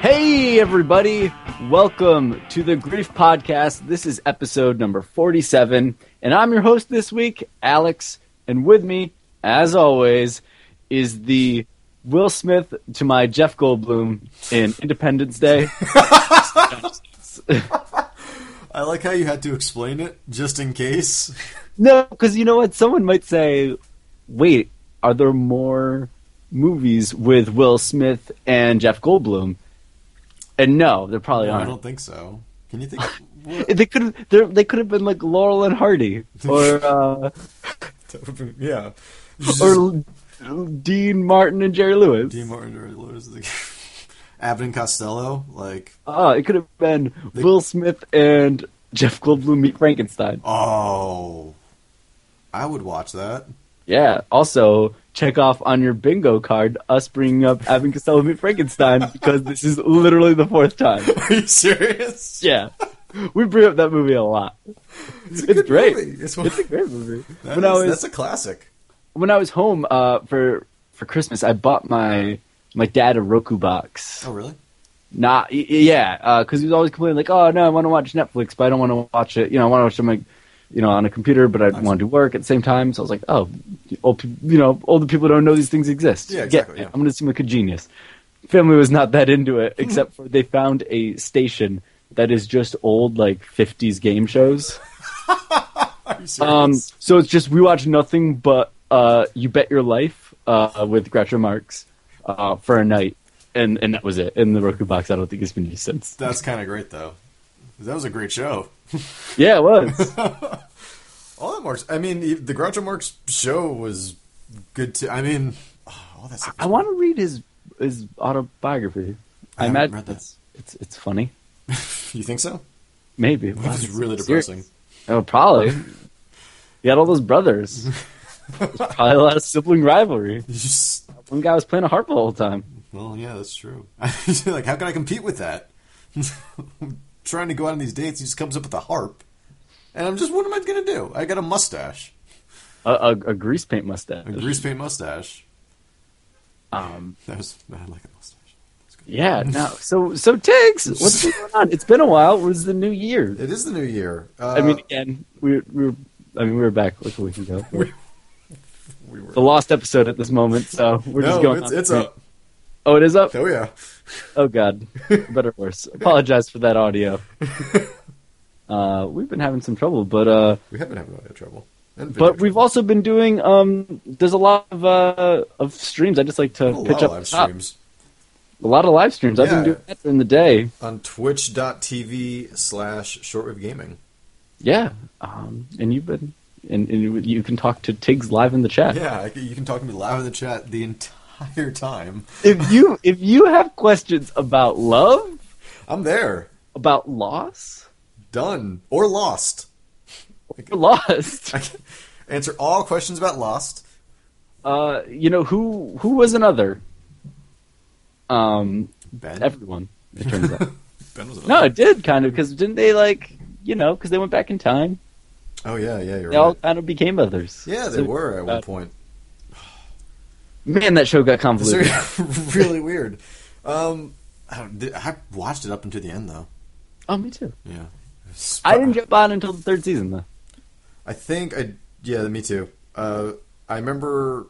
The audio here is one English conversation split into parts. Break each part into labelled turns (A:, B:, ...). A: Hey, everybody. Welcome to the Grief Podcast. This is episode number 47. And I'm your host this week, Alex. And with me, as always, is the Will Smith to my Jeff Goldblum in Independence Day.
B: I like how you had to explain it just in case.
A: No, because you know what? Someone might say, wait, are there more movies with Will Smith and Jeff Goldblum? And no, there probably
B: I
A: aren't.
B: don't think so. Can you think? what?
A: They could have they could have been like Laurel and Hardy or uh,
B: That would've been- yeah.
A: or L- Dean Martin and Jerry Lewis.
B: Dean Martin or Lewis, like, Abbott and Costello, like
A: Ah, it could have been
B: They-
A: Will Smith and Jeff Goldblum meet Frankenstein.
B: oh, I would watch that.
A: Yeah. Also, check off on your bingo card us bringing up Abbott and Costello meet Frankenstein because this is literally the fourth time.
B: Are you serious?
A: Yeah. We bring up that movie a lot.
B: it's,
A: It's
B: a good
A: great.
B: movie. It's one-
A: It's a great movie.
B: that
A: when I
B: is-
A: was
B: that's a classic.
A: when I was home uh, for for Christmas, I bought my my dad a Roku box.
B: Oh, really?
A: Not y- y- yeah, because he was always complaining like, "Oh no, I want to watch Netflix, but I don't want to watch it. You know, I want to watch it on my, you know, on a computer, but I
B: Nice.
A: want to do work at the same time." So I was like, "Oh, old, pe- you know, older people don't know these things exist. Get
B: Yeah, exactly,
A: it.
B: yeah.
A: I'm going to seem like a genius." Family was not that into it, except for they found a station that is just old like 50s game shows.
B: Are you serious?
A: Um, so it's just we watch nothing but uh, "You Bet Your Life" uh, with Groucho Marx uh, for a night, and and that was it. And the Roku box, I don't think it's been used since.
B: that's kind of great though. That was a great show.
A: Yeah, it was.
B: All that Marx. I mean, the the Groucho Marx show was good too. I mean, oh, all that stuff.
A: I want to read his his autobiography.
B: I
A: I,
B: haven't
A: imagine
B: read that.
A: it's, it's it's funny.
B: You think so?
A: Maybe
B: That was really
A: Serious.
B: depressing.
A: Oh, probably. You had all those brothers. There's probably a lot of sibling rivalry.
B: You just-
A: One guy was playing a harp the whole time.
B: Well, yeah, that's true. like, how can I compete with that? I'm trying to go out on these dates, he just comes up with a harp, and I'm just, what am I gonna do? I got a mustache,
A: A, a, a grease paint mustache.
B: a grease paint mustache.
A: Um,
B: That was, I like a mustache. That's good.
A: Yeah, no. So, so Tiggs, what's going on? It's been a while. It was the new year.
B: It is the new year. Uh,
A: I mean, again, we we were, I mean, we were back like a week ago.
B: we were.
A: the lost episode at this moment, so we're just
B: no,
A: going.
B: it's,
A: on.
B: it's up.
A: Oh, it is up.
B: Oh yeah.
A: Oh God, better or worse. Apologize for that audio. Uh, we've been having some trouble, but uh,
B: We have been having a lot of trouble. And video
A: but we've also been doing um. There's a lot of uh of streams. I just like to
B: trouble. Oh, a
A: pitch
B: lot
A: up
B: of live
A: the top.
B: streams
A: A lot of live streams. I've been
B: Yeah.
A: doing that during the day.
B: on Twitch.tv slash Shortwave Gaming.
A: Yeah, um, and you've been and, and you- you can talk to Tiggs live in the chat.
B: Yeah, I c- you can talk to me live in the chat the entire time.
A: if you if you have questions about love,
B: I'm there.
A: about loss,
B: Done or lost.
A: or lost.
B: I can answer all questions about Lost.
A: Uh, you know who who was another? Um,
B: Ben.
A: everyone. It turns out.
B: ben was
A: no, it did kind of because didn't they like you know because they went back in time.
B: Oh yeah, yeah, you're
A: They all
B: right.
A: kind of became others.
B: Yeah, they
A: So-
B: were at
A: uh,
B: one point.
A: Man, that show got
B: It's
A: convoluted.
B: really- really weird. Um, I, don't- did- I watched it up until the end though.
A: Oh, me too.
B: Yeah.
A: I didn't jump on until the third season though.
B: I think I. Yeah, me too. Uh, I remember.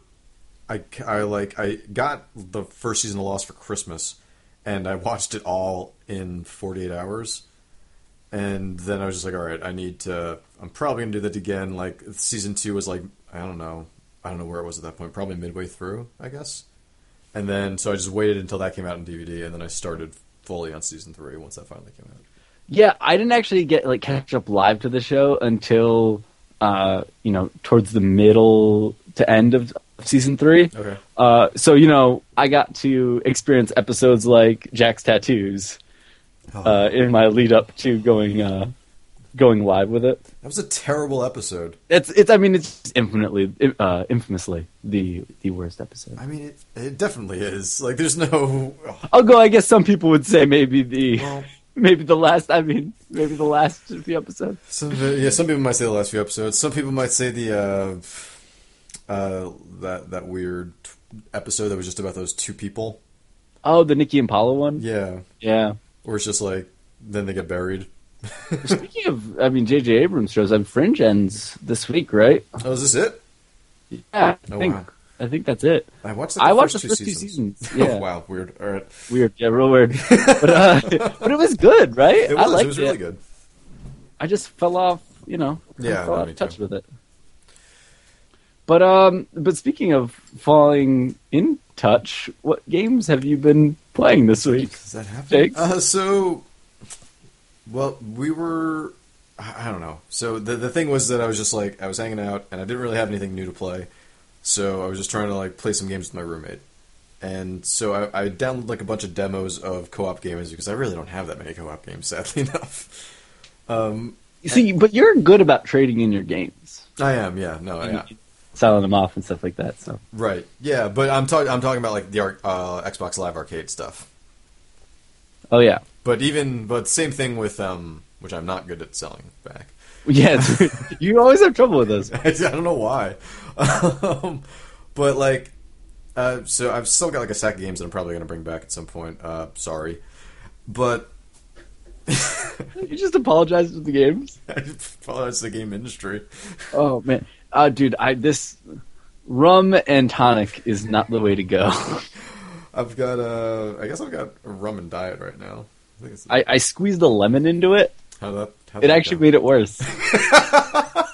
B: I, I like I got the first season of Lost for Christmas, and I watched it all in 48 hours, and then I was just like, all right, I need to. I'm probably gonna do that again. Like season two was like I don't know, I don't know where it was at that point. Probably midway through, I guess. And then so I just waited until that came out in DVD, and then I started fully on season three once that finally came out.
A: Yeah, I didn't actually get like catch up live to the show until uh, you know towards the middle to end of of season three.
B: Okay.
A: Uh, so you know, I got to experience episodes like Jack's tattoos
B: Oh.
A: uh, in my lead up to going uh, going live with it.
B: that was a terrible episode.
A: It's it's I mean it's infinitely uh, infamously the the worst episode.
B: I mean, it, it definitely is. Like, there's no.
A: Although I guess some people would say maybe the
B: Well-
A: maybe the last I mean maybe the last of the episode.
B: Some, yeah, some people might say the last few episodes. Some people might say the uh, uh, that that weird episode that was just about those two people.
A: Oh, the Nikki Impala one.
B: Yeah,
A: Yeah.
B: or it's just like then they get buried.
A: Speaking of, I mean, J.J. Abrams shows. I'm Fringe ends this week, right?
B: Oh, is this it?
A: Yeah, I
B: Oh,
A: think
B: wow.
A: I think that's it.
B: I watched.
A: I
B: the
A: watched the
B: first
A: first two seasons. Yeah,
B: Oh, wow, weird. All right,
A: weird. Yeah, real weird. But uh, but it was good, right?
B: it was.
A: I liked
B: it was really good.
A: I just fell off, you know, kinda
B: Yeah,
A: fell
B: no,
A: out
B: me
A: of touch
B: too.
A: with it. But um, but speaking of falling in touch, what games have you been playing this week?
B: Does that happen?
A: Jake?
B: Uh, so, well, we were. I I don't know. So the the thing was that I was just like I was hanging out and I didn't really have anything new to play, so I was just trying to like play some games with my roommate, and so I, I downloaded like a bunch of demos of co op games because I really don't have that many co op games, sadly enough. Um,
A: You see, but you're good about trading in your games,
B: I am, yeah, no, I am.
A: selling them off and stuff like that. So
B: right, yeah, but I'm talking I'm talking about like the arc- uh, Xbox Live Arcade stuff.
A: oh yeah,
B: But even but same thing with um, which I'm not good at selling back.
A: yeah, it's- you always have trouble with those.
B: I don't know why. Um, but like, uh, so I've still got like a sack of games that I'm probably going to bring back at some point. Uh, sorry, but
A: You just apologize to the games.
B: I apologize to the game industry.
A: Oh man, uh, dude, I this rum and tonic is not the way to go.
B: I've got uh, I guess I've got a rum and diet right now. I think it's
A: I, I squeezed a lemon into it.
B: how that. How
A: It actually made it worse.
B: I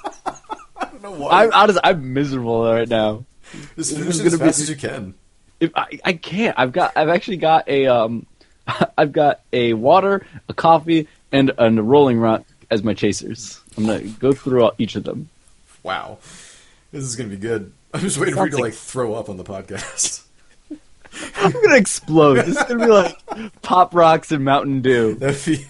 B: don't know why.
A: I'm honest, I'm miserable right now.
B: just
A: this
B: finish
A: is
B: it as
A: gonna be-
B: fast as you can.
A: If I, I can't. I've got. I've actually got a. Um, I've got a water, a coffee, and and a Rolling Rock as my chasers. I'm gonna go through all, each of them.
B: Wow, this is going to be good. I'm just waiting for you
A: Sounds
B: to
A: like-
B: like throw up on the podcast.
A: I'm gonna explode. This is gonna be like pop rocks and Mountain Dew.
B: That'd be.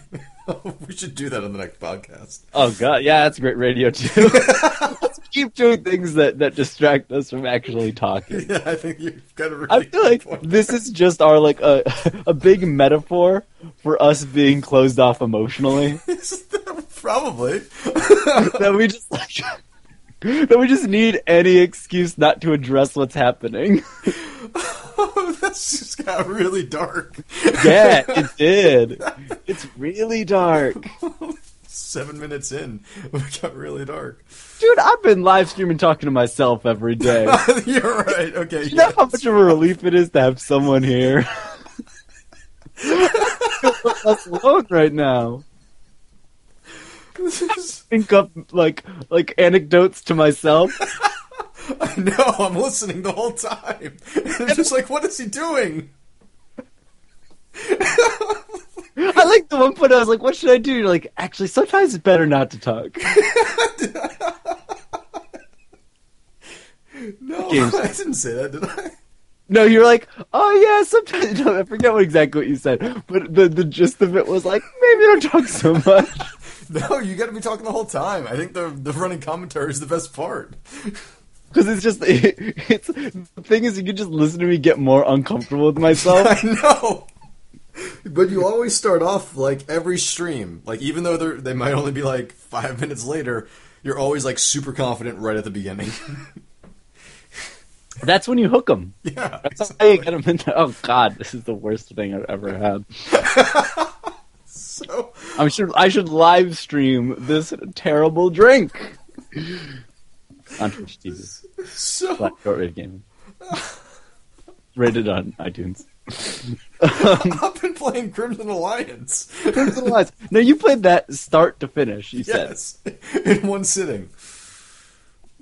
B: we should do that on the next podcast.
A: Oh god, yeah, that's great radio too. Let's keep doing things that that distract us from actually talking.
B: Yeah, I think you've got to. Really
A: I feel like this is just our like a a big metaphor for us being closed off emotionally.
B: Probably.
A: that we just like that we just need any excuse not to address what's happening.
B: That's just got really dark.
A: yeah, it did. It's really dark.
B: Seven minutes in, it got really dark.
A: Dude, I've been live streaming talking to myself every day.
B: You're right. Okay.
A: You know
B: yeah.
A: how much of a relief it is to have someone here. Us alone right now.
B: This is-
A: Think up like like anecdotes to myself.
B: I know. I'm listening the whole time. I'm just like, what is he doing?
A: I like the one point I was like, what should I do? You're like, actually sometimes it's better not to talk.
B: No,
A: Games.
B: I didn't say that, did I?
A: No, you're like, oh yeah, sometimes no, I forget what exactly what you said, but the the gist of it was like maybe don't talk so much.
B: No, you got to be talking the whole time. I think the the running commentary is the best part.
A: Because it's just it, it's the thing is you can just listen to me get more uncomfortable with myself.
B: I know. But you always start off like every stream, like even though they they might only be like five minutes later, you're always like super confident right at the beginning.
A: That's when you hook them.
B: yeah,
A: That's how you get 'em into. Oh God, this is the worst thing I've ever had.
B: so
A: I'm sure I should live stream this terrible drink on Twitch TV.
B: so
A: Black Short Rated Gaming. Rated on iTunes. um,
B: I've been playing Crimson Alliance.
A: Crimson Alliance. No, you played that start to finish. You said,
B: Yes, in one sitting.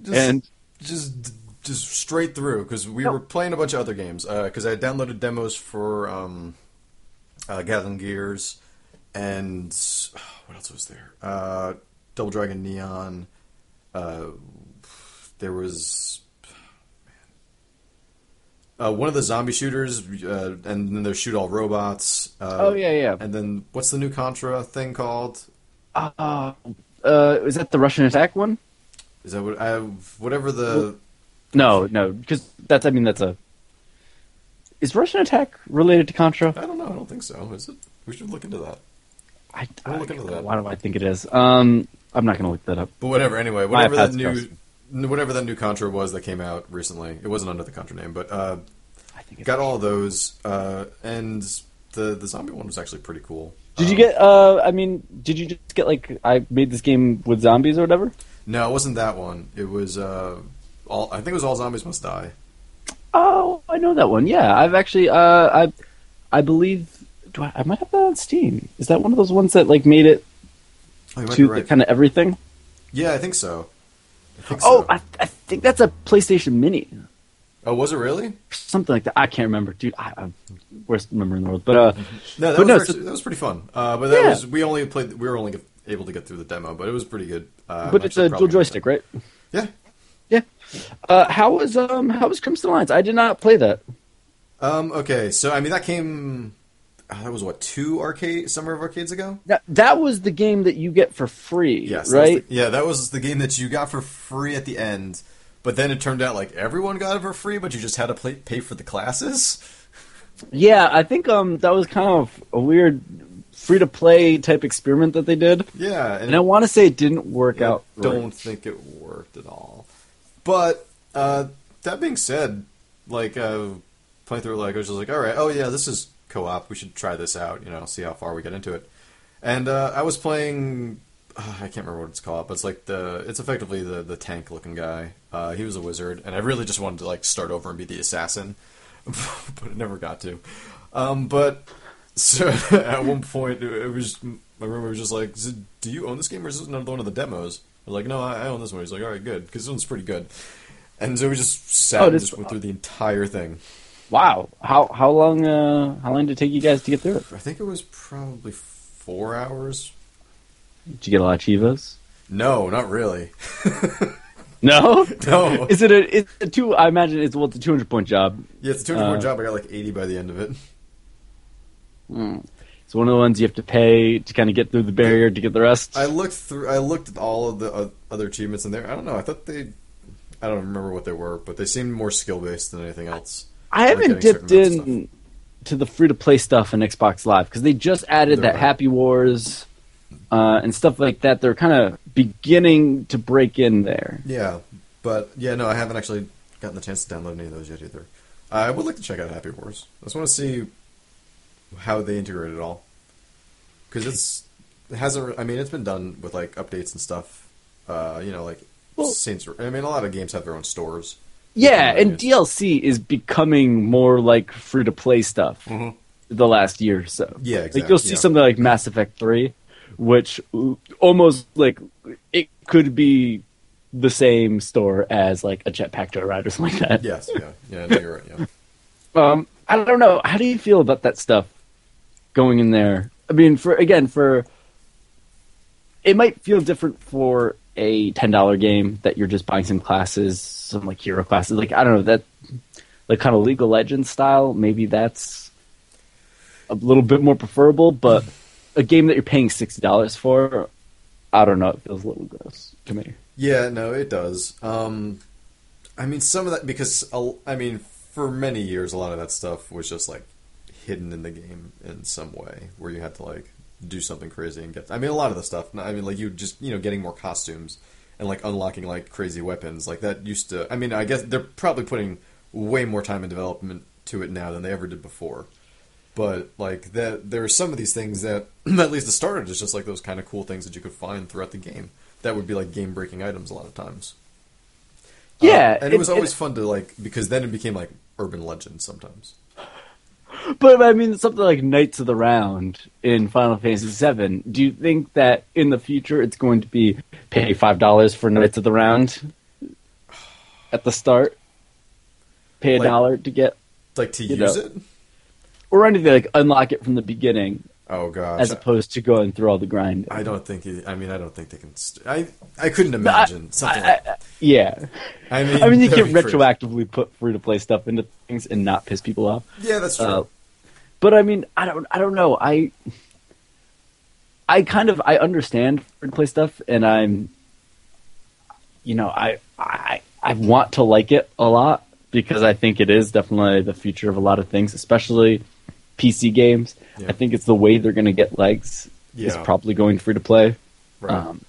B: Just,
A: and
B: just just straight through because we
A: No.
B: were playing a bunch of other games because I downloaded demos for um, uh, Gathering Gears and what else was there? Uh, Double Dragon Neon. Uh, there was man. Uh, one of the zombie shooters, uh, and then there's shoot all robots. Uh,
A: Oh, yeah, yeah.
B: And then what's the new Contra thing called?
A: uh, uh, is that the Russian attack one?
B: Is that what? I, whatever the
A: No, no, because that's. I mean, that's a. Is Russian attack related to Contra?
B: I don't know. I don't think so. Is it? We should look into that.
A: I,
B: We'll
A: I,
B: look into that.
A: Why do I think it is? Um, I'm not gonna look that up.
B: But whatever. Anyway, whatever that
A: iPad's
B: new,
A: crossed.
B: n- whatever that new Contra was that came out recently. It wasn't under the Contra name, but uh,
A: I think it's
B: Got all those, uh, and the the zombie one was actually pretty cool.
A: Did you
B: Um,
A: get? Uh, I mean, did you just get like I made this game with zombies or whatever?
B: No, it wasn't that one. It was uh, all. I think it was all zombies must die.
A: Oh, I know that one. Yeah, I've actually. Uh, I, I believe. Do I, I might have that on Steam. Is that one of those ones that like made it
B: Oh, you might be
A: to
B: right.
A: kind of everything?
B: Yeah, I think so. I think
A: Oh,
B: so.
A: I, I think that's a PlayStation Mini,
B: oh, was it really?
A: something like that. I can't remember, dude. I, I'm worst memory in the world, but uh,
B: No, that
A: But
B: was,
A: no,
B: actually-
A: so-
B: that was pretty fun. Uh, but that
A: Yeah.
B: was we only played. We were only get, able to get through the demo, but it was pretty good. Uh,
A: but it's a dual joystick, right?
B: Yeah.
A: Yeah. Uh, how was um how was Crimson Alliance? I did not play that.
B: Um, okay, so I mean that came. uh, That was what two arcade summer of arcades ago.
A: That that was the game that you get for free,
B: Yes, that's
A: right?
B: the- yeah, that was the game that you got for free at the end, but then it turned out like everyone got it for free, but you just had to play, pay for the classes.
A: Yeah, I think um that was kind of a weird free to play type experiment that they did.
B: Yeah,
A: And I want to say it didn't work out.
B: I
A: right.
B: don't think it worked at all. But uh, that being said, like uh, playing through, it, like I was just like, all right, oh yeah, this is co-op. We should try this out. You know, see how far we get into it. And uh, I was playing. uh, I can't remember what it's called, but it's like the it's effectively the the tank looking guy. Uh, he was a wizard, and I really just wanted to like start over and be the assassin, but it never got to. Um, but so at one point, it was my roommate was just like, "Z- "Do you own this game, or is this another one of the demos?" I was like, "No, I, I own this one." He's like, "All right, good, because this one's pretty good." And so we just sat
A: Oh,
B: and
A: this-
B: just went through the entire thing.
A: Wow. How how long uh how long did it take you guys to get through it?
B: I think it was probably four hours.
A: Did you get a lot of chivas?
B: No, not really.
A: No.
B: No,
A: Is it a is it a two? I imagine it's well, it's a two hundred point job.
B: yeah, it's a 200 point
A: uh,
B: job. I got like 80 by the end of it.
A: It's one of the ones you have to pay to kind of get through the barrier to get the rest.
B: I looked through. I looked at all of the uh, other achievements in there. I don't know. I thought they. I don't remember what they were, but they seemed more skill based than anything else.
A: I
B: like
A: haven't
B: getting certain
A: dipped
B: amounts of
A: in to the free to play stuff in Xbox Live because they just added
B: They're
A: that
B: right.
A: Happy Wars uh, and stuff like that. They're kind of beginning to break in there.
B: Yeah, but yeah, no, I haven't actually gotten the chance to download any of those yet either. I would like to check out Happy Wars. I just want to see how they integrate it all because it's it hasn't. re- I mean, it's been done with like updates and stuff. Uh, you know, like
A: Well-
B: Saints. I mean, a lot of games have their own stores.
A: Yeah,
B: Yeah,
A: and
B: yeah.
A: DLC is becoming more like free to play stuff the last year or so.
B: Mm-hmm. Yeah,
A: Like you'll
B: exact-
A: see
B: yeah.
A: something like Mass Effect 3, which l- almost like it could be the same store as like a Jetpack Joyride or something like that.
B: Yes, yeah, yeah, no, you're right. Yeah.
A: Um, I don't know. How do you feel about that stuff going in there? I mean, for again, for it might feel different for a ten dollar game that you're just buying some classes, some like hero classes. Like I don't know that, like kind of League of Legends style. Maybe that's a little bit more preferable. But a game that you're paying sixty dollars for, I don't know. It feels a little gross to
B: Uh,
A: me.
B: Yeah, no, it does. Um, I mean, some of that because a- I mean, for many years, a lot of that stuff was just like hidden in the game in some way, where you had to like do something crazy and get. I mean, a lot of the stuff. I mean, like you just you know getting more costumes and like unlocking like crazy weapons like that used to. I mean, I guess they're probably putting way more time and development to it now than they ever did before. But like that, there are some of these things that at least the starter is just like those kind of cool things that you could find throughout the game. That would be like game breaking items a lot of times. Uh,
A: Yeah,
B: and it, was always fun to like because then it became like urban legend sometimes.
A: But I mean, something like Knights of the Round in Final Fantasy VII. Do you think that in the future it's going to be pay five dollars for Knights of the Round at the start, pay a
B: Like-
A: dollar to get,
B: Like to
A: You
B: use
A: know.
B: it.
A: or anything like unlock it from the beginning,
B: Oh gosh,
A: as opposed to going through all the grind.
B: I don't think. It, I mean, I don't think they can. St- I I couldn't imagine something.
A: I-
B: like
A: yeah,
B: I mean,
A: I mean, you
B: that
A: can
B: would be crazy.
A: retroactively put free to play stuff into things and not piss people off.
B: Yeah, that's true.
A: Uh, but I mean, I don't, I don't know. I, I kind of, I understand free to play stuff, and I'm, you know, I, I, I want to like it a lot because I think it is definitely the future of a lot of things, especially PC games.
B: Yeah.
A: I think it's the way they're going to get legs. It's
B: Yeah.
A: probably going free to play.
B: right.
A: Um,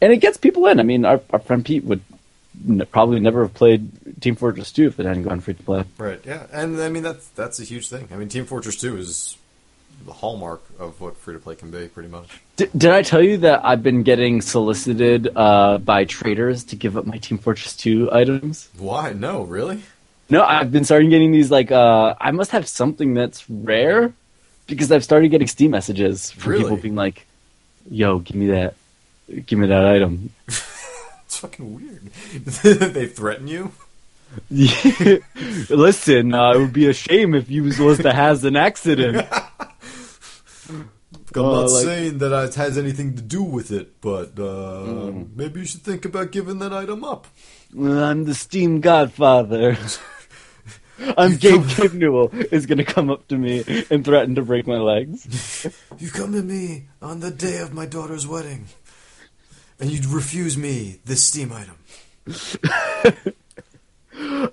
A: and it gets people in. I mean, our, our friend Pete would n- probably never have played Team Fortress 2 if it hadn't gone free to play.
B: Right. Yeah. And I mean that's that's a huge thing. I mean Team Fortress 2 is the hallmark of what free to play can be pretty much.
A: D- did I tell you that I've been getting solicited uh, by traders to give up my Team Fortress 2 items?
B: Why? No, really?
A: No, I've been starting getting these like uh, I must have something that's rare because I've started getting Steam messages from
B: Really?
A: people being like, "Yo, give me that, give me that item."
B: It's fucking weird. they threaten you?
A: Listen, uh, it would be a shame if you was to has an accident.
B: I'm
A: Uh,
B: not
A: like-
B: saying that it has anything to do with it, but uh,
A: Mm.
B: maybe you should think about giving that item up.
A: Well, I'm the Steam Godfather. I'm Gabe Kim Newell is gonna come up to me and threaten to break my legs.
B: You come to me on the day of my daughter's wedding, and you refuse me this Steam item.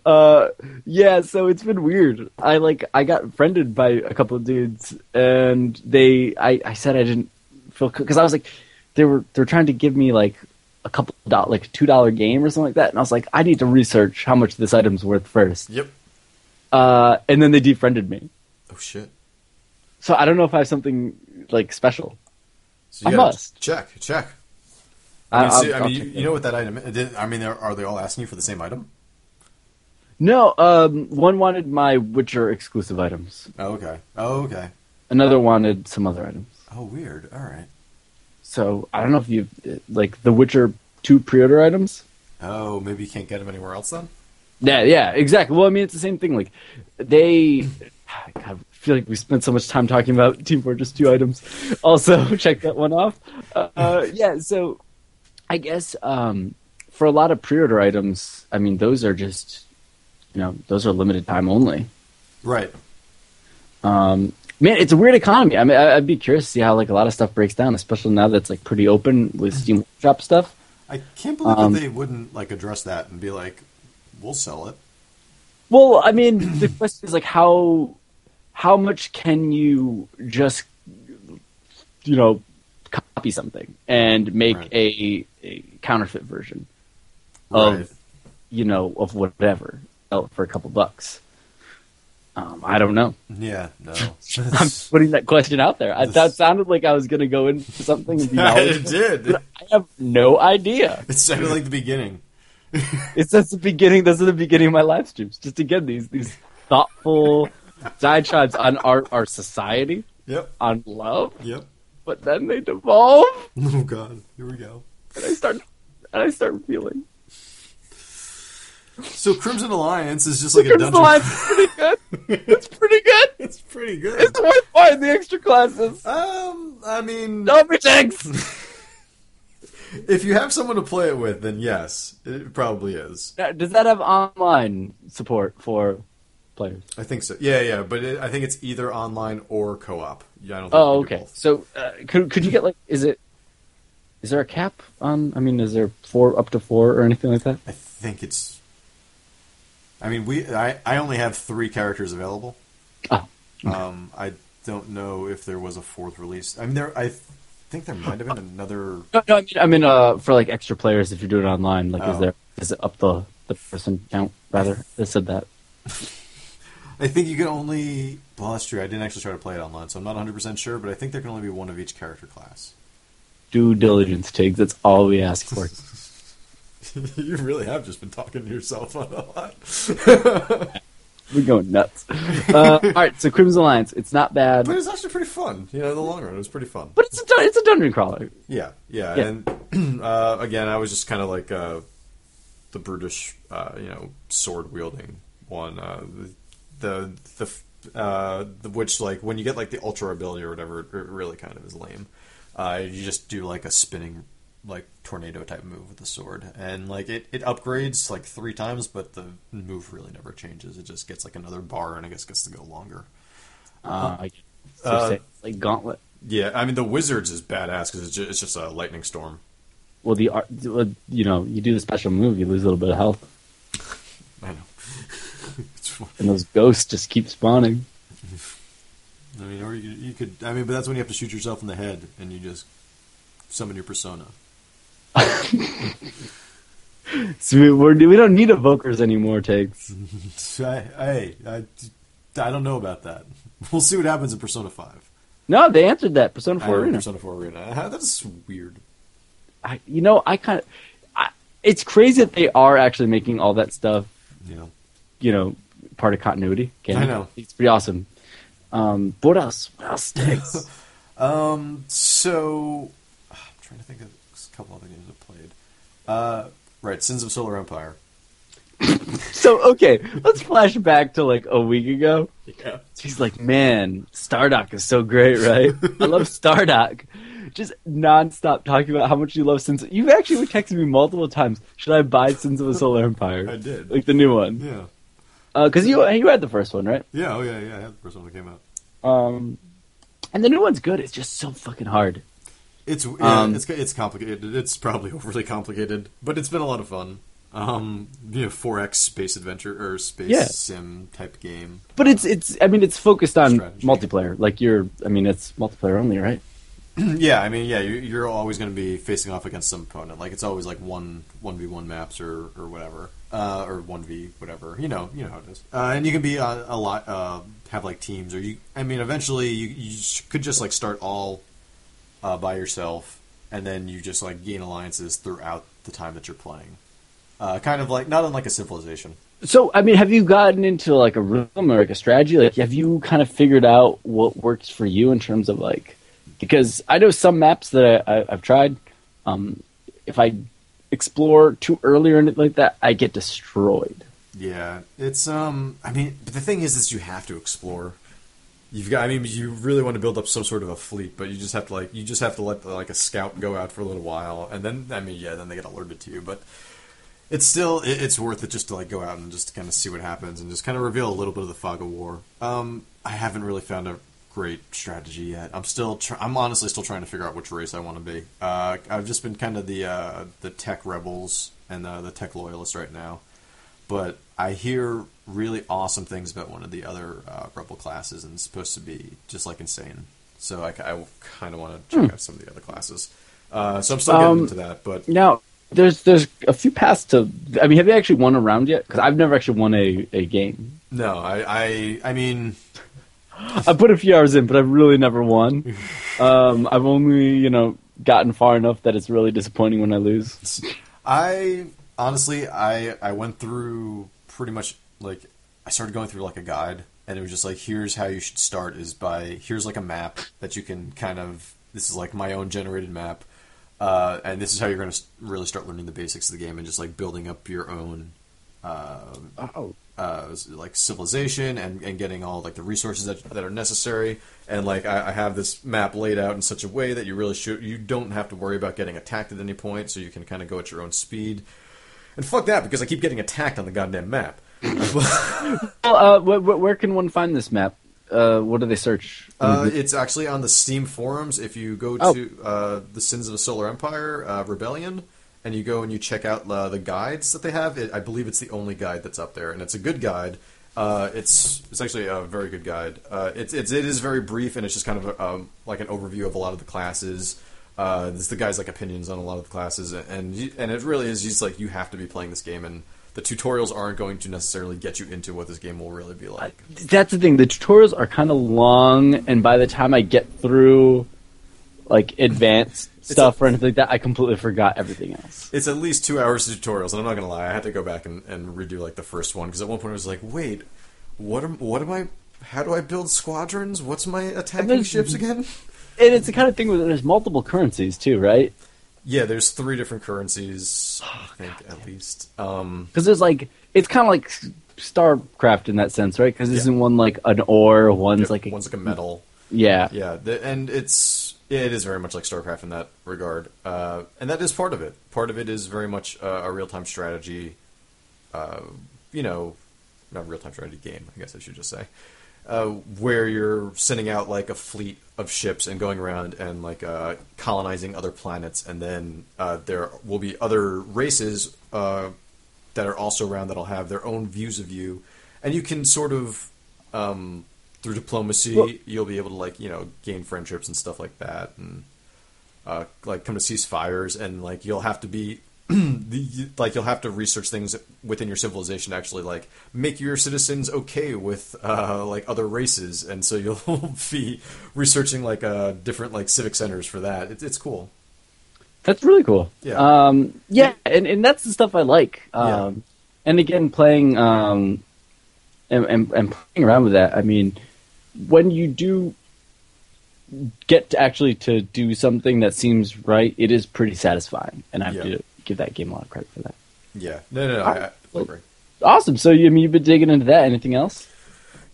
A: Uh, yeah, so it's been weird. I like I got friended by a couple of dudes, and they I, I said I didn't feel because I was like they were they're trying to give me like a couple dot like a two dollar game or something like that, and I was like I need to research how much this item's worth first.
B: Yep.
A: Uh, and then they defriended me,
B: Oh shit.
A: so I don't know if I have something like special.
B: So you
A: I
B: gotta
A: must.
B: check, check.
A: I-
B: I mean,
A: I'll-
B: see- I
A: I'll
B: mean, you,
A: check
B: you know what that item? Is. I mean, are are they all asking you for the same item?
A: No, um, one wanted my Witcher exclusive items.
B: Oh, okay. Oh, okay.
A: Another wanted some other items.
B: Oh, weird. All right.
A: So I don't know if you like the Witcher two pre-order items.
B: Oh, maybe you can't get them anywhere else then.
A: Yeah, yeah, exactly. Well, I mean, it's the same thing. Like they, God, I feel like we spent so much time talking about Team Fortress two items. Also, check that one off. Uh, yeah, so I guess um, for a lot of pre-order items, I mean, those are just you know those are limited time only.
B: Right.
A: Um, man, it's a weird economy. I mean, I, I'd be curious to see how like a lot of stuff breaks down, especially now that's like pretty open with Steam Workshop stuff.
B: I can't believe
A: Um,
B: that they wouldn't like address that and be like, "We'll sell it."
A: Well, I mean, the question is like how how much can you just you know copy something and make
B: Right.
A: a, a counterfeit version
B: Right.
A: of you know of whatever uh, for a couple bucks. Um, I don't know.
B: Yeah. No.
A: I'm putting that question out there. I, that
B: This-
A: sounded like I was going to go into something and be
B: it
A: knowledgeable.
B: did.
A: I have no idea.
B: It sounded like the beginning.
A: It's that's the beginning. That's the beginning of my live streams. Just again, these these thoughtful diatribes on our our society,
B: Yep.
A: on love,
B: Yep.
A: but then they devolve,
B: Oh God. Here we go.
A: and I start and I start feeling.
B: So Crimson Alliance is just like a
A: Crimson
B: dungeon.
A: Alliance is pretty good. It's pretty good.
B: it's pretty good.
A: It's worth buying the extra classes.
B: Um, I mean,
A: No thanks.
B: if you have someone to play it with, then yes, it probably is.
A: Now, Does that have online support for players?
B: I think so. Yeah, yeah, but it, I think it's either online or co-op. Yeah, I don't. Think
A: Oh,
B: you can
A: okay.
B: do both.
A: So uh, could could you get like is it is there a cap on? I mean, is there four up to four or anything like that?
B: I think it's. I mean, we. I, I only have three characters available.
A: Oh,
B: Um, I don't know if there was a fourth release. I mean, there. I think there might have been another.
A: No, no, I mean, I mean, uh, for like extra players, if you do it online, like, is
B: Oh.
A: there is it up the the person count rather? They said that.
B: I think you can only. Well, that's true. I didn't actually try to play it online, so I'm not 100 percent sure. But I think there can only be one of each character class.
A: Due diligence, Tig. That's all we ask for.
B: you really have just been talking to yourself on a lot.
A: We're going nuts. Uh, all right, so Crimson Alliance, it's not bad,
B: but it's actually pretty fun. You know, in the long run, it was pretty fun.
A: but it's a dun- it's a dungeon crawler.
B: Yeah, yeah.
A: Yeah.
B: And uh, again, I was just kind of like uh, the brutish, uh, you know, sword wielding one. Uh, the the uh, the which like when you get like the ultra ability or whatever, it really kind of is lame. Uh, you just do like a spinning like tornado type move with the sword, and like it, it upgrades like three times, but the move really never changes. It just gets like another bar, and I guess gets to go longer.
A: Uh, I guess. So
B: Uh,
A: say, like Gauntlet.
B: Yeah, I mean the wizards is badass because it's just, it's just a lightning storm.
A: Well, the art, well, you know, you do the special move, you lose a little bit of health,
B: I know. It's-
A: and those ghosts just keep spawning.
B: I mean, or you, you could. I mean, but that's when you have to shoot yourself in the head and you just summon your persona.
A: So we, we're, we don't need evokers anymore, Tiggs.
B: Hey, I, I don't know about that. We'll see what happens in Persona 5.
A: No, they answered that. Persona
B: I
A: 4
B: heard
A: Arena.
B: Persona 4 Arena. That's weird.
A: I, you know, I kind of. It's crazy that they are actually making all that stuff,
B: Yeah.
A: you know, part of continuity. Canon.
B: I know.
A: It's pretty awesome. Um, but what else? What else, Tiggs?
B: Um, so I'm trying to think of a couple other games I've played. Uh, right, Sins of Solar Empire.
A: so, okay, let's flash back to like a week ago.
B: Yeah.
A: She's like, man, Stardock is so great, right? I love Stardock. Just nonstop talking about how much you love Sins. You've actually texted me multiple times. Should I buy Sins of a Solar Empire?
B: I did.
A: like the new one,
B: Yeah.
A: because you you had the first one, right?
B: Yeah, oh yeah, yeah, I had the first one that came out.
A: Um, and the new one's good. It's just so fucking hard.
B: It's yeah,
A: Um,
B: it's it's complicated. It's probably overly complicated, but it's been a lot of fun. Um, you know, 4X space adventure or space
A: Yeah.
B: sim type game.
A: But it's it's. I mean, it's focused on
B: Strategy.
A: multiplayer. Like you're. I mean, it's multiplayer only, right?
B: Yeah, I mean, yeah, you- you're always going to be facing off against some opponent. Like it's always like one one v one maps or or whatever, uh, or one v whatever. You know, you know how it is. Uh, and you can be on a lot uh, have like teams, or you. I mean, eventually you you sh- could just like start all uh, by yourself, and then you just like gain alliances throughout the time that you're playing. Uh, kind of like not unlike a civilization.
A: So I mean, have you gotten into like a rhythm or like a strategy? Like, have you kind of figured out what works for you in terms of like? Because I know some maps that I, I, I've tried. Um, if I explore too early or anything like that, I get destroyed.
B: Yeah, it's um. I mean, but the thing is, is you have to explore. You've got. I mean, you really want to build up some sort of a fleet, but you just have to like you just have to let like a scout go out for a little while, and then I mean, yeah, then they get alerted to you. But it's still it, it's worth it just to like go out and just kind of see what happens and just kind of reveal a little bit of the fog of war. Um, I haven't really found a great strategy yet. I'm still tr- I'm honestly still trying to figure out which race I want to be. Uh, I've just been kind of the uh, the tech rebels and uh, the tech loyalists right now but I hear really awesome things about one of the other uh, rebel classes, and it's supposed to be just like insane. So I, kind of want to check out some of the other classes. Uh, so I'm still getting
A: Um,
B: into that, but
A: Now, there's there's a few paths to. I mean, have you actually won a round yet? Because I've never actually won a, a game.
B: no, I, I, I mean,
A: I put a few hours in, but I've really never won. Um, I've only you know gotten far enough that it's really disappointing when I lose.
B: I honestly, I, I went through pretty much like I started going through like a guide, and it was just like here's how you should start is by here's like a map that you can kind of this is like my own generated map. Uh, and this is how you're going to really start learning the basics of the game and just like building up your own
A: Oh,
B: uh, like civilization and, and getting all like the resources that, that are necessary and like I, I have this map laid out in such a way that you really should you don't have to worry about getting attacked at any point so you can kind of go at your own speed and fuck that because I keep getting attacked on the goddamn map
A: well, uh, wh- wh- where can one find this map? Uh, what do they search?
B: uh, it's actually on the Steam forums if you go
A: Oh.
B: to uh, the Sins of the Solar Empire uh, Rebellion and you go and you check out uh, the guides that they have it, I believe it's the only guide that's up there and it's a good guide uh, it's it's actually a very good guide uh, it's, it's it is very brief and it's just kind of a, um, like an overview of a lot of the classes uh, it's the guy's like opinions on a lot of the classes and you, and it really is just like you have to be playing this game and the tutorials aren't going to necessarily get you into what this game will really be like
A: That's the thing. The tutorials are kind of long, and by the time I get through like advanced stuff or anything like that, I completely forgot everything else.
B: it's at least two hours of tutorials, and I'm not gonna lie, I had to go back and, and redo like the first one because at one point I was like, wait, what am what am I? How do I build squadrons? What's my attacking
A: there's-
B: ships again?
A: And it's the kind of thing where there's multiple currencies too, right?
B: Yeah, there's three different currencies,
A: Oh,
B: I think at least. Um,
A: Because there's like it's kind of like StarCraft in that sense, right? Because isn't one like an ore, one's like a,
B: one's like a metal.
A: yeah.
B: Yeah, the, and it's yeah, it is very much like StarCraft in that regard, uh, and that is part of it. Part of it is very much uh, a real time strategy, uh, you know, not real time strategy game. I guess I should just say, uh, where you're sending out like a fleet of ships and going around and like uh, colonizing other planets, and then uh, there will be other races. Uh, that are also around that'll have their own views of you, and you can sort of um, through diplomacy
A: Well-
B: you'll be able to like you know gain friendships and stuff like that, and uh, like come to ceasefires, and like you'll have to be the, like you'll have to research things within your civilization to actually like make your citizens okay with uh, like other races, and so you'll be researching like uh, different like civic centers for that. It, it's cool.
A: That's really cool.
B: Yeah.
A: Um, yeah, and, and that's the stuff I like.
B: Yeah.
A: Um, And again, playing um, and, and, and playing around with that. I mean, when you do get to actually to do something that seems right, it is pretty satisfying, and I have
B: Yeah.
A: to give that game a lot of credit for that.
B: Yeah. No, no, no. I, I
A: Well-
B: agree.
A: Awesome. So you I mean you've been digging into that? Anything else?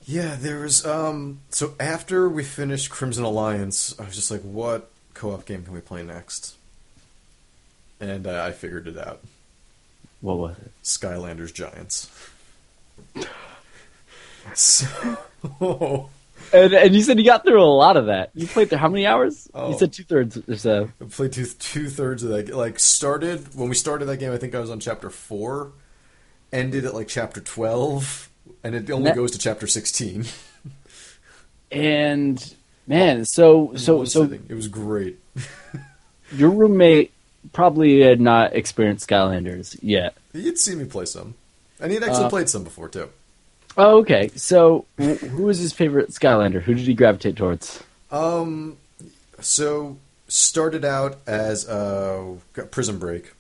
B: Yeah, there was. Um, so after we finished Crimson Alliance, I was just like, "What co-op game can we play next?" And uh, I figured it out:
A: What was it?
B: Skylanders Giants. So,
A: And, and you said you got through a lot of that. You played through how many hours?
B: Oh.
A: You said two thirds or so.
B: I played two two thirds of that. Like started when we started that game, I think I was on chapter four, ended at like chapter twelve, and it only
A: That-
B: goes to chapter sixteen.
A: And man, so so
B: One
A: so
B: sitting. it was great.
A: your roommate probably had not experienced Skylanders yet.
B: He'd seen me play some, and he'd actually
A: Uh,
B: played some before too.
A: Oh, okay. So wh- who was his favorite Skylander? Who did he gravitate towards?
B: Um, so started out as a Prison Break.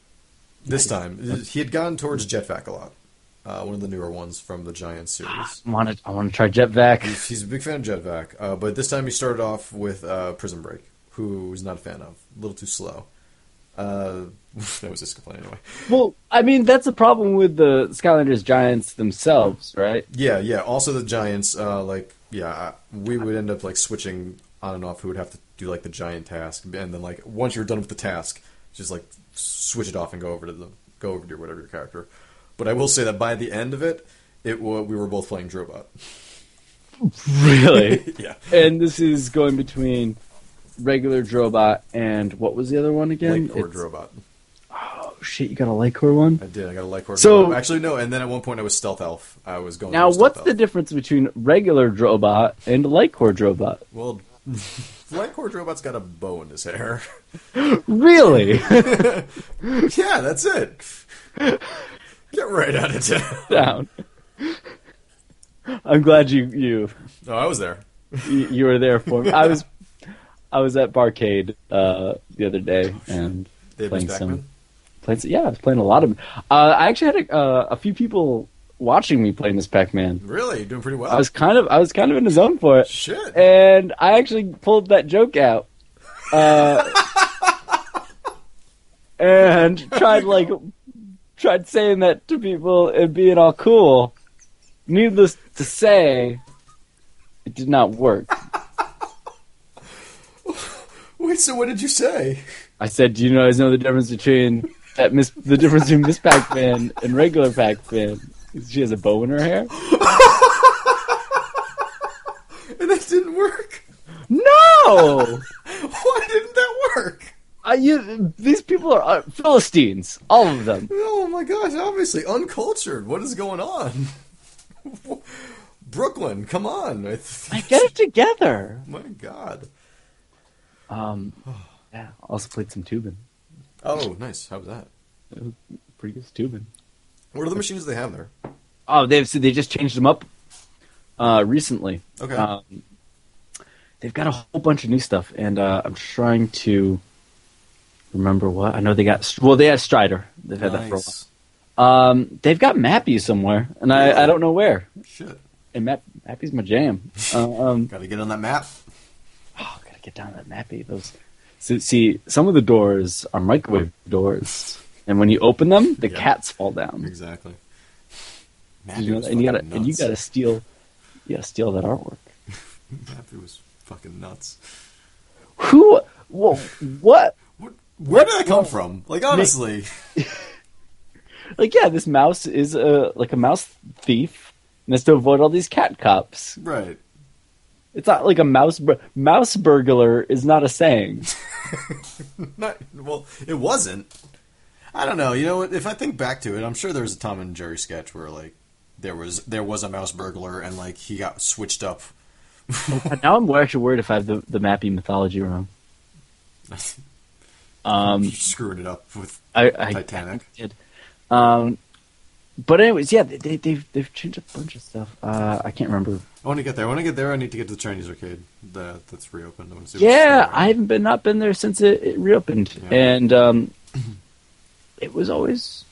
B: This time, he had gone towards Jetvac a lot, uh, one of the newer ones from the Giant series.
A: I want to I want to try Jetvac.
B: He's, he's a big fan of Jetvac, uh, but this time he started off with uh, Prison Break, who he's not a fan of. A little too slow. Uh, that was his complaint anyway.
A: Well, I mean that's the problem with the Skylanders giants themselves, right?
B: Yeah, yeah. Also, the Giants, uh, like, yeah, we would end up like switching on and off. Who would have to do like the Giant task, and then like once you're done with the task, just like switch it off and go over to the go over to your, whatever your character. But I will say that by the end of it, it wa we were both playing Drobot.
A: Really.
B: yeah,
A: and this is going between regular Drobot and what was the other one again?
B: Lake Core
A: It's-
B: Drobot.
A: Oh shit, you got a Lycor one?
B: I did. I got a Lycor.
A: So-
B: So actually, no. And then at one point, I was Stealth Elf. I was going.
A: Now
B: through
A: what's
B: Stealth
A: the
B: Elf.
A: difference between regular Drobot and Lycor Drobot?
B: well? Lycor Drobot's got a bow in his hair.
A: Really?
B: yeah, that's it. Get right out of town.
A: down. I'm glad you you
B: Oh, I was there.
A: you you were there for me. I was I was at Barcade uh, the other day and
B: They had
A: playing
B: Miss
A: some
B: Backman?
A: playing. some- Yeah, I was playing a lot of. Uh, I actually had a, uh, a few people watching me play Miss Pac-Man.
B: Really? You're doing pretty well.
A: I was Eh. kind of I was kind of in the zone for it,
B: Shit.
A: and I actually pulled that joke out. Uh, and tried like tried saying that to people and being all cool. Needless to say, it did not work.
B: Wait, so what did you say?
A: I said, "Do you guys know the difference between that Miss the difference between Miss Pac-Man and regular Pac-Man? She has a bow in her hair."
B: And that didn't work.
A: No,
B: Why didn't that work?
A: I, you, these people are uh, Philistines, all of them.
B: Oh my gosh, obviously uncultured. What is going on? Brooklyn, come on. I
A: I
B: th-
A: get it together.
B: my god.
A: Um, yeah. Also played some tubing.
B: Oh, nice. How was that?
A: Pretty good tubing.
B: What are the machines they have there?
A: Oh, they've so they just changed them up uh, recently.
B: Okay.
A: Um, they've got a whole bunch of new stuff, and uh, I'm trying to remember what I know. They got well, they had Strider. They've had that for a while.
B: nice.
A: Um, they've got Mappy somewhere, and I, I don't know where.
B: Shit.
A: And Map, Mappy's my jam. Uh, um,
B: Gotta get on that map.
A: oh, gotta get down to that Mappy. Those. So, see, some of the doors are microwave doors, and when you open them, the
B: Yeah.
A: cats fall down.
B: Exactly. Mappy
A: You know,
B: was
A: and you gotta
B: fucking
A: and you
B: nuts.
A: gotta steal, you gotta steal that artwork.
B: Mappy was fucking nuts.
A: Who? Whoa, what?
B: What, where did that come from? Like, honestly.
A: Like, yeah, this mouse is a like a mouse thief, and has to avoid all these cat cops.
B: Right.
A: It's not like a mouse bur- mouse burglar is not a saying.
B: Not, well, it wasn't. I don't know. You know, what? if I think back to it, I'm sure there was a Tom and Jerry sketch where like there was there was a mouse burglar and like he got switched up.
A: now I'm actually worried if I have the, the Mappy mythology wrong.
B: You're screwing it up with
A: I, I
B: Titanic.
A: I did. Um, but anyways, yeah, they, they they've they've changed a bunch of stuff. Uh, I can't remember.
B: I want to get there. I want to get there. I need to get to the Chinese arcade that that's reopened. I want to see. what's
A: Yeah,
B: there.
A: I haven't been not been there since it, it reopened,
B: Yeah.
A: and um, it was always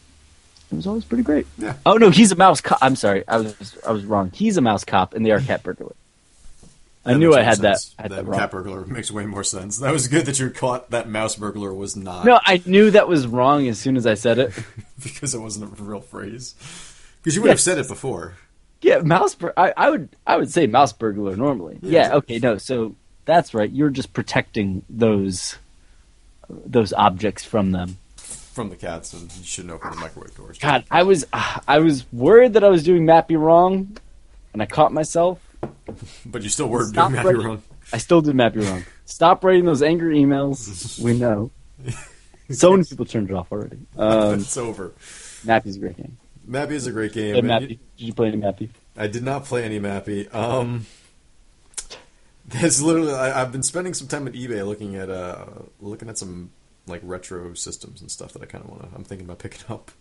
A: it was always pretty great.
B: Yeah.
A: Oh no, he's a mouse cop. I'm sorry, I was I was wrong. He's a mouse cop, and they are cat burglar. I
B: That
A: knew
B: makes
A: I
B: more
A: had that.
B: sense.
A: I had that
B: That
A: wrong.
B: cat burglar makes way more sense. That was good that you caught that mouse burglar was not
A: no, I knew that was wrong as soon as I said it.
B: because it wasn't a real phrase. Because you would
A: Yeah.
B: have said it before.
A: Yeah, mouse. Bur- I, I would. I would say mouse burglar normally.
B: Yeah,
A: Yeah.
B: exactly.
A: Okay. No. So that's right. You're just protecting those those objects from them.
B: from the cats and you shouldn't open the microwave doors.
A: God, I was. ah, I was worried that I was doing Mappy wrong, and I caught myself.
B: But you still were
A: Stop
B: doing that
A: writing-
B: you're wrong.
A: I still did Mappy wrong. Stop writing those angry emails. We know. So many people turned it off already. Um,
B: it's over.
A: Mappy's a great game.
B: Mappy is a great game.
A: Hey,
B: and
A: Mappy,
B: you-
A: did you play any Mappy?
B: I did not play any Mappy. Um, that's literally. I, I've been spending some time at eBay looking at uh looking at some like retro systems and stuff that I kind of want to. I'm thinking about picking up.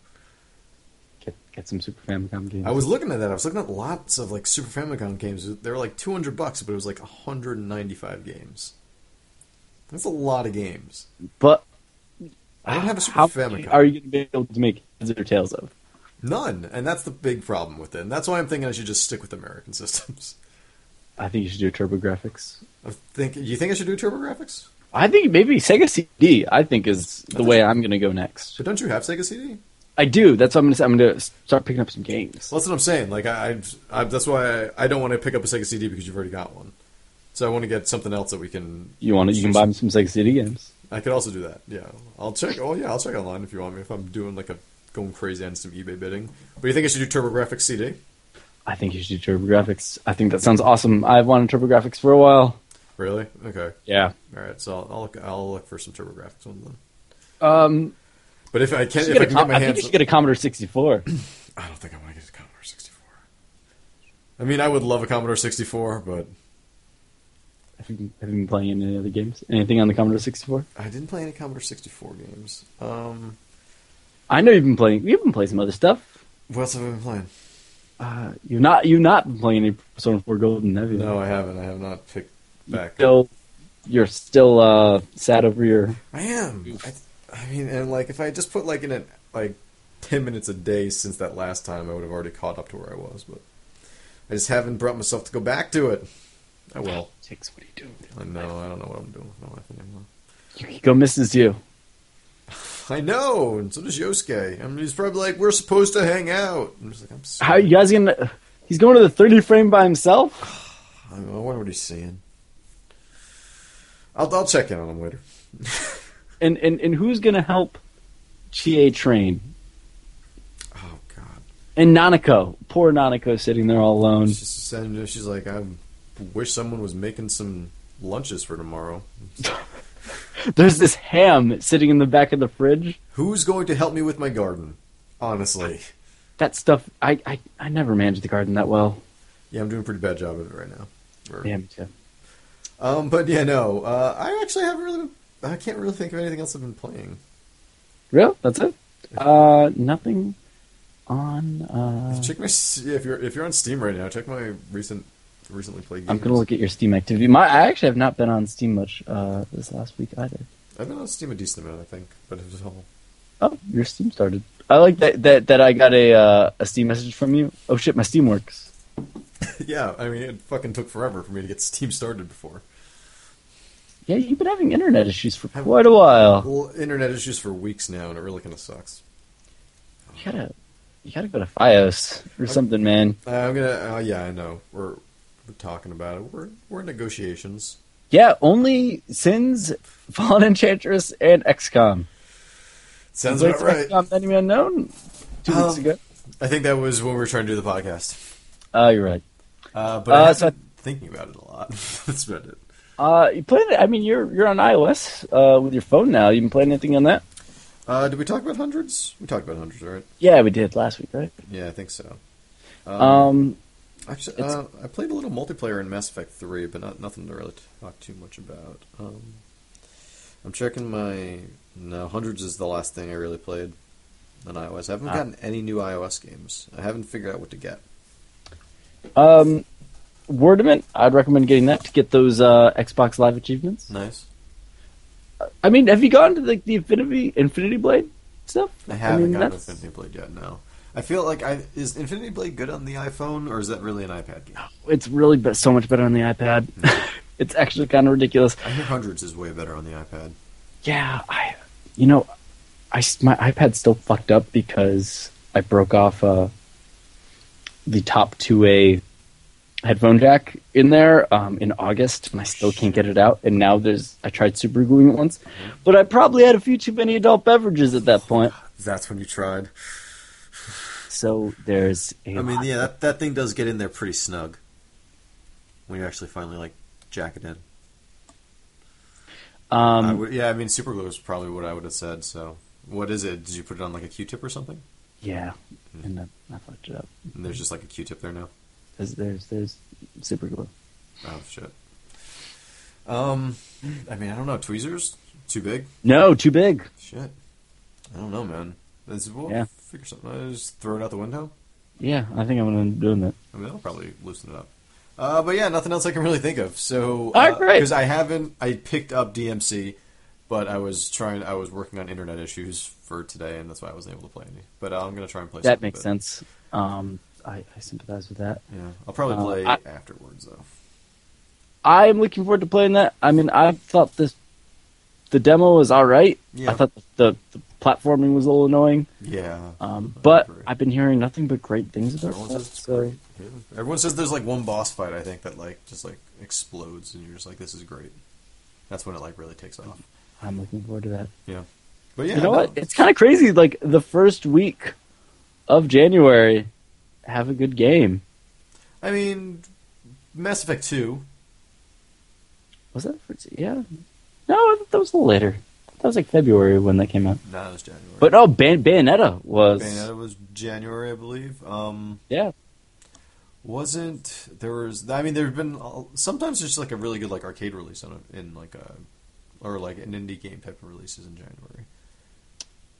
A: Get, get some Super Famicom games.
B: I was looking at that. I was looking at lots of like Super Famicom games. They were like 200 bucks, but it was like 195 games. That's a lot of games.
A: but
B: I don't have a Super
A: how
B: Famicom.
A: are you going to be able to make heads or tails of?
B: None, and that's the big problem with it. And that's why I'm thinking I should just stick with American systems.
A: I think you should do Turbo Graphics.
B: I'm thinking, you think I should do TurboGrafx?
A: I think maybe Sega CD. I think is the way I'm going to go next.
B: But don't you have Sega CD? Well,
A: I do. That's what I'm going to. say. I'm going to start picking up some games.
B: that's what I'm saying. Like I, I, I that's why I, I don't want to pick up a Sega CD because you've already got one. So I want to get something else that we can.
A: You want to? You can buy me some Sega CD games.
B: I could also do that. Yeah, I'll check. Oh yeah, I'll check online if you want me. If I'm doing like a going crazy on some eBay bidding. But you think I should do TurboGrafx CD?
A: I think you should do Turbo Graphics. I think that sounds awesome. I've wanted Turbo Graphics for a while.
B: Really? Okay.
A: Yeah.
B: All right. So I'll, I'll look. I'll look for some TurboGrafx ones then.
A: Um.
B: But if I
A: you
B: can't,
A: should
B: if I
A: get a
B: can
A: Com-
B: get my
A: I think
B: hands.
A: you should get a Commodore 64.
B: I don't think I want to get a Commodore 64. I mean, I would love a Commodore 64, but
A: have, you, have you been playing any other games? Anything on the Commodore 64?
B: I didn't play any Commodore 64 games. Um,
A: I know you've been playing. You've been playing some other stuff.
B: what else have I been playing?
A: Uh, you've not. You've not been playing any Persona 4 Golden, have you?
B: No, I haven't. I have not picked back. up.
A: Still, you're still uh, sad over your.
B: I am. I, I mean, and like if I had just put like in it like 10 minutes a day since that last time, I would have already caught up to where I was. But I just haven't brought myself to go back to it. I will.
A: Six. What are you doing?
B: I know. I don't know what I'm doing with my life anymore.
A: You could go misses you.
B: I know, and so does Yosuke. I mean, he's probably like, "We're supposed to hang out." I'm just like, "I'm sorry."
A: How you guys gonna? He's going to the 30 frame by himself.
B: I mean, I wonder what he's saying. I'll, I'll check in on him later.
A: And and and who's gonna help? Chie train
B: Oh God,
A: and Nanako. Poor Nanako sitting there all alone.
B: she's just sending. her- She's like, I wish someone was making some lunches for tomorrow.
A: There's this ham sitting in the back of the fridge.
B: Who's going to help me with my garden? Honestly,
A: That stuff. I I, I never managed the garden that well.
B: yeah, I'm doing a pretty bad job of it right now. Or-
A: Yeah, me too.
B: Um, but yeah, no, uh, I actually haven't really. I can't really think of anything else I've been playing.
A: Real? That's it. Uh, nothing on. Uh,
B: Check my s- yeah, if you're if you're on Steam right now, check my recent recently played. Games.
A: I'm gonna look at your Steam activity. My I actually have not been on Steam much uh, this last week either.
B: I've been on Steam a decent amount, I think, but it was all.
A: Oh, your Steam started. I like that that, that I got a uh, a Steam message from you. Oh shit, my Steam works.
B: yeah, I mean, it fucking took forever for me to get Steam started before.
A: Yeah, you've been having internet issues for
B: Have-
A: quite a while.
B: Well, internet issues for weeks now, and it really kind of sucks.
A: You gotta you gotta go to FiOS or something, man.
B: Uh, I'm gonna. Uh, yeah, I know. We're we're talking about it. We're we're in negotiations.
A: Yeah, only Sins, Fallen Enchantress, and XCOM.
B: Sounds
A: You
B: about
A: played
B: right.
A: XCOM Enemy Unknown two
B: Um,
A: weeks ago.
B: I think that was when we were trying to do the podcast.
A: Oh, you're right.
B: Uh, but
A: Uh,
B: I've
A: so-
B: been thinking about it a lot. That's about it.
A: Uh, you playing? I mean, you're you're on iOS uh, with your phone now. You been playing anything on that?
B: Uh, did we talk about hundreds? We talked about hundreds, right?
A: Yeah, we did last week, right?
B: Yeah, I think so.
A: Um,
B: Actually,
A: It's-
B: uh, I played a little multiplayer in Mass Effect Three, but not nothing to really talk too much about. Um, I'm checking my. No, hundreds is the last thing I really played on iOS. I haven't
A: Ah.
B: gotten any new iOS games. I haven't figured out what to get.
A: Um, Wordament, I'd recommend getting that to get those uh, Xbox Live achievements.
B: Nice.
A: I mean, have you gone to like the Infinity Infinity Blade stuff?
B: I haven't
A: mean,
B: gotten
A: that's-
B: Infinity Blade yet. No. I feel like I is Infinity Blade good on the iPhone or is that really an iPad game?
A: It's really be- so much better on the iPad. it's actually kind of ridiculous.
B: I hear hundreds is way better on the iPad.
A: Yeah, I, you know, I s- my iPad's still fucked up because I broke off uh, the top two A headphone jack in there um, in August, and I still can't get it out. And now there's I tried super gluing it once, but I probably had a few too many adult beverages at that point.
B: That's when you tried.
A: So there's a
B: I mean,
A: lot.
B: yeah, that, that thing does get in there pretty snug when you actually finally like jack it in.
A: Um,
B: I would- yeah, I mean, super glue is probably what I would have said. So, what is it? Did you put it on like a Q-tip or something?
A: yeah, and I, I fucked it up
B: And there's just like a Q-tip there now.
A: because there's there's super glue.
B: Oh shit. Um, I mean, I don't know. Tweezers too big.
A: No, too big.
B: Shit. I don't know, man. This we'll
A: Yeah.
B: figure something. out. Just throw it out the window.
A: Yeah, I think I'm gonna end up doing that.
B: I mean, that'll probably loosen it up. Uh, but yeah, nothing else I can really think of.
A: All
B: So,
A: right, great.
B: because I haven't, I picked up DMC, but I was trying, I was working on internet issues for today, and that's why I wasn't able to play any. But uh, I'm gonna try and play.
A: That
B: something,
A: makes
B: but-
A: sense. Um, I, I sympathize with that.
B: Yeah, I'll probably
A: Uh,
B: play
A: I-
B: afterwards though.
A: I am looking forward to playing that. I mean, I thought this the demo was all right.
B: Yeah.
A: I thought the, the, the platforming was a little annoying,
B: Yeah.
A: um,
B: I
A: but
B: agree.
A: I've been hearing nothing but great things about
B: Everyone
A: that.
B: says it's
A: So,
B: great. Yeah. Everyone says there's like one boss fight I think that like just like explodes, and you're just like, this is great. That's when it like really takes off.
A: I'm looking forward to that.
B: Yeah. But yeah,
A: you know
B: no.
A: what? It's kind of crazy. Like the first week of January, have a good game.
B: I mean, Mass Effect Two.
A: Was that for, yeah? No, I thought that was a little later. That was like February when that came out.
B: Nah, it was January.
A: But no, Ban- Bayonetta was
B: Bayonetta was January, I believe. Um,
A: yeah.
B: wasn't there was? I mean, there's been all- sometimes there's like a really good like arcade release on it in like a or like an indie game type of releases in January.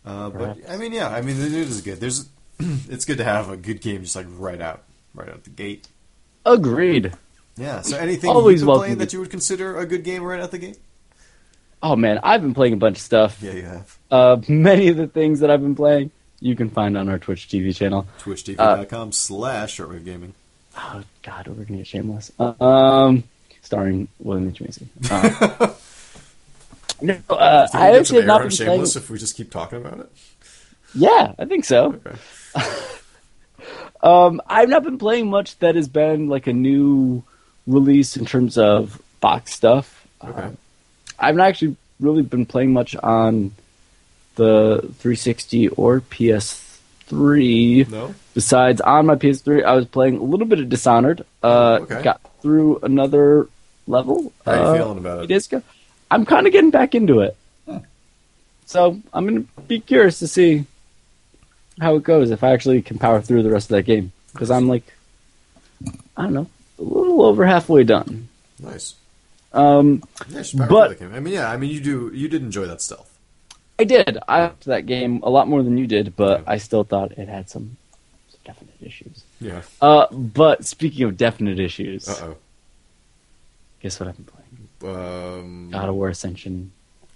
B: Uh, but
A: Perhaps.
B: I mean, yeah, I mean, it is good. There's it's good to have a good game just like right out, right out the gate.
A: Agreed.
B: Yeah. So anything
A: Always
B: you've been
A: welcome
B: playing
A: to-
B: that you would consider a good game right out the gate?
A: Oh man, I've been playing a bunch of stuff.
B: Yeah, you have
A: Uh, many of the things that I've been playing, you can find on our Twitch TV channel. Uh,
B: twitchtv.com slash shortwave gaming.
A: Oh God, we're gonna get shameless. Um, starring William H Macy. Uh, no, uh,
B: Do we
A: I
B: get
A: actually
B: some
A: have
B: air
A: not
B: on
A: been playing.
B: shameless if we just keep talking about it.
A: Yeah, I think so.
B: Okay.
A: Um, I've not been playing much that has been like a new release in terms of box stuff.
B: Okay.
A: Um, I've not actually really been playing much on the 360 or PS3.
B: No.
A: Besides, on my PS3, I was playing a little bit of Dishonored. Uh,
B: Okay.
A: Got through another level.
B: How are
A: uh,
B: you feeling about
A: few
B: it?
A: days ago. I'm kind of getting back into it. So I'm going to be curious to see how it goes if I actually can power through the rest of that game. Because I'm like, I don't know, a little over halfway done.
B: Nice.
A: Um,
B: Yeah, she's powerful
A: But-
B: like him. I mean, yeah, I mean, you do you did enjoy that stealth.
A: I did. I liked that game a lot more than you did, but I still thought it had some, some definite issues.
B: Yeah.
A: Uh, but speaking of definite issues,
B: Uh
A: guess what I've been playing?
B: oh. Um,
A: God of War Ascension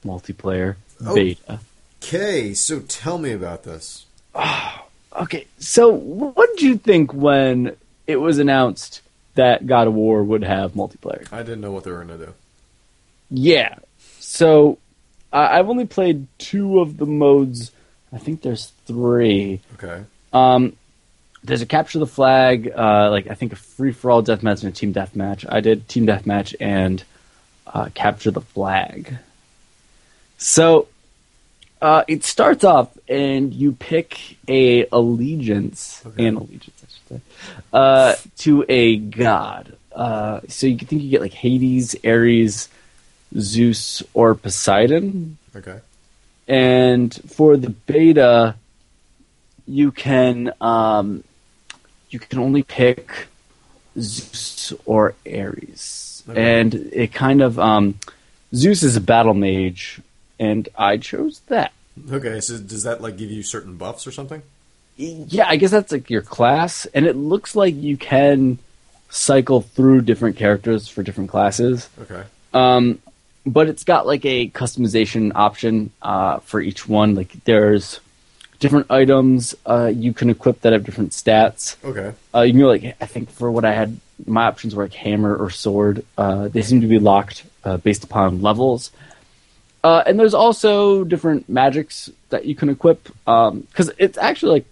A: multiplayer
B: Oh.
A: beta.
B: okay, so tell me about this.
A: Okay, so what did you think when it was announced that God of War would have multiplayer?
B: I didn't know what they were gonna do.
A: Yeah. So I I've only played two of the modes. I think there's three.
B: Okay.
A: Um, there's a capture the flag, uh, like I think a free for all deathmatch and a team deathmatch. I did team deathmatch and uh, capture the flag. So uh, it starts off, and you pick a allegiance,
B: Okay.
A: an allegiance, I should say, uh, to a god. Uh, so you think you get like Hades, Ares, Zeus, or Poseidon
B: Okay.
A: and for the beta you can um, you can only pick Zeus or Ares,
B: Okay.
A: and it kind of um, Zeus is a battle mage and I chose that.
B: Okay, so does that like give you certain buffs or something?
A: Yeah, I guess that's like your class, and it looks like you can cycle through different characters for different classes.
B: Okay.
A: Um, but it's got like a customization option uh, for each one. Like there's different items uh, you can equip that have different stats.
B: Okay.
A: Uh, you can go like I think for what I had, my options were like hammer or sword. Uh, they seem to be locked uh, based upon levels. Uh, and there's also different magics that you can equip because it's actually like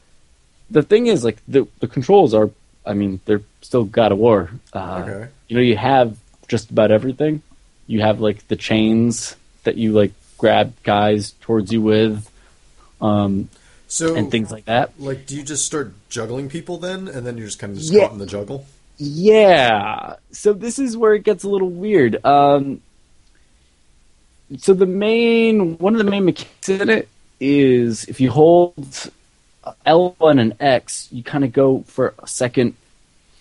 A: the thing is like the the controls are. I mean, they're still God of War. Uh,
B: Okay.
A: You know, you have just about everything. You have like the chains that you like grab guys towards you with, um,
B: So
A: and things like that.
B: Like, do you just start juggling people then, and then you're just kind of just
A: Yeah.
B: caught in the juggle?
A: Yeah. So this is where it gets a little weird. Um, so the main one of the main mechanics in it is if you hold L1 and X, you kind of go for a second.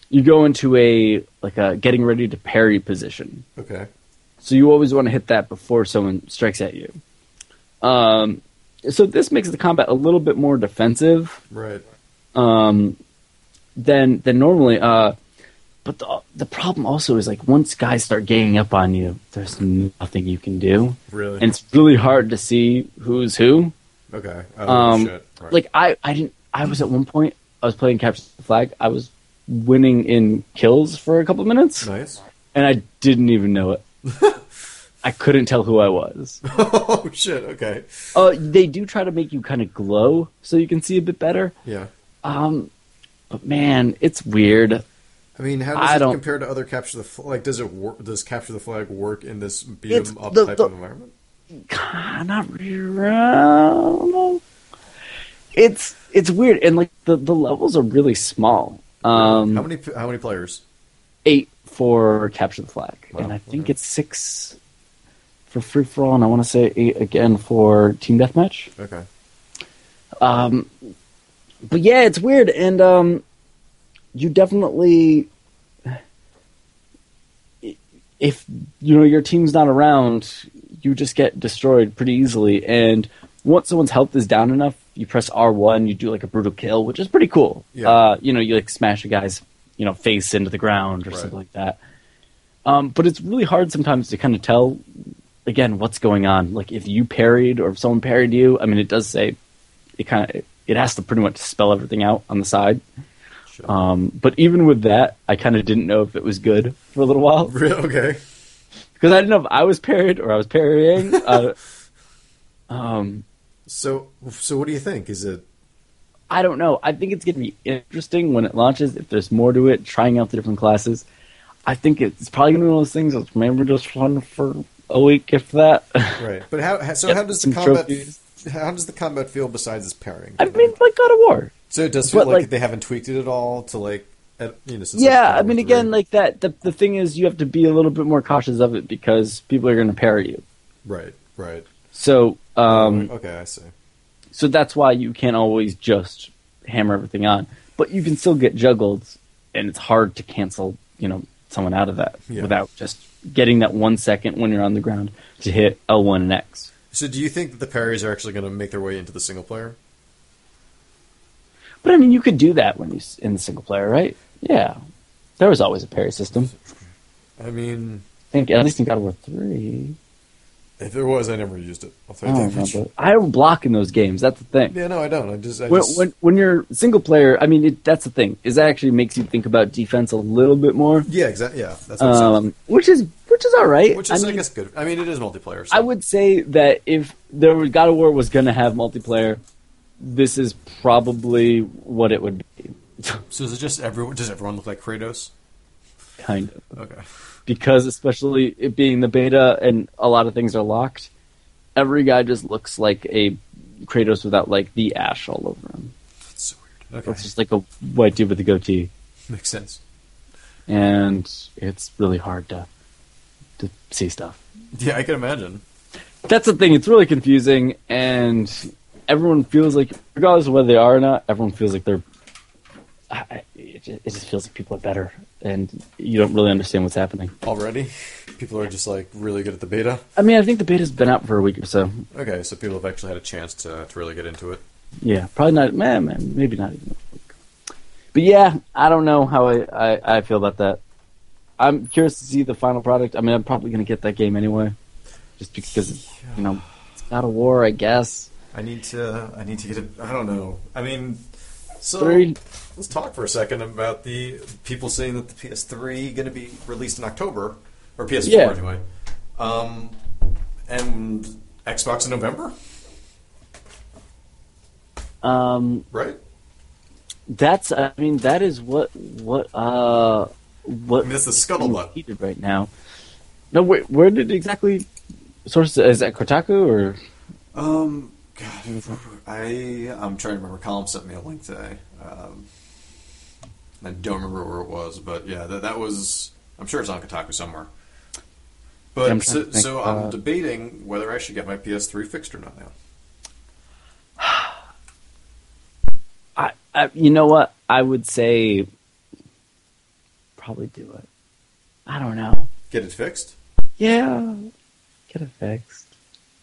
A: You go into a like a getting ready to parry position.
B: Okay.
A: So you always want to hit that before someone strikes at you. Um, so this makes the combat a little bit more defensive
B: Right.
A: um, than than normally. Uh, but the the problem also is like once guys start ganging up on you, there's nothing you can do,
B: Really.
A: and it's really hard to see who's who.
B: okay. Oh,
A: Um,
B: shit. Right.
A: Like I I didn't I was at one point I was playing capture the flag. I was winning in kills for a couple minutes,
B: nice.
A: and I didn't even know it. I couldn't tell who I was.
B: oh shit. Okay.
A: Uh, they do try to make you kind of glow so you can see a bit better.
B: Yeah.
A: Um, but man, it's weird.
B: I mean, how
A: I
B: does it
A: don't-
B: compare to other capture the flag? Like, does it work? Does capture the flag work in this beat 'em
A: It's
B: up
A: the-
B: type
A: the-
B: of environment?
A: kind of real. It's it's weird, and like the the levels are really small. Um,
B: how many? How many players?
A: eight for capture the flag,
B: Wow,
A: and I think
B: okay.
A: it's six for free for all, and I want to say eight again for team deathmatch.
B: Okay.
A: Um, but yeah, it's weird, and um, you definitely, if you know your team's not around, you just get destroyed pretty easily. And once someone's health is down enough, you press R one, you do like a brutal kill, which is pretty cool.
B: Yeah.
A: Uh, you know, you like smash a guy's you know face into the ground or
B: Right.
A: something like that. Um, but it's really hard sometimes to kind of tell again what's going on. Like if you parried or if someone parried you. I mean, it does say it kind of it has to pretty much spell everything out on the side.
B: Shit.
A: Um, but even with that, I kind of didn't know if it was good for a little while
B: Re- okay.
A: because I didn't know if I was parried or I was parrying. uh, um,
B: So, so what do you think? Is it
A: I don't know. I think it's going to be interesting when it launches. If there's more to it, trying out the different classes, I think it's probably going to be one of those things that's maybe just fun for a week, if that.
B: right? But how? how- So,
A: Get
B: how does the
A: some
B: combat?
A: trophies.
B: How does the combat feel besides this pairing?
A: I mean, like God of War.
B: So it does feel
A: But,
B: like,
A: like-
B: they haven't tweaked it at all to like, at, you know. Since
A: yeah
B: like
A: i mean again like that the, the thing is you have to be a little bit more cautious of it because people are going to parry you
B: right, right.
A: so um
B: okay, I see.
A: so that's why you can't always just hammer everything on but you can still get juggled and it's hard to cancel you know someone out of that
B: Yeah.
A: without just getting that one second when you're on the ground to hit l1 and x
B: So do you think that the parries are actually going to make their way into the single player?
A: but i mean you could do that when you s- in the single player right yeah there was always a parry system
B: I mean,
A: i think at least in god of war 3
B: if there was, I never used it. I'll
A: Oh, i
B: tell you
A: don't
B: that much.
A: remember i don't block in those games that's the thing
B: Yeah, no, I don't. I just, I
A: when,
B: just
A: when when you're single player, I mean it, that's the thing is that actually makes you think about defense a little bit more,
B: yeah, exactly. Yeah, that's what I'm
A: um, which is which is all right.
B: saying. Which is,
A: I,
B: I,
A: mean,
B: guess, good. I mean, it is multiplayer. So.
A: I would say that if there was God of War was going to have multiplayer, this is probably what it would be,
B: So is it just everyone? Does everyone look like Kratos?
A: kind of,
B: Okay.
A: because especially it being the beta and a lot of things are locked. Every guy just looks like a Kratos without like the ash all over him.
B: That's so weird. Okay,
A: It's just like a white dude with a goatee.
B: makes sense.
A: and it's really hard to to see stuff.
B: Yeah, I can imagine.
A: That's the thing; it's really confusing, and everyone feels like, regardless of whether they are or not, everyone feels like they're. I- I- it just, it just feels like people are better, and you don't really understand what's happening.
B: Already, people are just like really good at the beta.
A: I mean, I think the beta's been out for a week or so.
B: Okay, so people have actually had a chance to, to really get into it.
A: Yeah, probably not. Man, man, maybe not even. a week. But yeah, I don't know how I, I, I feel about that. I'm curious to see the final product. I mean, I'm probably going to get that game anyway, just because you know it's God of War, I guess.
B: I need to. I need to get. A, I don't know. I mean, so
A: Three.
B: let's talk for a second about the people saying that the PS3 going to be released in October or PS4
A: Yeah.
B: anyway, um, and Xbox in November,
A: Um,
B: right?
A: that's. I mean, that is what what uh
B: I
A: what
B: mean, that's the
A: being
B: scuttlebutt.
A: heated right now. No, where, where did exactly sources? Is that Kotaku or
B: Um, God, I I'm trying to remember. Colin sent me a link today. Um, I don't remember where it was, but yeah, that that was. I'm sure it's on Kotaku somewhere. But
A: I'm trying
B: so,
A: to think,
B: so I'm
A: uh,
B: debating whether I should get my PS3 fixed or not now.
A: I, I? You know what? I would say probably do it. I don't know.
B: Get it fixed.
A: Yeah, get it fixed.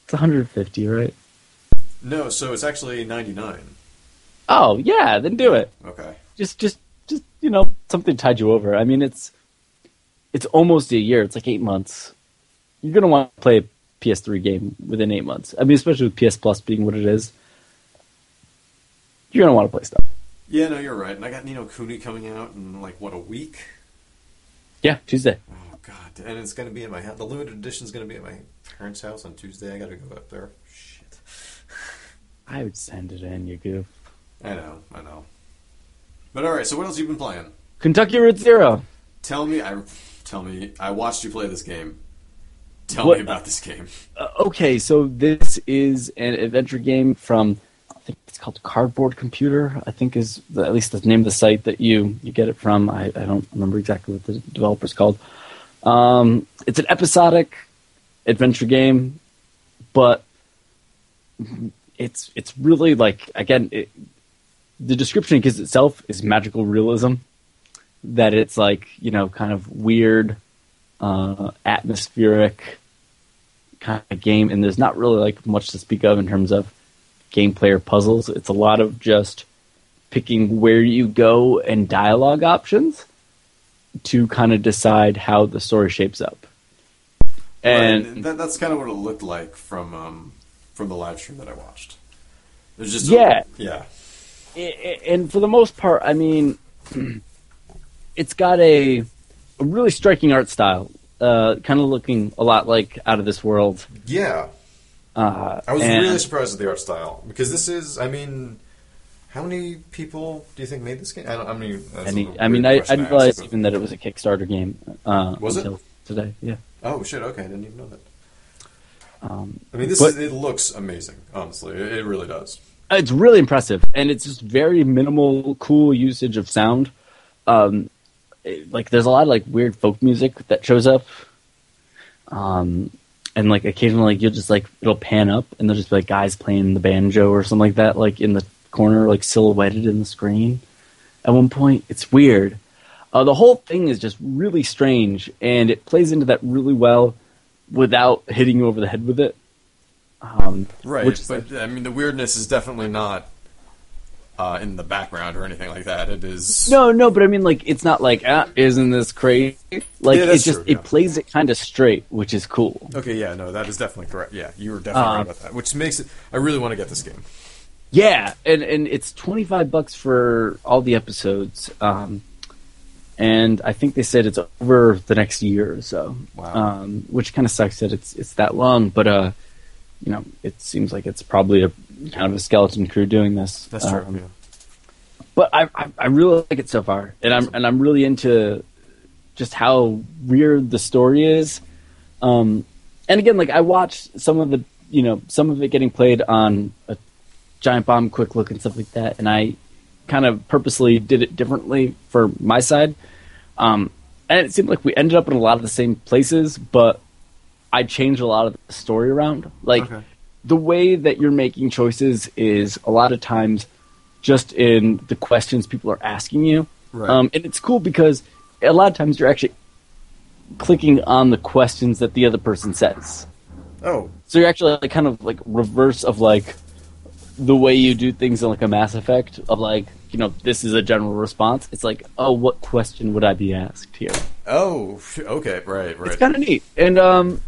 A: It's 150, right?
B: No, so it's actually 99.
A: Oh yeah, then do it.
B: Okay.
A: Just, just, just you know, something tied you over. I mean, it's it's almost a year. It's like eight months. You're gonna want to play a PS3 game within eight months. I mean, especially with PS Plus being what it is, you're gonna want to play stuff.
B: Yeah, no, you're right. And I got Nino Cooney coming out in like what a week.
A: Yeah, Tuesday.
B: Oh God! And it's gonna be in my house. The limited edition is gonna be at my parents' house on Tuesday. I gotta go up there. Shit.
A: I would send it in, you goof.
B: I know, I know. But all right, so what else you been playing?
A: Kentucky Route Zero.
B: Tell me, I tell me, I watched you play this game. Tell
A: What-
B: me about this game.
A: Uh, okay, so this is an adventure game from I think it's called Cardboard Computer. I think is the, at least the name of the site that you you get it from. I, I don't remember exactly what the developer's called. Um, it's an episodic adventure game, but it's it's really like again it, the description it gives itself is magical realism. That it's like you know kind of weird, uh, atmospheric kind of game, and there's not really like much to speak of in terms of gameplay or puzzles. It's a lot of just picking where you go and dialogue options to kind of decide how the story shapes up. And
B: Right, that, that's kind of what it looked like from um, from the live stream that I watched. There's just
A: Yeah.
B: yeah,
A: I- I- and for the most part, I mean, it's got a, a really striking art style, uh, kind of looking a lot like Out of This World.
B: yeah.
A: Uh,
B: I was
A: and
B: really surprised at the art style because this is, I mean, how many people do you think made this game? I don't. I mean, that's a
A: any,
B: weird
A: I mean, I, I
B: question
A: didn't
B: asked,
A: realize
B: but-
A: even that it was a Kickstarter game. Uh,
B: Was it?
A: until today? Yeah.
B: Oh shit! Okay, I didn't even know that.
A: Um,
B: I mean, this
A: But-
B: is, it looks amazing. Honestly, it, it really does.
A: it's really impressive, and it's just very minimal, cool usage of sound. Um, it- like there's a lot of like weird folk music that shows up, um, and like occasionally like, you'll just like it'll pan up, and there'll just be like guys playing the banjo or something like that, like in the corner, like silhouetted in the screen. At one point, it's weird. Uh, the whole thing is just really strange, and it plays into that really well without hitting you over the head with it. Um,
B: Right,
A: which is,
B: but I mean, the weirdness is definitely not uh, in the background or anything like that. It is
A: No, no, but I mean, like, it's not like, ah, isn't this crazy? Like,
B: Yeah,
A: it
B: that's
A: just
B: true, yeah.
A: it plays it kind of straight, which is cool.
B: Okay, yeah, no, that is definitely correct. Yeah, you were definitely
A: Uh,
B: right about that, which makes it. I really want to get this game.
A: Yeah, and and it's twenty five bucks for all the episodes, um, and I think they said it's over the next year or so.
B: Wow.
A: Um, which kind of sucks that it's it's that long, but uh, you know, it seems like it's probably a kind of a skeleton crew doing this. Um, but I, I I really like it so far, and I'm and I'm really into just how weird the story is. Um, and again, like I watched some of the you know some of it getting played on a giant bomb, quick look, and stuff like that, and I kind of purposely did it differently for my side. Um, and it seemed like we ended up in a lot of the same places, but I changed a lot of the story around. Like
B: Okay.
A: the way that you're making choices is a lot of times just in the questions people are asking you.
B: Right.
A: Um, and it's cool because a lot of times you're actually clicking on the questions that the other person says.
B: Oh,
A: So you're actually like kind of like reverse of like the way you do things in like a Mass Effect of like you know this is a general response. It's like oh what question would I be asked here?
B: oh, okay, right, right.
A: It's kind of neat and um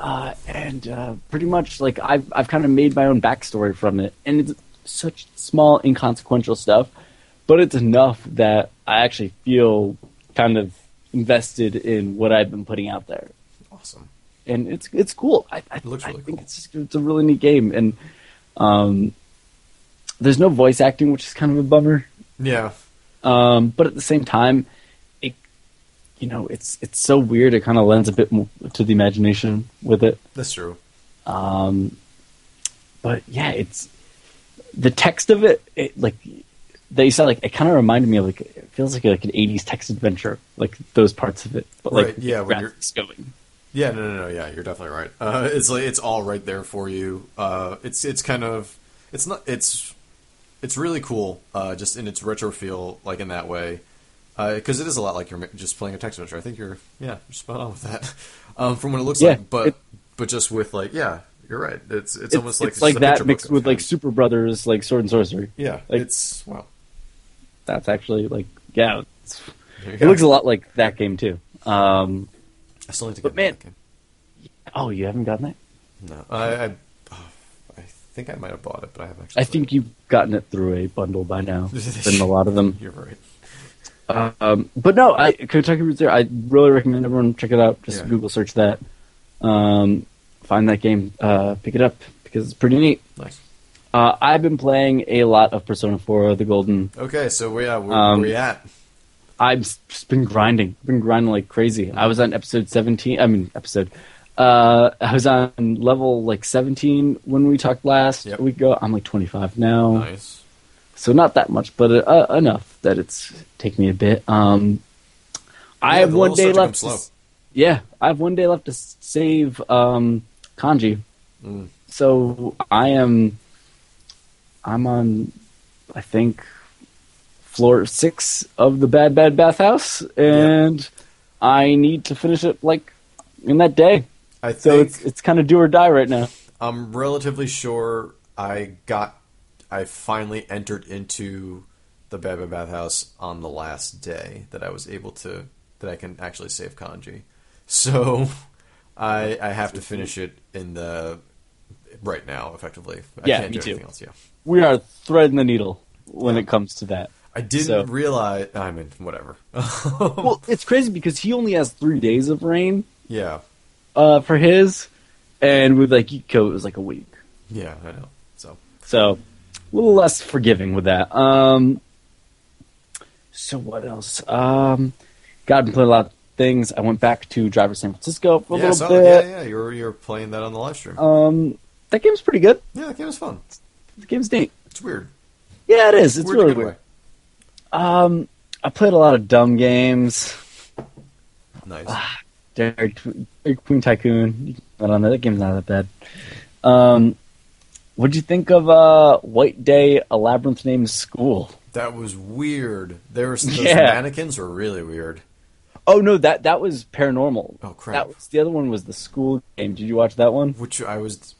A: uh, and uh, pretty much like I've I've kind of made my own backstory from it and it's such small inconsequential stuff, but it's enough that I actually feel kind of invested in what I've been putting out there
B: awesome.
A: and it's it's cool. I, I,
B: looks
A: I
B: really
A: think
B: cool.
A: it's just, it's a really neat game, and um, there's no voice acting, which is kind of a bummer.
B: Yeah,
A: Um, but at the same time, it you know it's it's so weird. It kind of lends a bit more to the imagination with it.
B: that's true.
A: Um, but yeah, it's the text of it. it like they said, like it kind of reminded me of like it feels like like an '80s text adventure, like those parts of it. But like
B: Right, yeah, when you're-
A: graphics going.
B: Yeah, no, no, no. Yeah, you're definitely right. Uh, it's like it's all right there for you. Uh, it's it's kind of it's not it's it's really cool. Uh, just in its retro feel, like in that way, because it is a lot like you're ma- just playing a text adventure. I think you're yeah, you're spot on with that. Um, from what it looks
A: Yeah,
B: like, but
A: it-
B: but just with like yeah, you're right. It's it's,
A: It's,
B: almost like
A: it's
B: just
A: like
B: a picture
A: that
B: book
A: mixed
B: of
A: with
B: kind.
A: like Super Brothers, like Sword and Sorcery.
B: yeah,
A: like-
B: it's wow.
A: that's actually like yeah it's,
B: There you
A: it
B: go.
A: looks a lot like that game too um
B: I still need to
A: but
B: get
A: man-
B: that game.
A: oh you haven't gotten it
B: no, I, I oh, I think I might have bought it, but I haven't. Actually
A: i think you've gotten it through a bundle by now than a lot of them
B: you're right.
A: um but no i kentucky Route Zero, i really recommend everyone check it out just
B: Yeah.
A: google search that um find that game uh pick it up because it's pretty neat
B: Nice.
A: uh i've been playing a lot of persona 4 the golden
B: Okay, so we yeah, where,
A: Um,
B: where we at?
A: I've s- just been grinding. I've been grinding like crazy. I was on episode 17. I mean, episode. Uh, I was on level like 17 when we talked last
B: Yep.
A: week ago. I'm like 25 now.
B: Nice.
A: So not that much, but uh, uh, enough that it's take me a bit. Um, I
B: Yeah,
A: have
B: the
A: one
B: levels
A: day
B: start to come
A: left. to
B: slow.
A: s- yeah, I have one day left to s- save um, kanji.
B: Mm.
A: So I am. I'm on, I think, floor six of the bad bad bathhouse, and I need to finish it like in that day.
B: I
A: So
B: think
A: it's it's kind of do or die right now.
B: I'm relatively sure I got I finally entered into the Bad Bad Bathhouse on the last day that I was able to that I can actually save kanji. So I I have to finish it in the right now effectively. I
A: Yeah,
B: can't
A: me
B: do
A: too.
B: anything else, yeah.
A: We are threading the needle when it comes to that.
B: I didn't
A: So-
B: realize I mean whatever.
A: Well, it's crazy because he only has three days of rain
B: yeah.
A: uh, for his, and with like Yiko, it was like a week.
B: Yeah, I know. So
A: So a little less forgiving with that. Um, so what else? Um, God, been playing a lot of things. I went back to Driver San Francisco for a
B: yeah,
A: little
B: so,
A: bit.
B: yeah, yeah, you were you were playing that on the live stream.
A: Um, that game's pretty good.
B: yeah, that game was fun.
A: The game's neat.
B: It's weird.
A: Yeah, it is. It's
B: in a
A: really
B: good
A: weird. Um, I played a lot of dumb games.
B: way. Nice.
A: Dairy, Tw- Dairy Queen Tycoon. You can put that on there. That game's not that bad. Um, what'd you think of uh, White Day, A Labyrinth Named School?
B: That was weird. There was those
A: Yeah.
B: mannequins were really weird.
A: Oh no, that that was paranormal.
B: Oh, crap.
A: That was, the other one was the school game. Did you watch that one?
B: Which I was.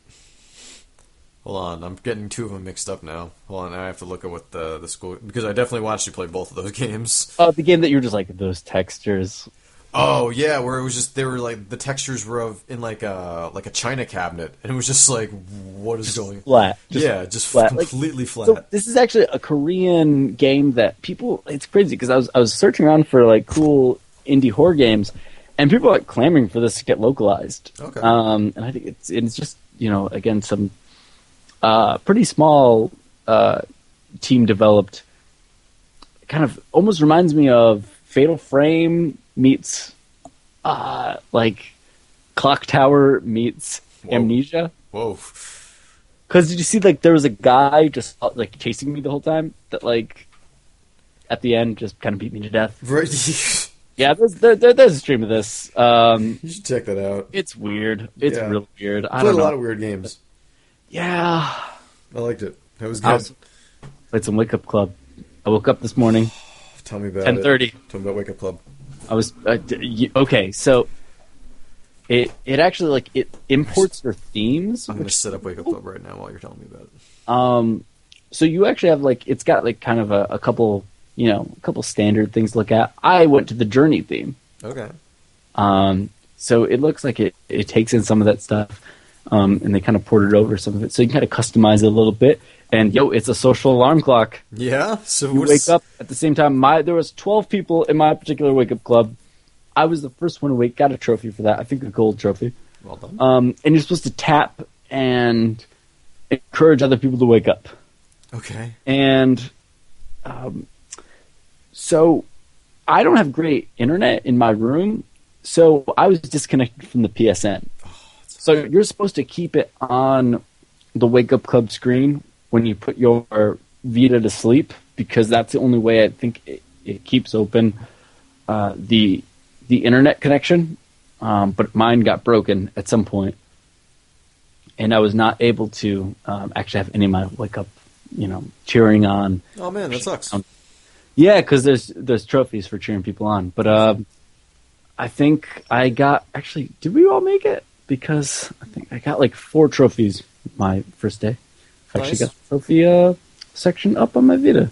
B: Hold on, I'm getting two of them mixed up now. Hold on, I have to look at what the the school because I definitely watched you play both of those games.
A: Oh, the game that you were just like those textures.
B: Oh yeah, where it was just they were like the textures were of in like a like a china cabinet, and it was just like what is going?
A: Flat. Just
B: Oh, yeah, just
A: flat. Like,
B: completely flat.
A: So this is actually a Korean game that people. It's crazy because I was I was searching around for like cool indie horror games, and people are like clamoring for this to get localized.
B: Okay.
A: Um, and I think it's it's just you know again some uh pretty small uh team developed. Kind of almost reminds me of Fatal Frame meets uh like Clock Tower meets
B: Whoa.
A: Amnesia.
B: Whoa,
A: Because did you see, like, there was a guy just uh, like chasing me the whole time that, like, at the end just kind of beat me to death.
B: right?
A: Yeah, there's there, there, there's a stream of this. Um,
B: you should check that out.
A: it's weird. It's
B: Yeah.
A: real weird. I
B: played
A: don't
B: a
A: know.
B: lot of weird games.
A: yeah,
B: I liked it. That was good.
A: I was- played some Wake Up Club. I woke up this morning.
B: Tell me about
A: 10:30.
B: it. Tell me about Wake Up Club.
A: I was uh, d- y- okay. So it it actually like it imports your themes.
B: I'm gonna
A: Which,
B: set up Wake Up Club right now while you're telling me about it.
A: um, so you actually have like it's got like kind of a, a couple you know a couple standard things to look at. I went to the journey theme.
B: Okay.
A: Um, so it looks like it, it takes in some of that stuff, um, and they kind of ported over some of it. So you can kind of customize it a little bit. And yo, it's a social alarm clock.
B: Yeah. So
A: You
B: what
A: wake
B: is-
A: up at the same time. My there was twelve people in my particular wake up club. I was the first one awake. Got a trophy for that. I think a gold trophy.
B: Well done.
A: Um, and you're supposed to tap and encourage other people to wake up.
B: okay.
A: And um, so I don't have great internet in my room, so I was disconnected from the PSN. So you're supposed to keep it on the Wake Up Club screen when you put your Vita to sleep because that's the only way I think it, it keeps open uh, the the internet connection. Um, but mine got broken at some point, and I was not able to um, actually have any of my Wake Up, you know, cheering on.
B: Oh man, that sucks.
A: Um, Yeah, because there's there's trophies for cheering people on. But uh, I think I got actually. Did we all make it? Because I think I got like four trophies my first day. I
B: Nice.
A: actually got the trophy uh, section up on my Vita.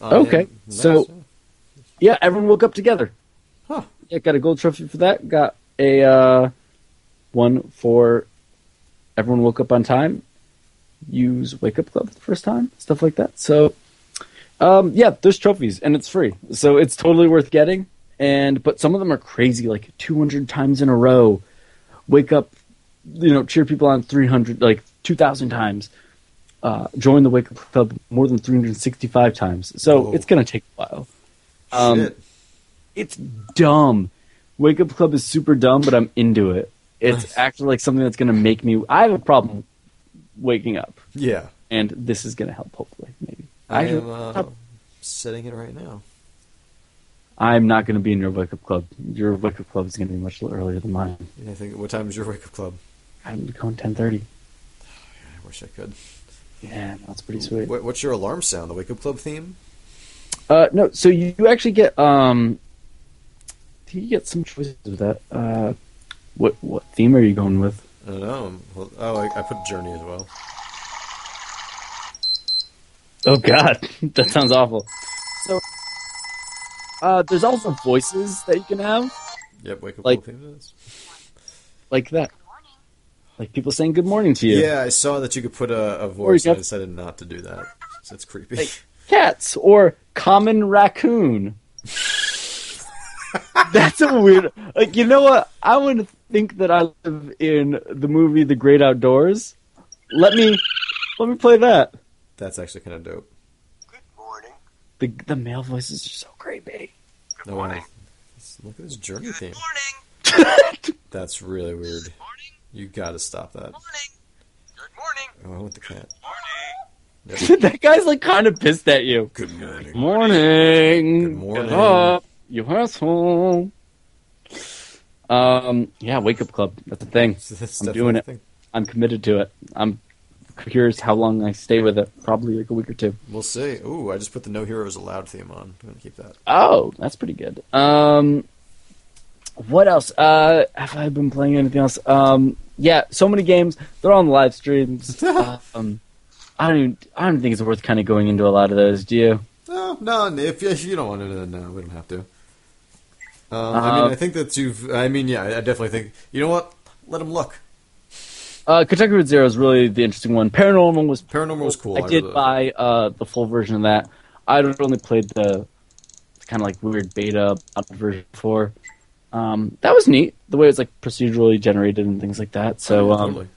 B: I am-
A: okay, so- Yeah, everyone woke up together.
B: Huh.
A: Yeah, got a gold trophy for that. Got a uh, one for everyone woke up on time. Use Wake Up Club for the first time, stuff like that. So, um, yeah, there's trophies and it's free, so it's totally worth getting. And but some of them are crazy, like 200 times in a row. Wake up, you know, cheer people on 300, like 2,000 times. Uh, join the Wake Up Club more than 365 times. So
B: Whoa.
A: it's gonna take a while um,
B: Shit.
A: it's dumb. Wake Up Club is super dumb, but I'm into it. It's
B: Nice.
A: actually like something that's going to make me. I have a problem waking up,
B: Yeah.
A: and this is going to help. Hopefully, maybe.
B: I
A: Actually,
B: am uh, setting it right now.
A: I'm not going to be in your Wake Up Club. Your Wake Up Club is going to be much earlier than mine.
B: I think. What time is your Wake Up Club?
A: I'm going 10:30.
B: I wish I could.
A: Yeah, no, that's pretty sweet.
B: What, what's your alarm sound? The Wake Up Club theme?
A: Uh, no, so you, you actually get um, I think you get some choices with that. Uh, what what theme are you going with?
B: I don't know. Well, Oh, I, I put Journey as well.
A: Oh God, that sounds awful. So, uh, there's also voices that you can have,
B: Yep, Wake Up
A: Like-
B: Club theme. it is.
A: like that, like people saying good morning to you.
B: Yeah, I saw that you could put a, a voice, and I
A: got-
B: decided not to do that. So it's creepy.
A: Like cats or common raccoon. That's a weird. Like you know what? I want to think that I live in the movie The Great Outdoors. Let me let me play that.
B: That's actually kind of dope.
C: Good morning.
A: The the male voices are so creepy.
C: Good
B: No
C: morning.
B: Look at this Journey theme.
C: morning.
B: That's really weird.
C: Morning.
B: You gotta stop that.
C: Morning. Good morning.
B: Oh, I want the cat.
C: Morning.
A: that guy's like kind of pissed at you.
B: Good morning.
A: Morning.
B: Good morning.
A: Get up, you asshole. Um, yeah, wake up club. That's the thing. I'm doing it. I'm committed to it. I'm curious how long I stay with it. Probably like a week or two.
B: We'll see. Ooh, I just put the No Heroes Allowed theme on. I'm gonna keep that.
A: Oh, that's pretty good. Um, what else? Uh, have I been playing anything else? Um, yeah, so many games. They're on live streams. um, I don't. Even, I don't think it's worth kind of going into a lot of those. Do you?
B: No, Oh, no. If, if you don't want to, then no, we don't have to. Um, I mean,
A: Uh,
B: I think that you've. I mean, yeah, I I definitely think. You know what? Let him look.
A: Uh, Kentucky Road Zero is really the interesting one. Paranormal was
B: Paranormal was cool.
A: I, did
B: really-
A: buy uh, the full version of that. I would only played the kind of like weird beta version before. Um, that was neat. The way it's like procedurally generated and things like that. So
B: Yeah,
A: um,
B: totally.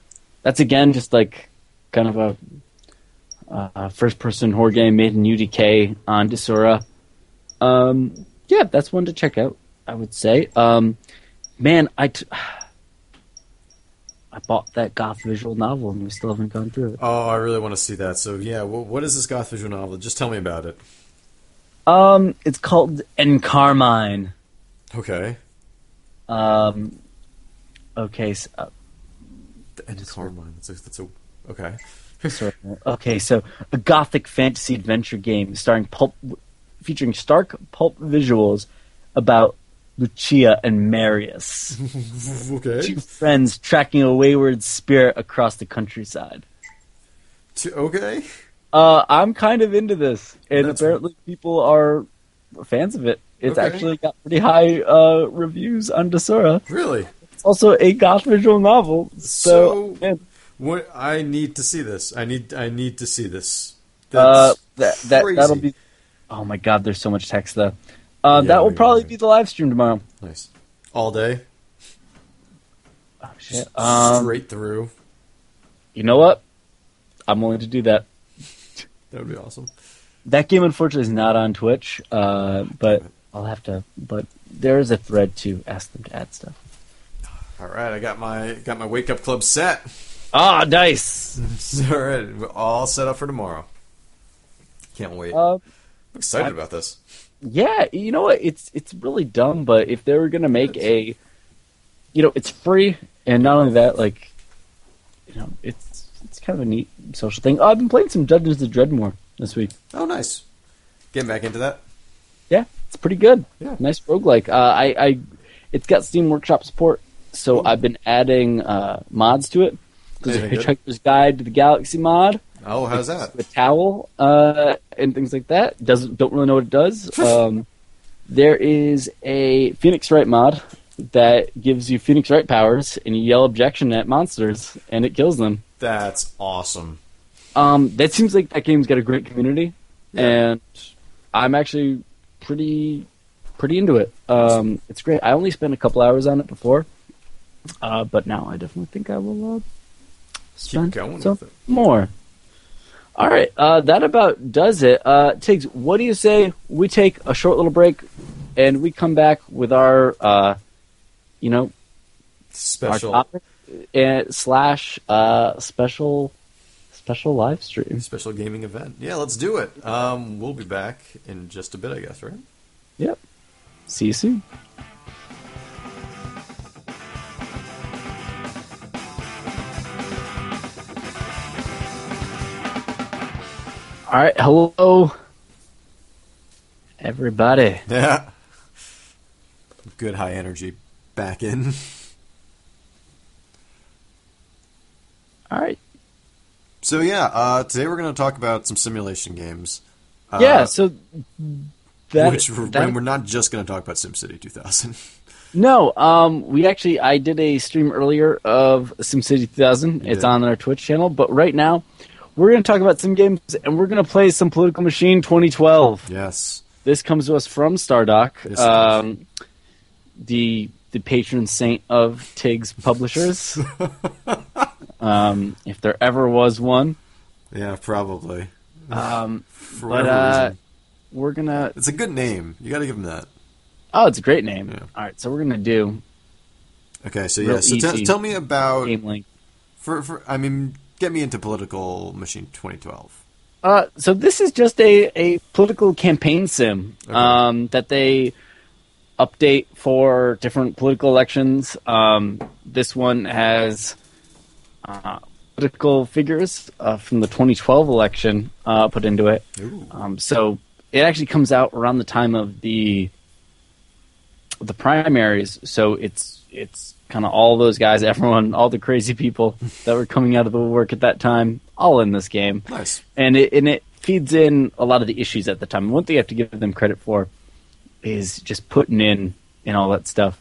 A: that's again just like kind of a uh, first person horror game made in UDK on Desura. Um, yeah, that's one to check out, I would say. Um, man, I, t- I bought that goth visual novel and we still haven't gone through it.
B: Oh, I really want to see that. So yeah, wh- what is this goth visual novel? Just tell me about it.
A: Um, it's called Encarmine.
B: Okay.
A: Um, okay, so, uh,
B: The end of Carmine. That's a, that's a okay.
A: Sorry. okay, so a gothic fantasy adventure game starring pulp, featuring stark pulp visuals about Lucia and Marius,
B: okay.
A: two friends tracking a wayward spirit across the countryside.
B: Two- okay.
A: Uh, I'm kind of into this, and
B: That's-
A: apparently people are fans of it. It's
B: Okay.
A: actually got pretty high uh, reviews on Desora.
B: Really?
A: It's also a goth visual novel,
B: So-
A: so, man,
B: What I need to see this. I need I need to see this.
A: uh,
B: That's
A: that that
B: crazy.
A: that'll be. Oh my god, there's so much text though. Uh,
B: Yeah,
A: that will
B: we-
A: probably be the live stream tomorrow.
B: nice. All day.
A: Oh,
B: Just
A: shit. Um,
B: straight through.
A: you know what? I'm willing to do that.
B: That would be awesome.
A: That game, unfortunately, is not on Twitch, uh, but I'll have to. But there is a thread to ask them to add stuff.
B: All right, I got my got my wake up club set.
A: Ah, dice.
B: All right, we're all set up for tomorrow. Can't wait.
A: Uh,
B: I'm excited
A: I-
B: about this.
A: yeah, you know what? It's it's really dumb, but if they were gonna make a, you know, it's free, and not only that, like, you know, it's it's kind of a neat social thing. Oh, I've been playing some Dungeons of Dreadmore this week.
B: Oh, nice. Getting back into that.
A: Yeah, it's pretty good.
B: Yeah.
A: Nice roguelike. Uh, I, I, it's got Steam Workshop support, so I've been adding uh, mods to it. There's a
B: Anything good?
A: Hitchhiker's Guide to the Galaxy mod,
B: Oh, how's that?
A: the towel, uh, and things like that. Doesn't don't really know what it does. Um, there is a Phoenix Wright mod that gives you Phoenix Wright powers, and you yell objection at monsters, and it kills them.
B: That's awesome.
A: Um, that seems like that game's got a great community,
B: Yeah.
A: and I'm actually pretty pretty into it. Um, it's great. I only spent a couple hours on it before, uh, but now I definitely think I will uh, spend
B: going
A: some
B: with it.
A: more. All right, uh, that about does it. Uh, Tiggs, what do you say we take a short little break, and we come back with our uh, you know
B: Special
A: our topic and slash uh, special special live stream.
B: special gaming event. Yeah, let's do it. Um, we'll be back in just a bit, I guess, right?
A: Yep. See you soon. All right, hello, everybody.
B: Yeah. Good high energy back in.
A: All right,
B: So yeah, uh, today we're going to talk about some simulation games. Uh,
A: yeah. So that,
B: which we're,
A: that-
B: and we're not just going to talk about SimCity 2000.
A: no, um, we actually I did a stream earlier of SimCity 2000.
B: You
A: It's
B: did.
A: on our Twitch channel, but right now we're going to talk about some games and we're going to play some Political Machine 2012.
B: yes.
A: This comes to us from Stardock,
B: Yes,
A: um, the the patron saint of Tig's publishers. um, if there ever was one,
B: Yeah, probably.
A: um,
B: For
A: but
B: whatever
A: uh,
B: reason.
A: we're gonna.
B: It's a good name. You got to give them that.
A: Oh, it's a great name.
B: Yeah.
A: All right, so we're gonna do
B: Okay, so
A: Real
B: yeah, so tell
A: easy.
B: tell me about
A: game link.
B: for, for I mean, get me into Political Machine 2012.
A: Uh, so this is just a, a political campaign sim
B: Okay.
A: um, that they update for different political elections. Um, this one has uh, political figures uh, from the 2012 election uh, put into it.
B: Ooh.
A: Um, so it actually comes out around the time of the the primaries. So it's it's kind of all those guys, everyone, all the crazy people that were coming out of the work at that time, all in this game
B: Nice.
A: and it and it feeds in a lot of the issues at the time. One thing you have to give them credit for is just putting in and all that stuff.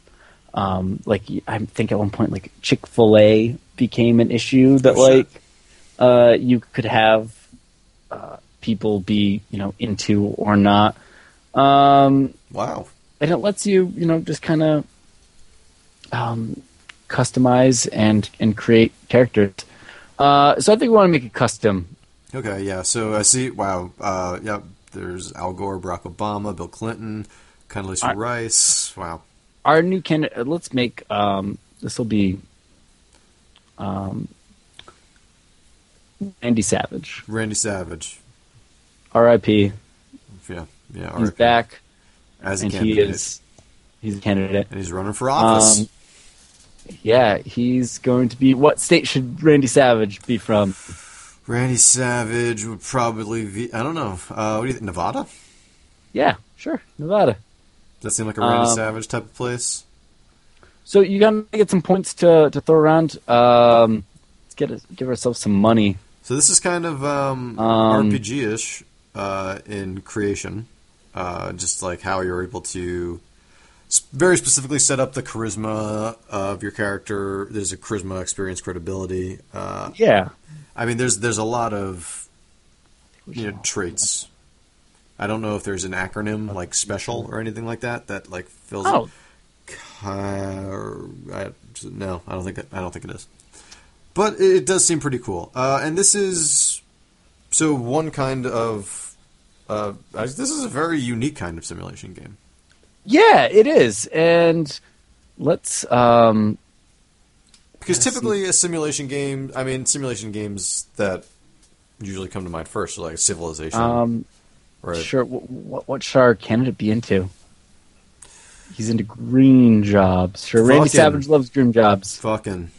A: Um, like I think at one point, like Chick Fil A became an issue that
B: Oh, shit.
A: like uh, you could have uh, people be you know into or not. Um,
B: Wow.
A: and it lets you you know just kind of um, customize and and create characters. Uh, so I think we want to make it custom
B: Okay, yeah. So I see. Wow. Uh, yeah. There's Al Gore, Barack Obama, Bill Clinton, Condoleezza
A: I-
B: Rice. Wow.
A: our new candidate. uh, Let's make um, this will be um, Andy Savage,
B: Randy Savage.
A: R.I.P.
B: Yeah. Yeah.
A: He's
B: RIP.
A: back,
B: as a
A: and
B: candidate,
A: he is he's a candidate.
B: and he's running for office.
A: Um, Yeah, he's going to be. What state should Randy Savage be from?
B: Randy Savage would probably be. I don't know. Uh, what do you think? Nevada?
A: Yeah, sure, Nevada.
B: Does that seem like a Randy
A: Um,
B: Savage type of place?
A: So you gotta get some points to to throw around. Um, let's get us- give ourselves some money.
B: So this is kind of um,
A: Um,
B: RPG ish uh, in creation, uh, just like how you're able to s- very specifically set up the charisma of your character. There's a charisma, experience, credibility. Uh,
A: Yeah,
B: I mean, there's there's a lot of you know, traits. I don't know if there's an acronym like special or anything like that that like fills.
A: Oh.
B: Car- I, no, I don't think it, I don't think it is. But it, it does seem pretty cool. Uh, and this is so one kind of. Uh, I- this is a very unique kind of simulation game.
A: yeah, it is. And let's um,
B: Because
A: Yes, you-
B: typically a simulation game, I mean, simulation games that usually come to mind first are like Civilization.
A: um,
B: or
A: sure. What what, what Shar candidate be into? He's into green jobs. Sure, Randy
B: Fucking-
A: Savage loves dream jobs.
B: fucking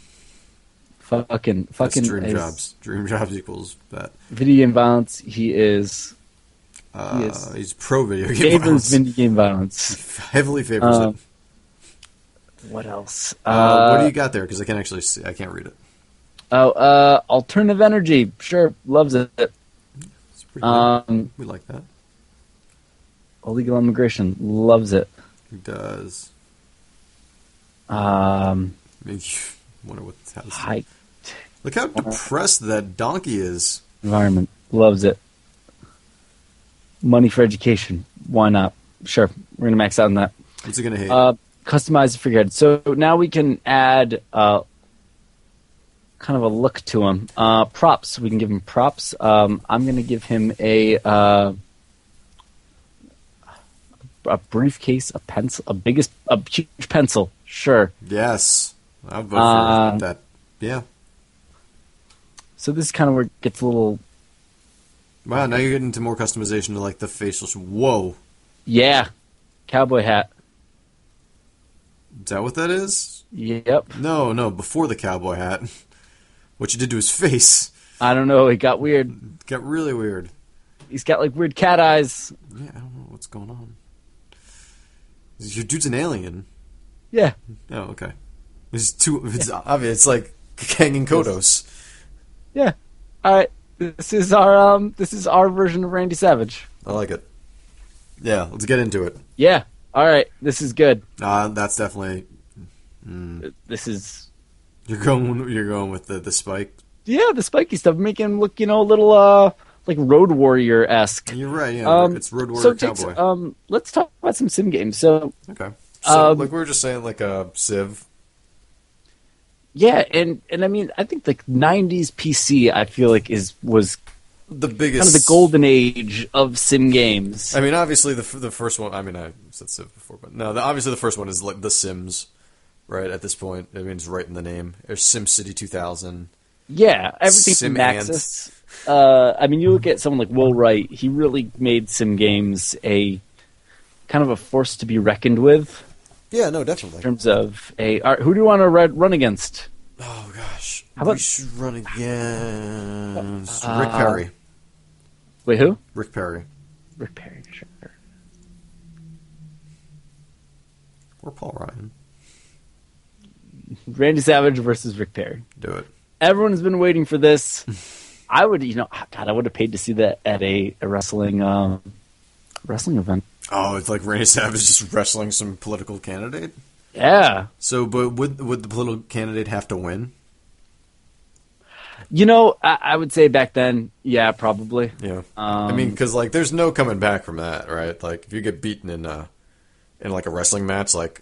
A: Fucking
B: That's
A: fucking
B: dream
A: is
B: jobs. Dream jobs equals that.
A: Video game violence. He is
B: Uh,
A: He is-
B: He's pro video game
A: favors
B: violence.
A: video game violence.
B: Heavily favors
A: Um,
B: it.
A: What else?
B: Uh, what do you got there? Because I can't actually see. I can't read it.
A: Oh, uh, alternative energy. Sure, loves it.
B: It's pretty good.
A: Um,
B: we like that.
A: illegal immigration loves it.
B: He does.
A: Um,
B: I mean, wonder what. How this-
A: high
B: Look how depressed that donkey is.
A: environment loves it. Money for education. Why not? Sure, we're gonna max out on that.
B: What's he gonna hate?
A: Uh, customized figurehead. So now we can add uh, kind of a look to him. Uh, props. We can give him props. Um, I'm gonna give him a. Uh, a briefcase, a pencil, a biggest, a huge pencil. Sure.
B: yes, I'll vote
A: uh,
B: for that. Yeah.
A: So this is kind of where it gets a little
B: Wow. Now you're getting into more customization to like the facial. sh- Whoa.
A: yeah, cowboy hat.
B: Is that what that is?
A: Yep.
B: No, no. Before the cowboy hat, what you did to his face
A: I don't know. It got weird.
B: got really weird.
A: He's got like weird cat eyes.
B: Yeah, I don't know what's going on. Your dude's an alien.
A: Yeah.
B: Oh, okay. It's too. It's obvious. It's like hanging Kodos.
A: Yeah. All right. This is our um. This is our version of Randy Savage.
B: I like it. Yeah, let's get into it.
A: Yeah. All right. This is good.
B: Uh, that's definitely mm,
A: This is
B: you're going. You're going with the the spike.
A: yeah. The spiky stuff making him look you know a little uh like Road Warrior esque.
B: You're right. Yeah,
A: Um,
B: it's Road
A: so
B: Warrior
A: Dix,
B: Cowboy.
A: um, let's talk about some sim games. So
B: okay. So,
A: um,
B: like we were just saying, like a Civ.
A: yeah, and and I mean I think like '90s PC I feel like is was
B: The
A: kind
B: biggest.
A: of the golden age of sim games.
B: I mean, obviously the f- the first one. I mean, I said Civ before, but no. The, obviously, the first one is like The Sims, right? At this point, I mean, it's right in the name. There's Sim City 2000.
A: Yeah, everything
B: Sim
A: from Maxis. Uh, I mean, you look at someone like Will Wright; he really made sim games a kind of a force to be reckoned with
B: Yeah, no,
A: in
B: definitely.
A: terms of a. all right, who do you want to run, run against?
B: Oh gosh,
A: How about-
B: we should run against
A: Uh,
B: Rick Perry.
A: Wait, who?
B: Rick Perry
A: Rick Perry. Sure.
B: or Paul Ryan?
A: Randy Savage versus Rick Perry.
B: Do it.
A: Everyone's been waiting for this. I would, you know, God, I would have paid to see that at a, a wrestling um, wrestling event.
B: Oh, it's like Randy Savage just wrestling some political candidate.
A: Yeah,
B: So, but would would the political candidate have to win?
A: you know, I, I would say back then, yeah, probably.
B: Yeah, I
A: Um,
B: mean, because like, there's no coming back from that, right? Like, if you get beaten in a in like a wrestling match, like,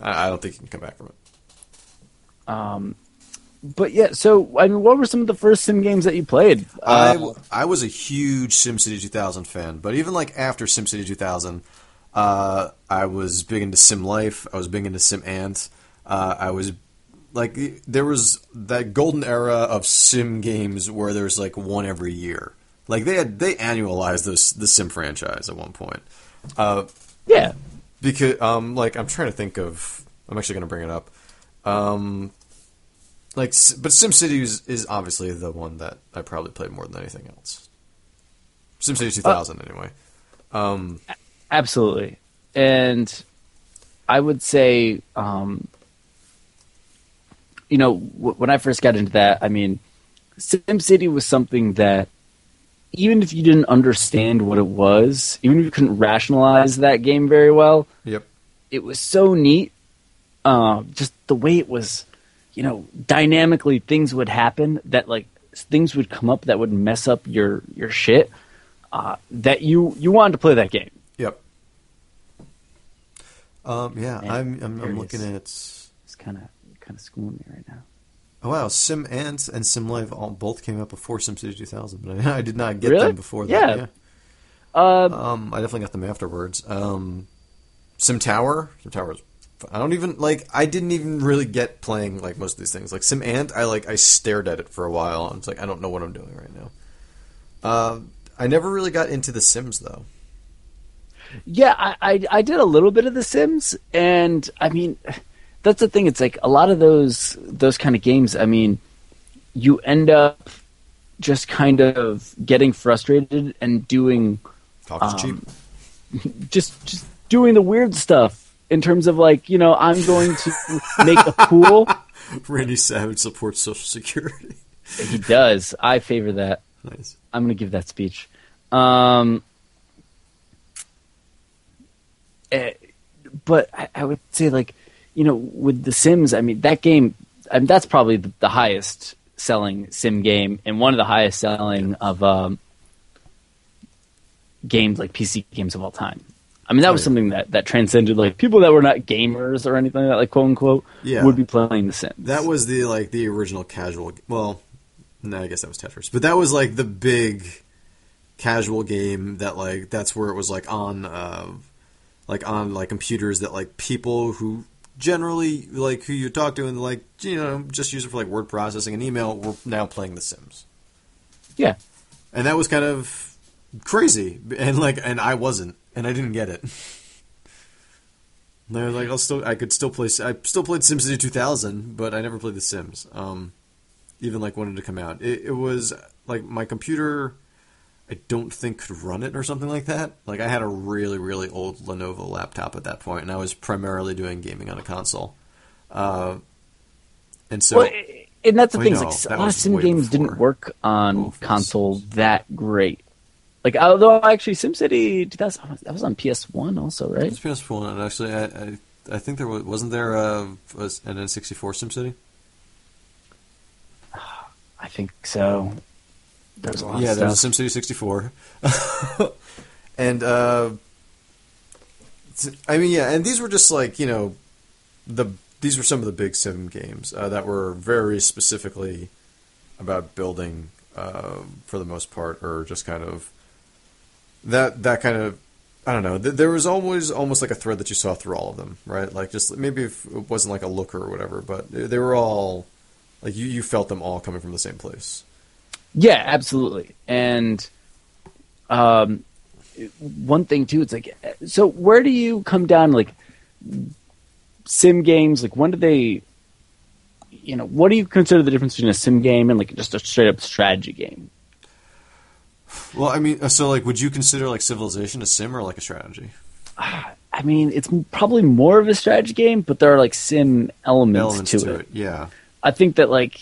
B: I, I don't think you can come back from it.
A: But yeah, so I mean, what were some of the first sim games that you played?
B: I,
A: Uh,
B: w- I was a huge SimCity 2000 fan, but even like after SimCity 2000, uh, I was big into Sim Life. I was big into Sim Ant. Uh, I was like, there was that golden era of Sim games where there's like one every year. Like they had they annualized this the Sim franchise at one point. Uh,
A: yeah,
B: because um like I'm trying to think of I'm actually going to bring it up. Um Like, S- but SimCity is, is obviously the one that I probably played more than anything else. SimCity
A: Uh,
B: 2000, anyway. Um,
A: Absolutely. And I would say, um, you know, w- when I first got into that, I mean, SimCity was something that even if you didn't understand what it was, even if you couldn't rationalize that game very well,
B: yep.
A: it was so neat. Uh, just the way it was, you know, dynamically things would happen that like things would come up that would mess up your your shit. Uh, that you you wanted to play that game.
B: Yep. Um, yeah,
A: Man,
B: I'm I'm,
A: there it
B: I'm looking
A: is.
B: at
A: It's kind of kind of schooling me right now.
B: oh wow, Sim and and Sim Live all both came out before SimCity 2000, but I, I did not get
A: Really?
B: them before that.
A: Yeah.
B: Yeah.
A: Uh,
B: Um, I definitely got them afterwards. Um, Sim Tower, Sim Tower was. I don't even like. I didn't even really get playing like most of these things. Like Sim Ant, I like. I stared at it for a while. and it's like I don't know what I'm doing right now. Uh, I never really got into The Sims though.
A: yeah, I, I I did a little bit of The Sims, and I mean, that's the thing. It's like a lot of those those kind of games. I mean, you end up just kind of getting frustrated and doing
B: Talk is
A: Um,
B: cheap.
A: just just doing the weird stuff in terms of like you know I'm going to make a pool.
B: Randy Savage supports Social Security.
A: He does. I favor that.
B: nice.
A: I'm going to give that speech. Um, eh, but I, I would say, like, you know, with The Sims, I mean, that game, I mean, that's probably the, the highest selling sim game and one of the highest selling of um, games, like PC games of all time. I mean, that
B: Oh,
A: was
B: yeah.
A: something that, that transcended, like, people that were not gamers or anything like that, like, quote unquote,
B: Yeah.
A: would be playing The Sims.
B: That was the like the original casual. Well, no, I guess that was Tetris, but that was like the big casual game that like that's where it was like on, uh, like on like computers that like people who generally like who you talk to and like you know just use it for like word processing and email were now playing The Sims,
A: Yeah.
B: and that was kind of crazy and like and I wasn't and I didn't get it. And I was like, I'll still, I could still play. I still played SimCity 2000, but I never played The Sims. Um, even like wanted to come out. It, it was like my computer, I don't think could run it or something like that. Like I had a really, really old Lenovo laptop at that point, and I was primarily doing gaming on a console. Uh, and so,
A: well, and that's the
B: Well,
A: thing.
B: no,
A: is, like,
B: that
A: a lot of
B: was
A: sim
B: way
A: games
B: before
A: didn't work on
B: Wolf was-
A: console that great. Like, although actually, SimCity 2000 that was on PS One also, right?
B: it's PS4, and actually, I, I, I think there was, wasn't there a, was an N64 SimCity.
A: I think so. There's a lot
B: yeah,
A: of stuff.
B: there's a SimCity 64, and uh, s- I mean, yeah, and these were just like you know, the these were some of the big sim games uh, that were very specifically about building uh, for the most part, or just kind of that that kind of I don't know. Th- there was always almost like a thread that you saw through all of them, right? Like just maybe if it wasn't like a looker or whatever, but they they were all like you you felt them all coming from the same place.
A: Yeah, absolutely. And um, one thing too, it's like, so where do you come down? Like sim games, like when do they? You know, what do you consider the difference between a sim game and like just a straight up strategy game?
B: Well, I mean, uh, so like, would you consider like Civilization a sim or like a strategy
A: I mean, it's m- probably more of a strategy game, but there are like sim elements,
B: elements
A: to,
B: to
A: it.
B: it? Yeah,
A: I think that like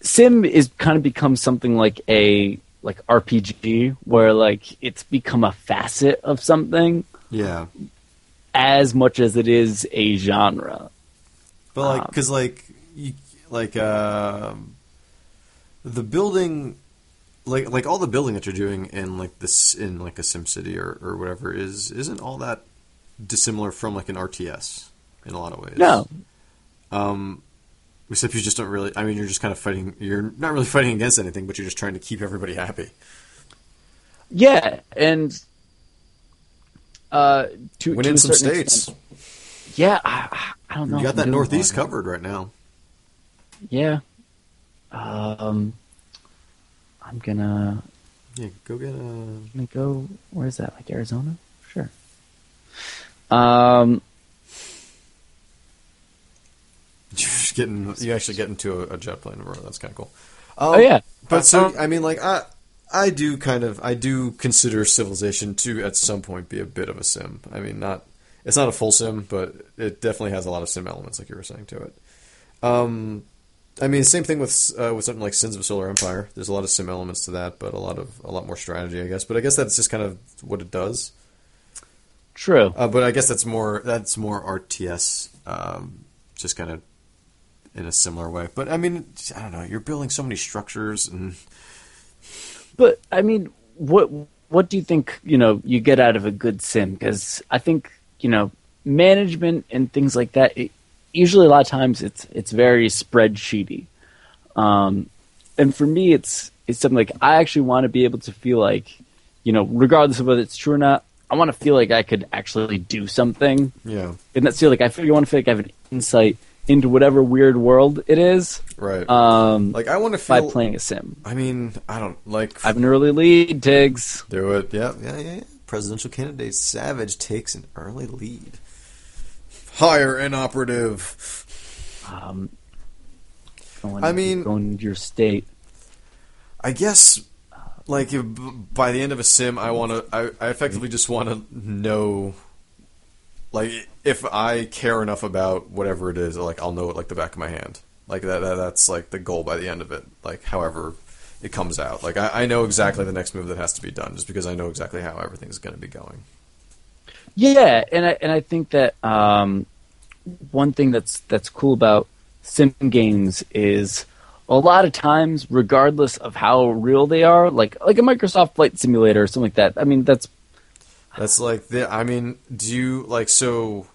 A: sim is kind of become something like a like RPG where like it's become a facet of something
B: yeah.
A: as much as it is a genre.
B: But like,
A: Um,
B: because like you like um, the building, like like all the building that you're doing in like this in like a Sim City or or whatever is isn't all that dissimilar from like an RTS in a lot of ways.
A: No.
B: Um. Except you just don't really. I mean, you're just kind of fighting. You're not really fighting against anything, but you're just trying to keep everybody happy.
A: Yeah, and uh to
B: Win
A: to
B: in
A: a
B: some
A: certain
B: states.
A: extent- yeah, I, I- I don't know.
B: You
A: if
B: got
A: I'm
B: that
A: doing
B: Northeast
A: one.
B: covered right now.
A: Yeah. Um, I'm gonna,
B: Yeah, go get a.
A: gonna go. Where is that? Like Arizona? Sure. Um,
B: actually getting you actually get into a, a jet plane tomorrow. That's kind of cool.
A: Oh, yeah.
B: but so
A: Um,
B: I mean, like I I do kind of I do consider Civilization to at some point be a bit of a sim. I mean, not it's not a full sim, but it definitely has a lot of sim elements, like you were saying to it. Um, I mean, same thing with uh, with something like Sins of Solar Empire. There's a lot of sim elements to that, but a lot of a lot more strategy, I guess. But I guess that's just kind of what it does.
A: True.
B: Uh, but I guess that's more that's more RTS, um, just kind of in a similar way. But I mean, I don't know. You're building so many structures, and
A: But I mean, what what do you think you know you get out of a good sim? Because I think you know management and things like that. It, usually, a lot of times it's it's very spreadsheety. Um, and for me, it's it's something like I actually want to be able to feel like you know, regardless of whether it's true or not, I want to feel like I could actually do something.
B: yeah,
A: And that's feel like I feel you want to feel like I have an insight into whatever weird world it is.
B: right.
A: Um,
B: like I want to
A: by
B: feel.
A: playing a sim,
B: I mean, I don't like
A: I have an early lead, Tiggs.
B: do it. Yeah, yeah, yeah, yeah. Presidential candidate Savage takes an early lead. Hire an operative.
A: Um, going,
B: I mean-
A: going to your state.
B: I guess, like if, by the end of a sim, I want to. I, I effectively just want to know, like if I care enough about whatever it is, like I'll know it like the back of my hand. Like that. that that's like the goal by the end of it. Like however it comes out. Like I, I know exactly the next move that has to be done, just because I know exactly how everything's going to be going.
A: Yeah, and I and I think that um, one thing that's that's cool about sim games is a lot of times, regardless of how real they are, like like a Microsoft Flight Simulator or something like that. I mean, that's
B: That's like the. I mean, do you like so?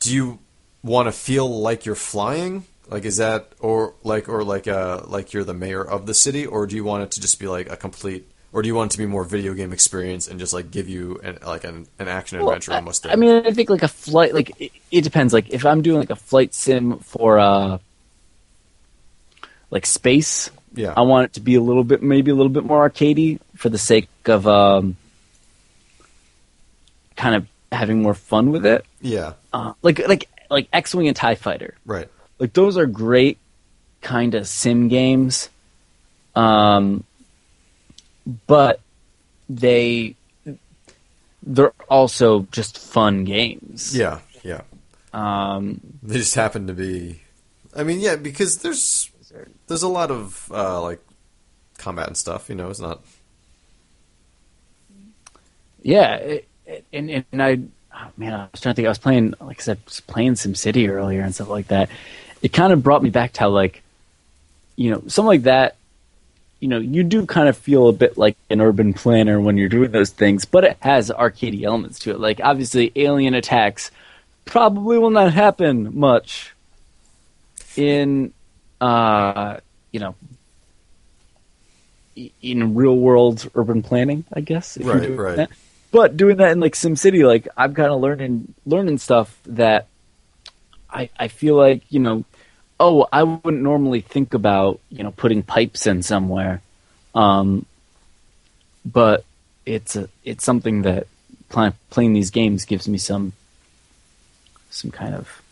B: Do you want to feel like you're flying? Like is that or like or like uh like you're the mayor of the city, or do you want it to just be like a complete, or do you want it to be more video game experience and just like give you an, like an, an action
A: Well,
B: adventure almost?
A: I,
B: thing?
A: I mean, I think like a flight, like it, it depends. Like if I'm doing like a flight sim for uh, like space,
B: yeah,
A: I want it to be a little bit, maybe a little bit more arcadey for the sake of um, kind of having more fun with it.
B: yeah,
A: Uh, like like like X Wing and Tie Fighter,
B: right,
A: like those are great kind of sim games, um, but they they're also just fun games.
B: yeah, yeah.
A: Um,
B: They just happen to be. I mean, yeah, because there's there's a lot of uh, like combat and stuff. You know, it's not
A: yeah, it, it, and and and I oh, man, I was trying to think. I was playing, like I said, I was playing SimCity earlier and stuff like that. It kind of brought me back to how like you know something like that. You know, you do kind of feel a bit like an urban planner when you're doing those things, but it has arcadey elements to it. Like obviously, alien attacks probably will not happen much in uh you know i- in real world urban planning i guess if you're
B: Right,
A: doing
B: right.
A: that. but doing that in like simcity like i'm kind of learning learning stuff that i i feel like you know oh i wouldn't normally think about you know putting pipes in somewhere um but it's a, it's something that playing playing these games gives me some some kind of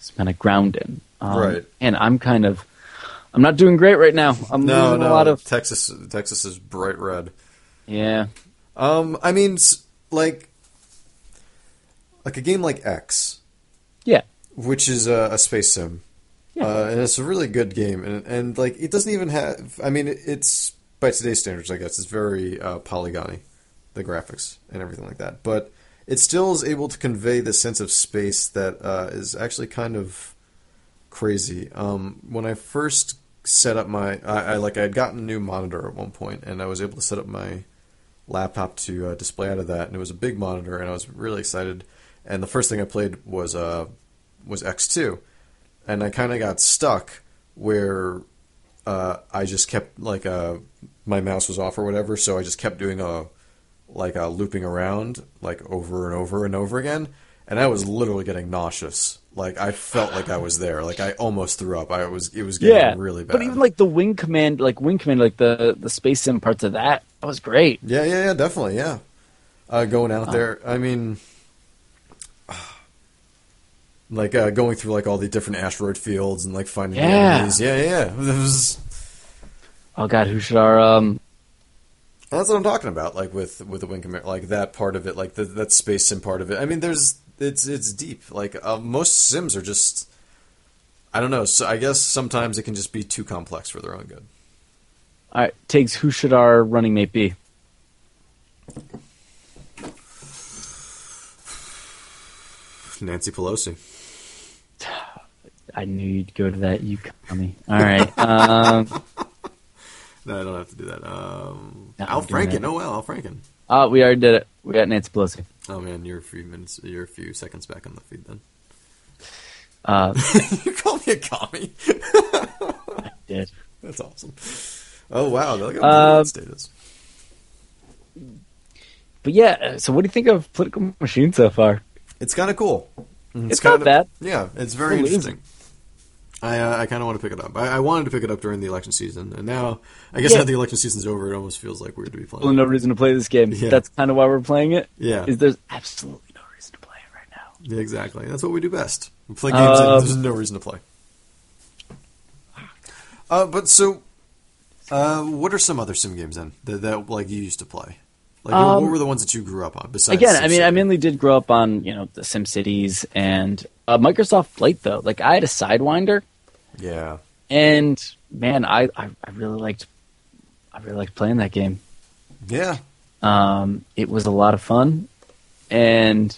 A: some kind of grounding. Um,
B: Right.
A: And I'm kind of I'm not doing great right now. I'm
B: no,
A: losing
B: no.
A: a lot of
B: Texas. Texas is bright red.
A: yeah.
B: Um, I mean, s- like, like a game like X,
A: Yeah.
B: which is a, a space sim,
A: Yeah.
B: uh, and it's a really good game, and and like it doesn't even have. I mean, it- it's by today's standards, I guess, it's very uh, polygony, the graphics and everything like that, but it still is able to convey the sense of space that uh, is actually kind of crazy. Um, when I first set up my, I, I like I had gotten a new monitor at one point, and I was able to set up my laptop to uh, display out of that, and it was a big monitor, and I was really excited. And the first thing I played was uh, was X two, and I kind of got stuck where uh, I just kept like uh, my mouse was off or whatever, so I just kept doing a like a looping around like over and over and over again, and I was literally getting nauseous. Like I felt like I was there. Like I almost threw up. I was. It was getting
A: Yeah.
B: really bad.
A: But even like the wing command like wing command like the the space sim parts of that that was great.
B: Yeah, yeah, yeah, definitely, yeah. Uh, going out there, I mean, like uh, going through like all the different asteroid fields and like finding the
A: Yeah.
B: enemies. yeah, yeah. It was-
A: Oh God, who should our um?
B: that's what I'm talking about. Like with with the Wing Commander, like that part of it, like the, that space sim part of it. I mean, there's it's it's deep. Like uh, most sims are just, I don't know. So I guess sometimes it can just be too complex for their own good.
A: All right, takes who should our running mate be?
B: Nancy Pelosi.
A: I knew you'd go to that. You me. All right. Um,
B: No, I don't have to do that. Um,
A: No,
B: Al
A: I'm doing
B: Franken.
A: that.
B: Oh well, Al Franken.
A: oh, we already did it. We got Nancy Pelosi.
B: Oh man, you're a few minutes, you're a few seconds back on the feed. Then
A: Uh,
B: you call me a commie.
A: did.
B: That's awesome. Oh wow, look how
A: Uh,
B: uh, status.
A: But yeah, uh, so what do you think of political machine so far?
B: It's kind of cool.
A: It's not
B: Mm-hmm. kinda-
A: bad.
B: Yeah, it's very
A: Well, it
B: interesting. I uh, I kind of want to pick it up. I, I wanted to pick it up during the election season, and now I guess
A: Yeah.
B: now the election season's over, it almost feels like weird to be
A: Well,
B: playing.
A: no reason to play this game.
B: Yeah.
A: That's kind of why we're playing it.
B: Yeah.
A: Is there's absolutely no reason to play it right now.
B: Yeah, exactly. That's what we do best. We play games that
A: Um, Ah.
B: there's no reason to play. Uh, but so, uh, what are some other sim games then that, that like you used to play? Like, what-
A: Um,
B: what were the ones that you grew up on? Besides,
A: Again, I mean,
B: SimCity?
A: I mainly did grow up on you know the Sim Cities and uh, Microsoft Flight though. Like I had a Sidewinder,
B: yeah,
A: and man, I, I, I really liked I really liked playing that game.
B: yeah,
A: Um, it was a lot of fun, and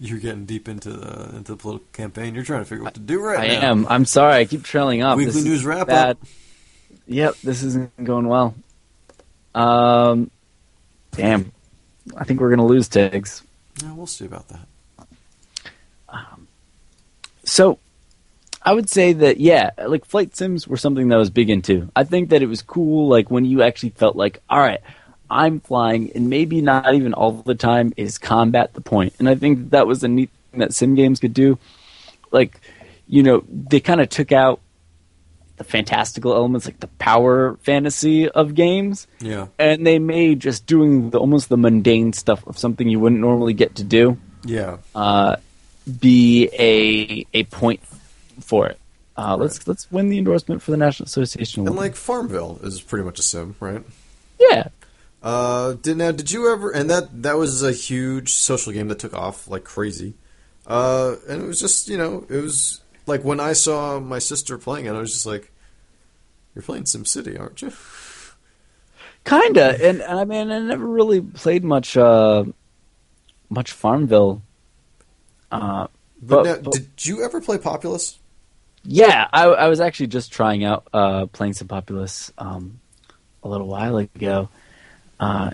B: you're getting deep into the into the political campaign. You're trying to figure out what to do right
A: I
B: now.
A: am. I'm sorry, I keep trailing off.
B: Weekly
A: This is
B: news wrap
A: bad.
B: up.
A: uh, Yep, this isn't going well. Um, damn, I think we're gonna lose Tiggs.
B: Yeah, we'll see about that.
A: So, I would say that yeah, like flight sims were something that I was big into. I think that it was cool, like when you actually felt like, all right, I'm flying, and maybe not even all the time is combat the point. And I think that, that was a neat thing that sim games could do. Like, you know, they kind of took out the fantastical elements, like the power fantasy of games,
B: Yeah,
A: and they made just doing the, almost the mundane stuff of something you wouldn't normally get to do
B: yeah.
A: uh, be a a point for it. Uh, Let's let's win the endorsement for the National Association.
B: and
A: Award.
B: like Farmville is pretty much a sim, right?
A: yeah,
B: Uh, did now did you ever? And that that was a huge social game that took off like crazy. Uh, and it was just you know it was like when I saw my sister playing it, I was just like, "You're playing SimCity, aren't you?"
A: kinda. And, and I mean, I never really played much uh, much Farmville. Uh,
B: But,
A: But-
B: now,
A: but-
B: did you ever play Populous?
A: yeah, I, I was actually just trying out uh, playing some Populous um, a little while ago. Uh,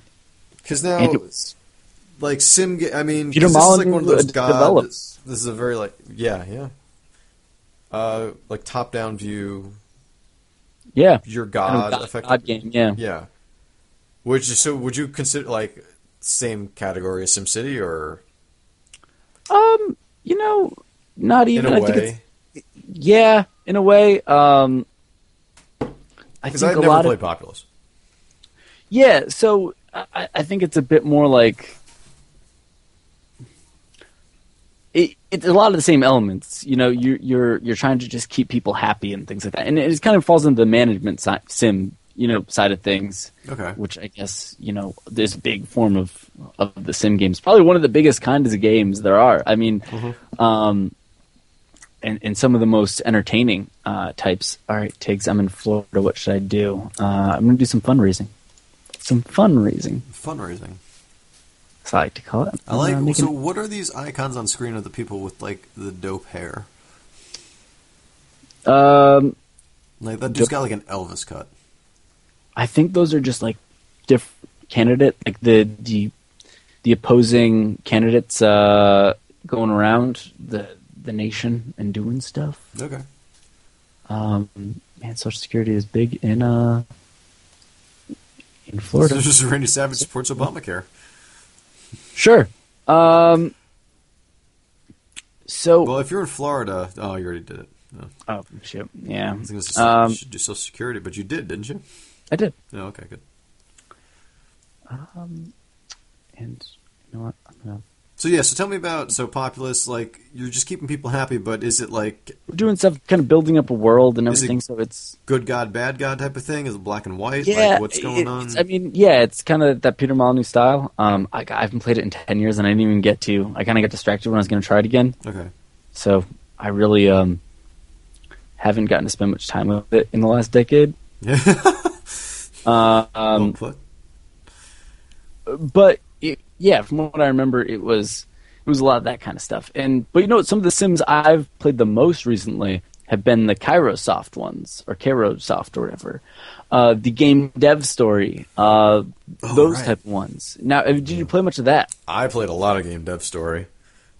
B: Because
A: and
B: now,
A: it was,
B: like sim, ga- I mean, 'cause
A: Peter
B: this is like
A: Molyneux,
B: one of those
A: uh,
B: god.
A: developed.
B: This, this is a very like yeah yeah, uh, like top down view.
A: yeah,
B: Your
A: kind
B: god,
A: of God,
B: effectively.
A: God game. Yeah.
B: Yeah. Would you so would you consider like same category as SimCity or
A: Um, you know, not
B: in
A: even.
B: a
A: I think it's
B: way?
A: Yeah, in a way. Um, I
B: Because
A: think
B: I've
A: a
B: never
A: lot
B: played
A: of
B: Populous.
A: yeah. So I- I, I think it's a bit more like it, it's a lot of the same elements. You know, you, you're you're trying to just keep people happy and things like that, and it just kind of falls into the management si- sim, you know, side of things.
B: Okay.
A: Which I guess you know, this big form of of the sim games, probably one of the biggest kinds of games there are. I mean, um, and, and some of the most entertaining uh, types. All right, Tiggs, I'm in Florida. What should I do? Uh, I'm going to do some fundraising. Some fundraising,
B: Fundraising.
A: as I like to call it.
B: I like
A: Uh, making-
B: so what are these icons on screen of the people with like the dope hair?
A: um,
B: Like that dude's got like an Elvis cut.
A: I think those are just like diff candidate, like the the the opposing candidates uh, going around the the nation and doing stuff.
B: Okay.
A: Um, man, Social Security is big in uh in Florida.
B: This is Randy Savage supports Obamacare.
A: Sure. Um. So.
B: Well, if you're in Florida, oh, you already did it. No.
A: oh shit! Yeah.
B: I think this is
A: Um,
B: you should do Social Security, but you did, didn't you?
A: I did.
B: No, okay, good.
A: Um. And you know what? I'm gonna
B: So yeah, so tell me about so populous. Like you're just keeping people happy, but is it like
A: We're doing stuff, kind of building up a world and
B: Is it-
A: everything. so it's
B: good god, bad god type of thing? Is it black and white?
A: yeah,
B: like what's going
A: it-
B: on?
A: it's- I mean, yeah, it's kind of that Peter Molyneux style. Um, I, I haven't played it in ten years, and I didn't even get to. I kind of got distracted when I was going to try it again.
B: okay,
A: So I really um, haven't gotten to spend much time with it in the last decade.
B: yeah,
A: Uh, um,
B: well put.
A: but it, yeah, from what I remember, it was it was a lot of that kind of stuff. And but you know, what? some of the Sims I've played the most recently have been the Kairosoft ones or Kairosoft or whatever, uh, the game dev story, uh, those
B: right.
A: type of ones. Now, uh, did you play much of that?
B: I played a lot of game dev story.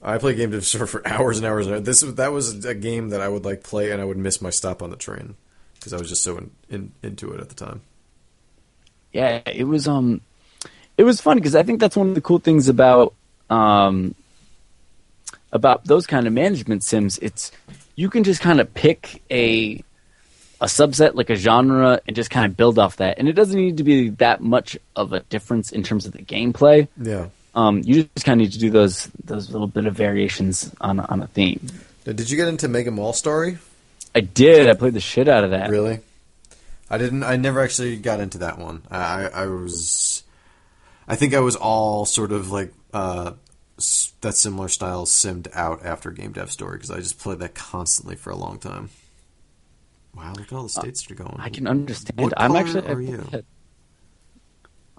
B: I played game dev story for hours and hours. And hours. This was- that was a game that I would like play, and I would miss my stop on the train because I was just so in, in, into it at the time.
A: Yeah, it was um, it was fun because I think that's one of the cool things about um, about those kind of management sims. It's you can just kind of pick a a subset like a genre and just kind of build off that, and it doesn't need to be that much of a difference in terms of the gameplay.
B: Yeah.
A: Um, you just kind of need to do those those little bit of variations on on a theme.
B: Now, did you get into Mega Mall Story?
A: I did. I played the shit out of that.
B: Really? I didn't. I never actually got into that one. I, I, I was. I think I was all sort of like uh, s- that similar style simmed out after Game Dev Story because I just played that constantly for a long time. Wow, look at all the states that are going.
A: Uh, I can understand.
B: What
A: I'm
B: color
A: actually. I
B: are you?
A: should-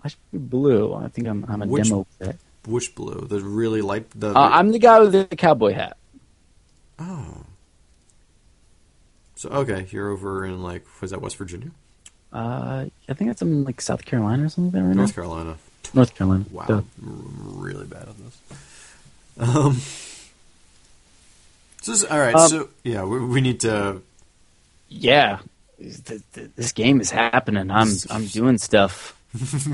A: I should be blue. I think I'm. I'm a
B: Which-
A: demo. Player.
B: Bush blue. The really light. The,
A: Uh, I'm the guy with the cowboy hat.
B: oh. So okay, you're over in like was that West Virginia,
A: Uh, I think that's in like South Carolina or something like that right
B: North
A: now.
B: Carolina?
A: North Carolina.
B: Wow,
A: Duh.
B: I'm really bad at this. Um. So this, all right,
A: Um,
B: so yeah, we, we need to.
A: Yeah. Th- th- This game is happening. I'm I'm doing stuff.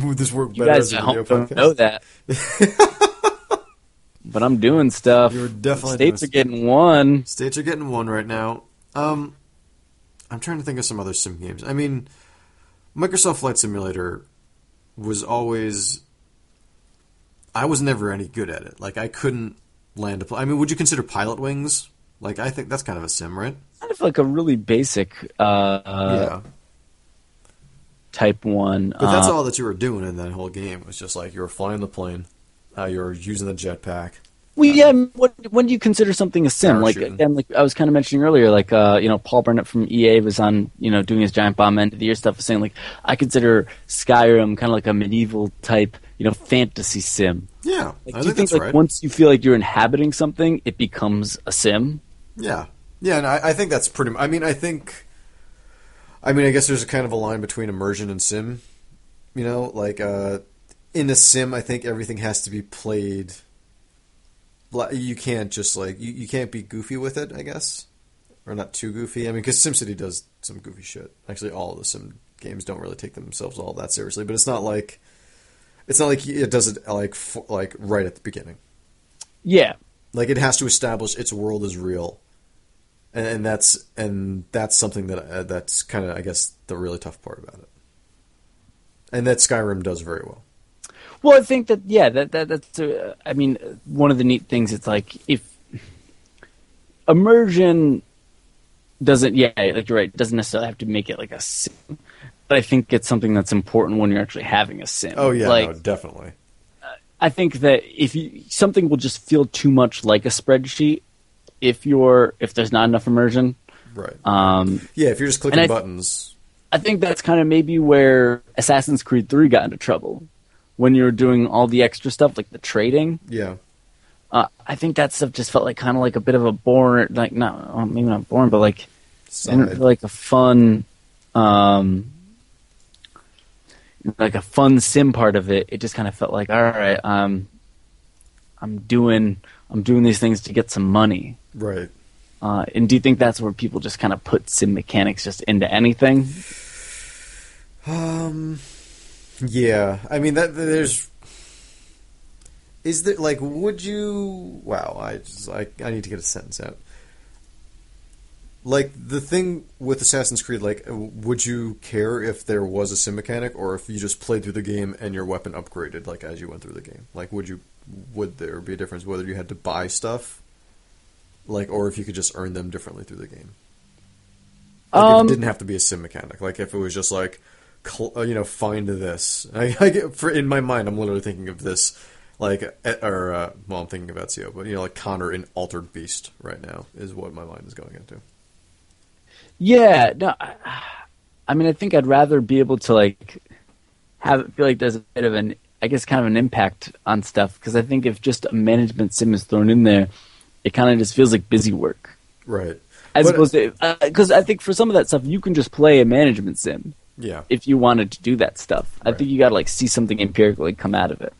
B: Would this work
A: You
B: better
A: guys
B: as a
A: at
B: video
A: home don't
B: podcast?
A: know that, but I'm doing stuff.
B: You're definitely
A: states are
B: doing
A: getting one.
B: States are getting one right now. Um, I'm trying to think of some other sim games. I mean, Microsoft Flight Simulator was always. I was never any good at it. Like I couldn't land a plane. I mean, would you consider Pilot Wings? Like I think that's kind of a sim, right?
A: Kind of like a really basic uh,
B: yeah.
A: type one.
B: But that's
A: Uh,
B: all that you were doing in that whole game was just like you were flying the plane, uh, you were using the jetpack.
A: Well, yeah. What, when do you consider something a sim? Like
B: Parachuting.
A: again, like I was kind of mentioning earlier, like uh, you know, Paul Burnett from EA was on, you know, doing his Giant Bomb End of the Year stuff, was saying like I consider Skyrim kind of like a medieval type, you know, fantasy sim.
B: Yeah,
A: Like,
B: I
A: do you
B: think
A: think
B: that's
A: like
B: right.
A: once you feel like you're inhabiting something, it becomes a sim?
B: Yeah, yeah, and I, I think that's pretty. mu- I mean, I think. I mean, I guess there's a kind of a line between immersion and sim. You know, like uh, in a sim, I think everything has to be played. li- You can't just like you, you can't be goofy with it, I guess, or not too goofy. I mean, because SimCity does some goofy shit. Actually, all of the sim games don't really take themselves all that seriously, but it's not like it's not like it does it like for, like right at the beginning.
A: Yeah.
B: Like it has to establish its world is real, and, and that's and that's something that uh, that's kind of I guess the really tough part about it, and that Skyrim does very well.
A: Well, I think that yeah, that, that that's uh, I mean, uh, one of the neat things it's like if immersion doesn't yeah, like you're right, it doesn't necessarily have to make it like a sim. But I think it's something that's important when you're actually having a sim.
B: Oh yeah,
A: like
B: no, definitely.
A: I think that if you something will just feel too much like a spreadsheet if you're if there's not enough immersion.
B: Right.
A: Um,
B: yeah, if you're just clicking
A: I-
B: buttons,
A: I think that's kind of maybe where Assassin's Creed Three got into trouble when you were doing all the extra stuff like the trading.
B: yeah,
A: uh, I think that stuff just felt like kind of like a bit of a boring, like not well, maybe not boring, but like I didn't
B: Side.
A: feel like a fun, um, like a fun sim part of it. It just kind of felt like all right, um, I'm doing I'm doing these things to get some money.
B: right.
A: Uh, and do you think that's where people just kind of put sim mechanics just into anything?
B: Um, yeah. I mean that there's. Is there like would you? Wow, I just I, I need to get a sentence out. like the thing with Assassin's Creed, like, would you care if there was a sim mechanic, or if you just played through the game and your weapon upgraded, like as you went through the game? Like, would you, would there be a difference whether you had to buy stuff, like, or if you could just earn them differently through the game? Like, if
A: Um,
B: it didn't have to be a sim mechanic. Like, if it was just like, cl- uh, you know, find this. I, I get for in my mind, I'm literally thinking of this. Like, e- or uh, well, I'm thinking of Ezio, but you know, like Connor in Altered Beast right now is what my mind is going into.
A: Yeah, no, I, I mean, I think I'd rather be able to like have feel like there's a bit of an, I guess, kind of an impact on stuff because I think if just a management sim is thrown in there, it kind of just feels like busy work
B: Right.
A: as
B: But-
A: opposed to because I think for some of that stuff you can just play a management sim
B: Yeah.
A: if you wanted to do that stuff. I
B: Right.
A: think you got to like see something empirically come out of it.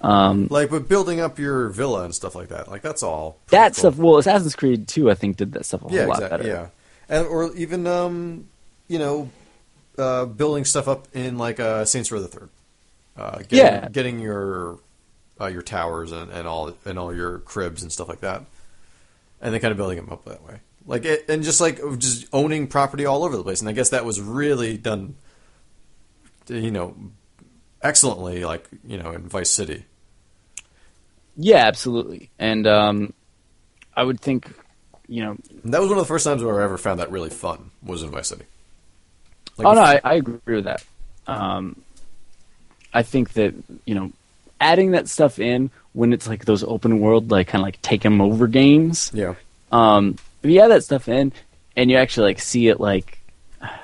A: Um,
B: like, but building up your villa and stuff like that, like that's all. pretty
A: that
B: cool.
A: stuff, well, Assassin's Creed 2, I think, did that stuff a whole
B: Yeah,
A: lot
B: exactly.
A: better.
B: Yeah, and or even um, you know, uh, building stuff up in like uh, Saints Row the Third. Uh, getting,
A: Yeah.
B: getting your uh, your towers and, and all and all your cribs and stuff like that, and then kind of building them up that way. Like it, and just like just owning property all over the place, and I guess that was really done, you know, excellently. Like you know, in Vice City,
A: Yeah, absolutely. And um, I would think, you know,
B: And that was one of the first times where I ever found that really fun was in Vice City. Like,
A: oh no, I, I agree with that. Um, I think that you know, adding that stuff in when it's like those open world, like kind of like take 'em over games.
B: yeah,
A: Um, if you add that stuff in, and you actually like see it, like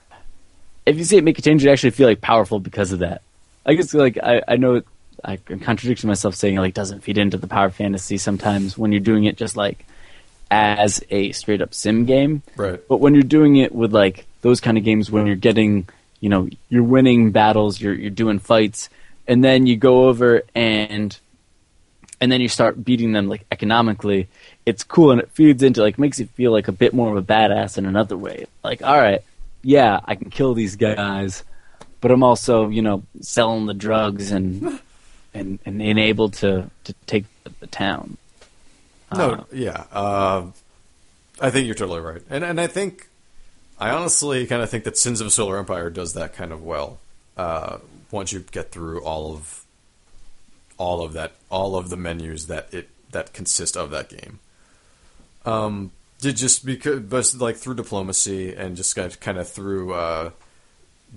A: if you see it make a change, you actually feel like powerful because of that. I guess like I, I know I, I'm contradicting myself saying like doesn't feed into the power fantasy sometimes when you're doing it just like as a straight up sim game.
B: right.
A: But when you're doing it with like those kind of games, when you're getting, you know, you're winning battles, you're you're doing fights, and then you go over and and then you start beating them like economically. It's cool and it feeds into like makes you feel like a bit more of a badass in another way. Like, all right, yeah, I can kill these guys, but I'm also you know selling the drugs and and and, and able to to take the town.
B: No,
A: Uh,
B: yeah. Uh, I think you're totally right, and and I think I honestly kind of think that Sins of a Solar Empire does that kind of well. Uh, once you get through all of all of that, all of the menus that it that consist of that game, um, did just because but like through diplomacy and just kind of through uh,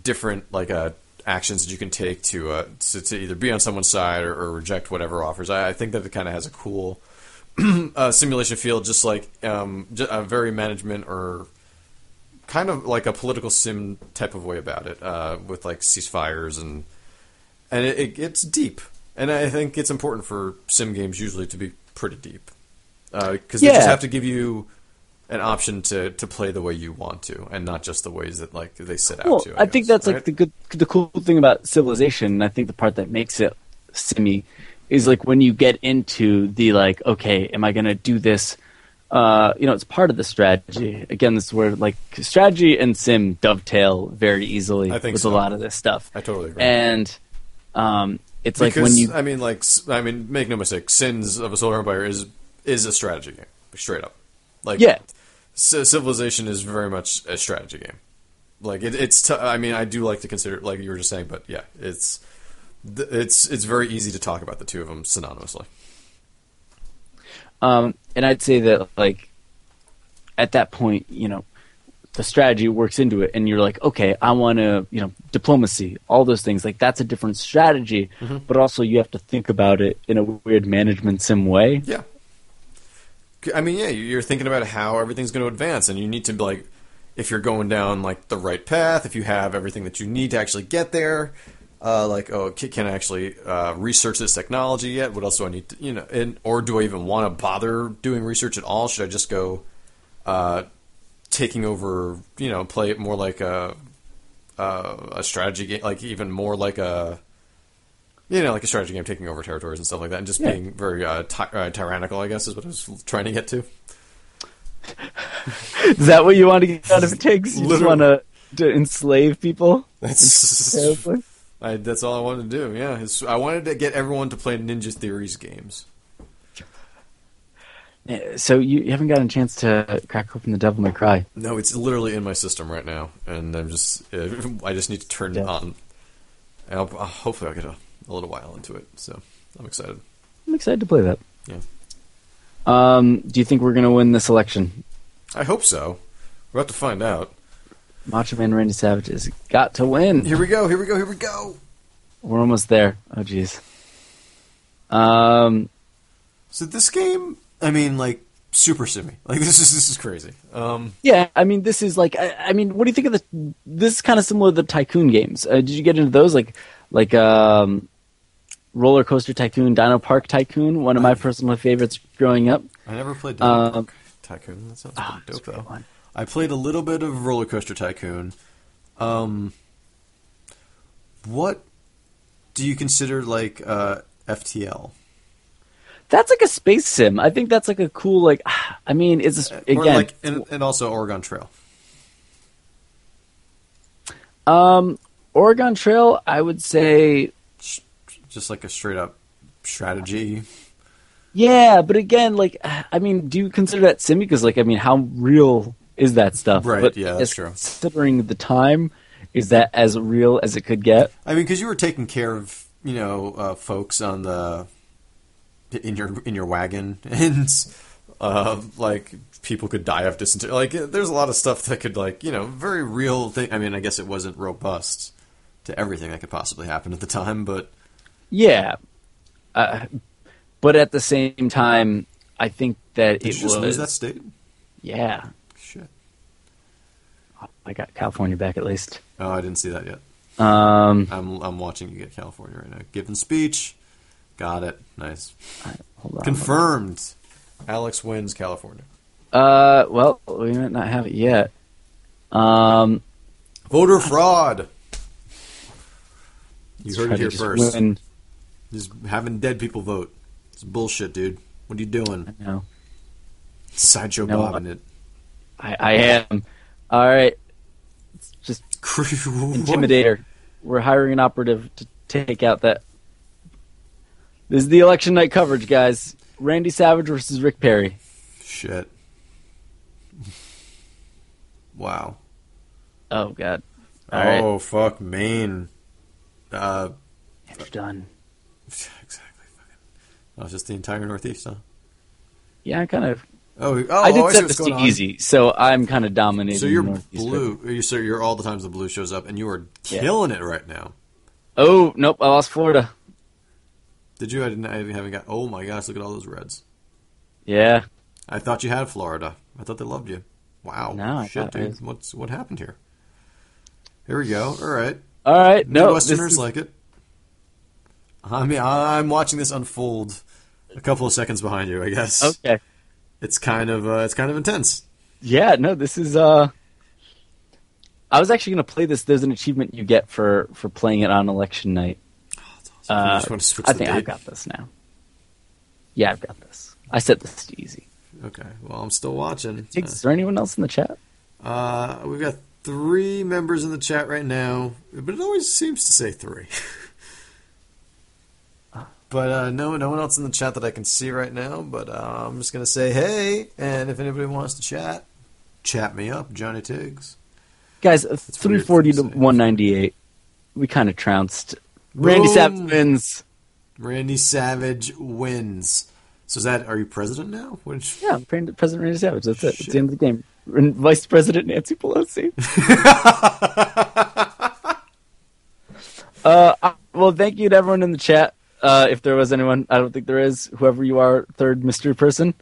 B: different like uh, actions that you can take to, uh, to to either be on someone's side or, or reject whatever offers. I, I think that it kind of has a cool uh, simulation field, just like um, ju- a very management or kind of like a political sim type of way about it, uh, with like ceasefires and and it, it, it's deep, and I think it's important for sim games usually to be pretty deep because they just
A: Yeah.
B: have to give you an option to, to play the way you want to, and not just the ways that like they set out
A: Well,
B: to.
A: I, think
B: guess,
A: that's
B: right?
A: like the good, the cool thing about Civilization. And I think the part that makes it simmy is like when you get into the like, okay, am I going to do this? Uh, you know, it's part of the strategy. Again, this is where like strategy and sim dovetail very easily
B: I think
A: with
B: so.
A: a lot of this stuff.
B: I totally agree.
A: And um, it's like
B: because
A: when you
B: I mean, like, s- I mean, make no mistake, Sins of a Solar Empire is is a strategy game, straight up. Like,
A: Yeah.
B: C- Civilization is very much a strategy game. Like, it, it's. T- I mean, I do like to consider, like you were just saying, but yeah, it's th- it's it's very easy to talk about the two of them synonymously.
A: Um, and I'd say that like at that point, you know, the strategy works into it, and you're like, okay, I want to, you know, diplomacy, all those things. Like that's a different strategy,
B: Mm-hmm.
A: but also you have to think about it in a weird management sim way.
B: Yeah. C- I mean, yeah, you- you're thinking about how everything's going to advance, and you need to like, if you're going down like the right path, if you have everything that you need to actually get there, uh, like, oh, ca- can I actually uh, research this technology yet? What else do I need to, you know, and or do I even want to bother doing research at all? Should I just go uh, taking over, you know, play it more like a uh, a strategy game, like even more like a you know, like a strategy game, taking over territories and stuff like that, and just
A: Yeah.
B: being very uh, ty- uh, tyrannical. I guess is what I was trying to get to.
A: Is that what you want to get out of it takes? You just want
B: Literally.
A: to, to enslave people?
B: That's I, that's all I wanted to do. Yeah, It's- I wanted to get everyone to play Ninja Theories games.
A: Eh, So you, you haven't gotten a chance to crack open the Devil May Cry.
B: No, it's literally in my system right now, and I'm just uh, I just need to turn it
A: Yeah.
B: on. And I'll, uh, hopefully, I'll get a, a little while into it. So I'm excited.
A: I'm excited to play that.
B: Yeah.
A: Um, do you think we're gonna win this election?
B: I hope so. We're about to find out.
A: Macho Man Randy Savage has got to win.
B: Here we go. Here we go. Here we go.
A: We're almost there. Oh jeez. Um,
B: So this game, I mean, like super simmy. Like this is this is crazy. Um,
A: yeah. I mean, this is like. I, I mean, what do you think of the? This is kind of similar to the tycoon games. Uh, did you get into those? Like, like um, roller coaster tycoon, Dino Park Tycoon. One of my personal favorites growing up.
B: I never played
A: Um,
B: Donkey Kong Tycoon. That sounds pretty
A: Ah, that's a
B: dope
A: great
B: though.
A: one.
B: I played a little bit of Roller Coaster Tycoon. Um, what do you consider like uh, FTL?
A: That's like a space sim. I think that's like a cool. Like, I mean, it's a, again.
B: or like, and, and also Oregon Trail.
A: Um, Oregon Trail, I would say,
B: Sh- Just like a straight up strategy.
A: yeah, but again, like, I mean, do you consider that sim? Because, like, I mean, how real is that stuff?
B: Right,
A: But
B: yeah,
A: I
B: that's
A: guess
B: true.
A: Considering the time, is that as real as it could get?
B: I mean, because you were taking care of you know uh, folks on the in your in your wagon, and uh, like people could die of dysentery. Like, uh, there's a lot of stuff that could like you know very real thing. I mean, I guess it wasn't robust to everything that could possibly happen at the time, but
A: Yeah. Uh, but at the same time, I think that
B: did
A: it
B: you just
A: was.
B: lose that state?
A: Yeah.
B: Shit.
A: I got California back at least.
B: Oh, I didn't see that yet.
A: Um,
B: I'm I'm watching you get California right now. Given speech, got it. Nice.
A: hold on.
B: Confirmed. Alex wins California.
A: Uh, well, we might not have it yet. Um,
B: Voter fraud. You
A: let's
B: heard
A: try
B: it
A: to
B: here
A: just
B: first.
A: win.
B: Just having dead people vote. It's bullshit, dude. What are you doing?
A: No.
B: Sideshow
A: No,
B: Bob and it.
A: I, I am. All right. It's just Intimidator. We're hiring an operative to take out that. This is the election night coverage, guys. Randy Savage versus Rick Perry.
B: Shit. Wow.
A: Oh God. All right.
B: oh fuck, Maine. Uh,
A: It's done.
B: exactly. Fucking. Oh, it's just the entire Northeast, huh?
A: Yeah, I kind of.
B: Oh, oh
A: I
B: oh,
A: did
B: see
A: set
B: what's
A: this
B: going
A: to
B: on.
A: easy, so I'm kind of dominating.
B: So you're
A: the Northeast,
B: blue. you So you're all the times the blue shows up, and you are
A: Yeah.
B: killing it right now.
A: but- Oh nope, I lost Florida.
B: Did you? I didn't. I haven't got. Oh my gosh! Look at all those reds.
A: Yeah.
B: I thought you had Florida. I thought they loved you. Wow.
A: No, I
B: Shit,
A: thought
B: dude.
A: it was-
B: What's what happened here? Here we go. All right.
A: All right. No. This
B: Westerners
A: is,
B: like it. I mean, I'm watching this unfold a couple of seconds behind you. I guess
A: okay.
B: it's kind of uh, it's kind of intense.
A: Yeah, no, this is uh I was actually going to play this. There's an achievement you get for for playing it on election night.
B: I
A: Uh,
B: just want to switch
A: I
B: the
A: think I've
B: date.
A: got this now. Yeah, I've got this. I set this to easy.
B: Okay. Well, I'm still watching.
A: Tiggs, Is there anyone else in the chat?
B: Uh, we've got three members in the chat right now, but it always seems to say three. but uh, no, no one else in the chat that I can see right now. But uh, I'm just gonna say hey, and if anybody wants to chat, chat me up, Johnny Tiggs.
A: Guys,
B: weird
A: 340 to
B: thing to say.
A: 198. We kind of trounced. Randy
B: Boom.
A: Savage wins.
B: Randy Savage wins. So is that are you president now? Which
A: Yeah, Pre- President Randy Savage. That's it. It's
B: Shit.
A: the end of the game. And Vice President Nancy Pelosi. uh, I- well, thank you to everyone in the chat. Uh, if there was anyone, I don't think there is. Whoever you are, third mystery person.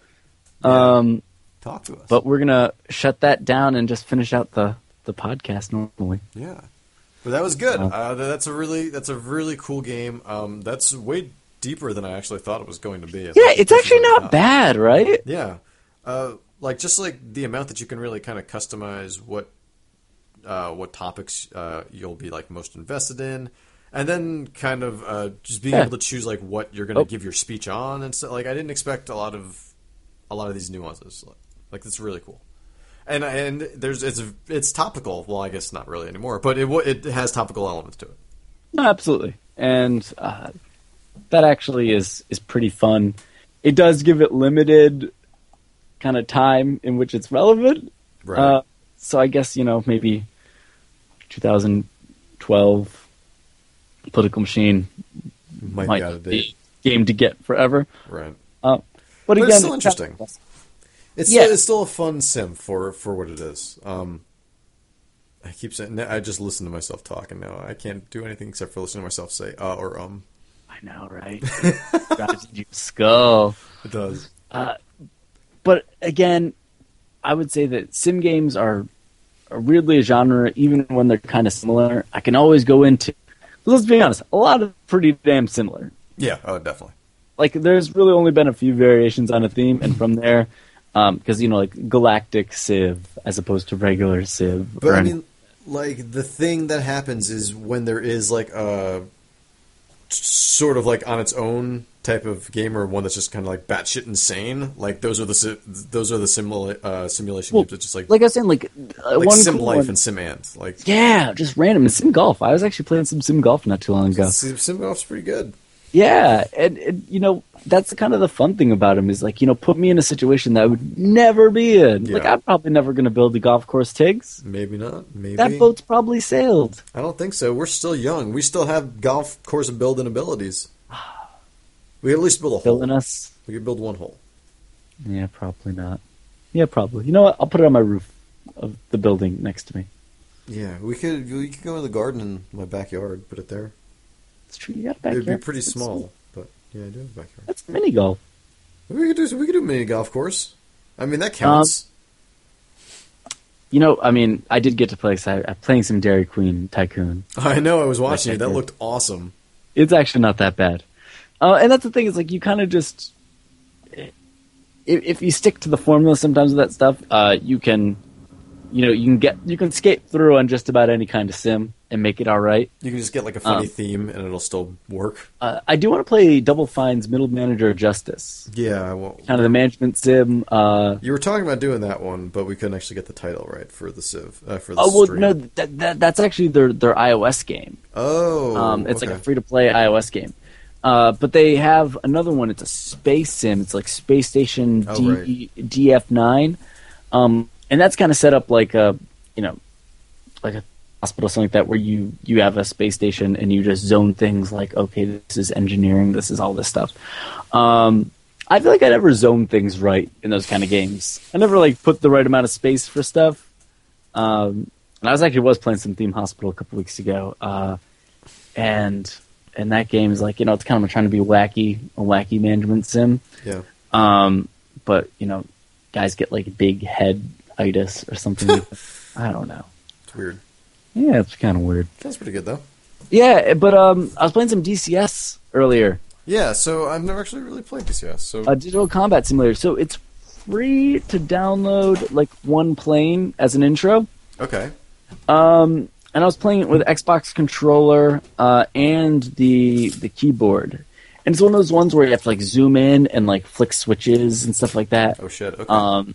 B: Yeah.
A: Um,
B: talk to us.
A: but we're gonna shut that down and just finish out the the podcast normally.
B: Yeah, but that was good.
A: Uh,
B: Uh, th- that's a really that's a really cool game. Um, that's way deeper than I actually thought it was going to be. I
A: Yeah,
B: thought
A: it's
B: it was
A: actually
B: really
A: not
B: tough.
A: bad, right?
B: Yeah, uh, like just like the amount that you can really kind of customize what uh, what topics uh, you'll be like most invested in, and then kind of uh, just being
A: Yeah.
B: able to choose like what you're going to
A: Oh.
B: give your speech on and stuff. Like I didn't expect a lot of a lot of these nuances. Like, like it's really cool. And and there's it's it's topical. Well, I guess not really anymore, but it wa- it has topical elements to it.
A: No, absolutely, and uh, that actually is is pretty fun. It does give it limited kind of time in which it's relevant.
B: Right.
A: Uh, so I guess you know maybe 2012 political machine
B: might,
A: might
B: be out of
A: be
B: date.
A: game to get forever.
B: Right.
A: Uh,
B: But
A: but,
B: it's
A: again,
B: still interesting. It's
A: Yeah.
B: still, it's still a fun sim for for what it is. Um, I keep saying I just listen to myself talk, and now I can't do anything except for listen to myself say uh or um.
A: I know, right? Drives you skull.
B: It does.
A: But again, I would say that sim games are, are weirdly a genre, even when they're kind of similar. I can always go into. Let's be honest, a lot of pretty damn similar.
B: Yeah. Oh, definitely.
A: Like, there's really only been a few variations on a theme, and from there, because you know, like galactic Civ as opposed to regular Civ.
B: But
A: or
B: I
A: any-
B: mean, like the thing that happens is when there is like a sort of like on its own type of game or one that's just kind of like batshit insane. Like those are the si- those are the simula- uh, simulation
A: Well,
B: games that just like
A: like I was saying, like, uh,
B: like
A: one
B: Sim
A: cool
B: Life
A: one-
B: and Sim Ant. Like
A: yeah, just random and sim golf. I was actually playing some sim golf not too long ago.
B: Sim, Sim Life's pretty good.
A: Yeah, and, and you know that's kind of the fun thing about him is like you know put me in a situation that I would never be in. Like
B: Yeah.
A: I'm probably never going to build the golf course Tiggs.
B: Maybe not. Maybe
A: That boat's probably sailed.
B: I don't think so. We're still young. We still have golf course and building abilities. We could at least build a hole.
A: Building us?
B: We could build one hole.
A: Yeah, probably not. Yeah, probably. You know what? I'll put it on my roof of the building next to me.
B: Yeah, we could. We could go in the garden in my backyard. Put it there.
A: It's true. You got a
B: It
A: backyard.
B: would be pretty
A: That's-
B: small, but yeah, I do have a backyard.
A: That's mini golf.
B: We could do. We could do a mini golf course. I mean,
A: Um,
B: that counts.
A: You know, I mean, I did get to play. 'cause I, I'm playing some Dairy Queen Tycoon.
B: I know. I was watching
A: I
B: it. That
A: did.
B: looked awesome.
A: it's actually not that bad. Uh, and that's the thing is like you kind of just if, if you stick to the formula sometimes with that stuff, uh, you can you know you can get you can skate through on just about any kind of sim and make it all right.
B: You can just get like a funny
A: Um,
B: theme, and it'll still work.
A: Uh, I do want to play Double Fine's Middle Manager of Justice,
B: Yeah. Well,
A: kind of the management sim. Uh,
B: you were talking about doing that one, but we couldn't actually get the title right for the Civ uh, for the
A: oh well,
B: stream.
A: no, that, that, that's actually their their iOS game.
B: oh,
A: Um, it's like
B: okay.
A: a free to play iOS game. Uh, but they have another one. It's a space sim. It's like Space Station
B: Oh,
A: D- DF9, um, and that's kind of set up like a you know like a hospital or something like that, where you you have a space station and you just zone things like okay, this is engineering, this is all this stuff. Um, I feel like I never zone things right in those kind of games. I never like put the right amount of space for stuff. Um, and I was actually was playing some theme hospital a couple weeks ago. Uh, and and that game is like you know it's kind of trying to be wacky a wacky management sim
B: yeah.
A: um but you know guys get like big head itis or something like that. i don't know
B: It's weird.
A: yeah it's kind of weird
B: That's pretty good though.
A: yeah but um i was playing some dcs earlier
B: Yeah, so I've never actually really played DCS. So
A: a digital combat simulator so it's free to download like one plane as an intro
B: okay,
A: Um, and I was playing it with Xbox controller uh, and the the keyboard. And it's one of those ones where you have to like zoom in and like flick switches and stuff like that.
B: oh shit, okay,
A: Um,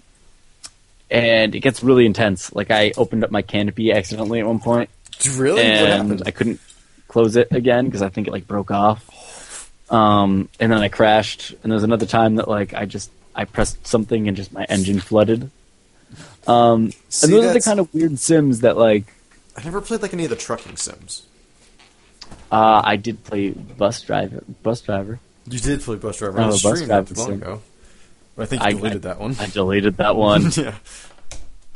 A: and it gets really intense. Like I opened up my canopy accidentally at one point,
B: really? Oh, what
A: and
B: happened?
A: I couldn't close it again because I think it like broke off. Um, and then I crashed. And there was another time that like I just I pressed something and just my engine flooded. Um,
B: See,
A: and those are the
B: that's-
A: kind of weird sims that like
B: I never played like any of the trucking sims.
A: Uh, I did play bus driver. Bus driver.
B: You did play Bus Driver.
A: I'm
B: I
A: a Oh, bus
B: streamed that
A: driver
B: long
A: sim.
B: ago. I think you
A: I-
B: deleted that one.
A: I deleted that one.
B: yeah,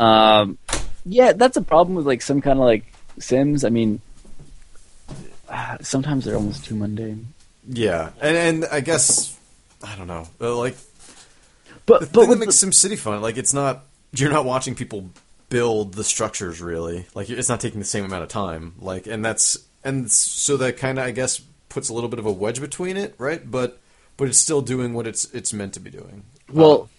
A: um, yeah, that's a problem with like some kind of like Sims. I mean, uh, sometimes they're almost too mundane.
B: yeah, and and I guess I don't know. Uh, like the
A: But but
B: thing that
A: with
B: makes
A: the,
B: SimCity fun, like it's not you're not watching people build the structures really. Like it's not taking the same amount of time. Like and that's and so that kind of I guess puts a little bit of a wedge between it, right? But but it's still doing what it's it's meant to be doing. Um,
A: well,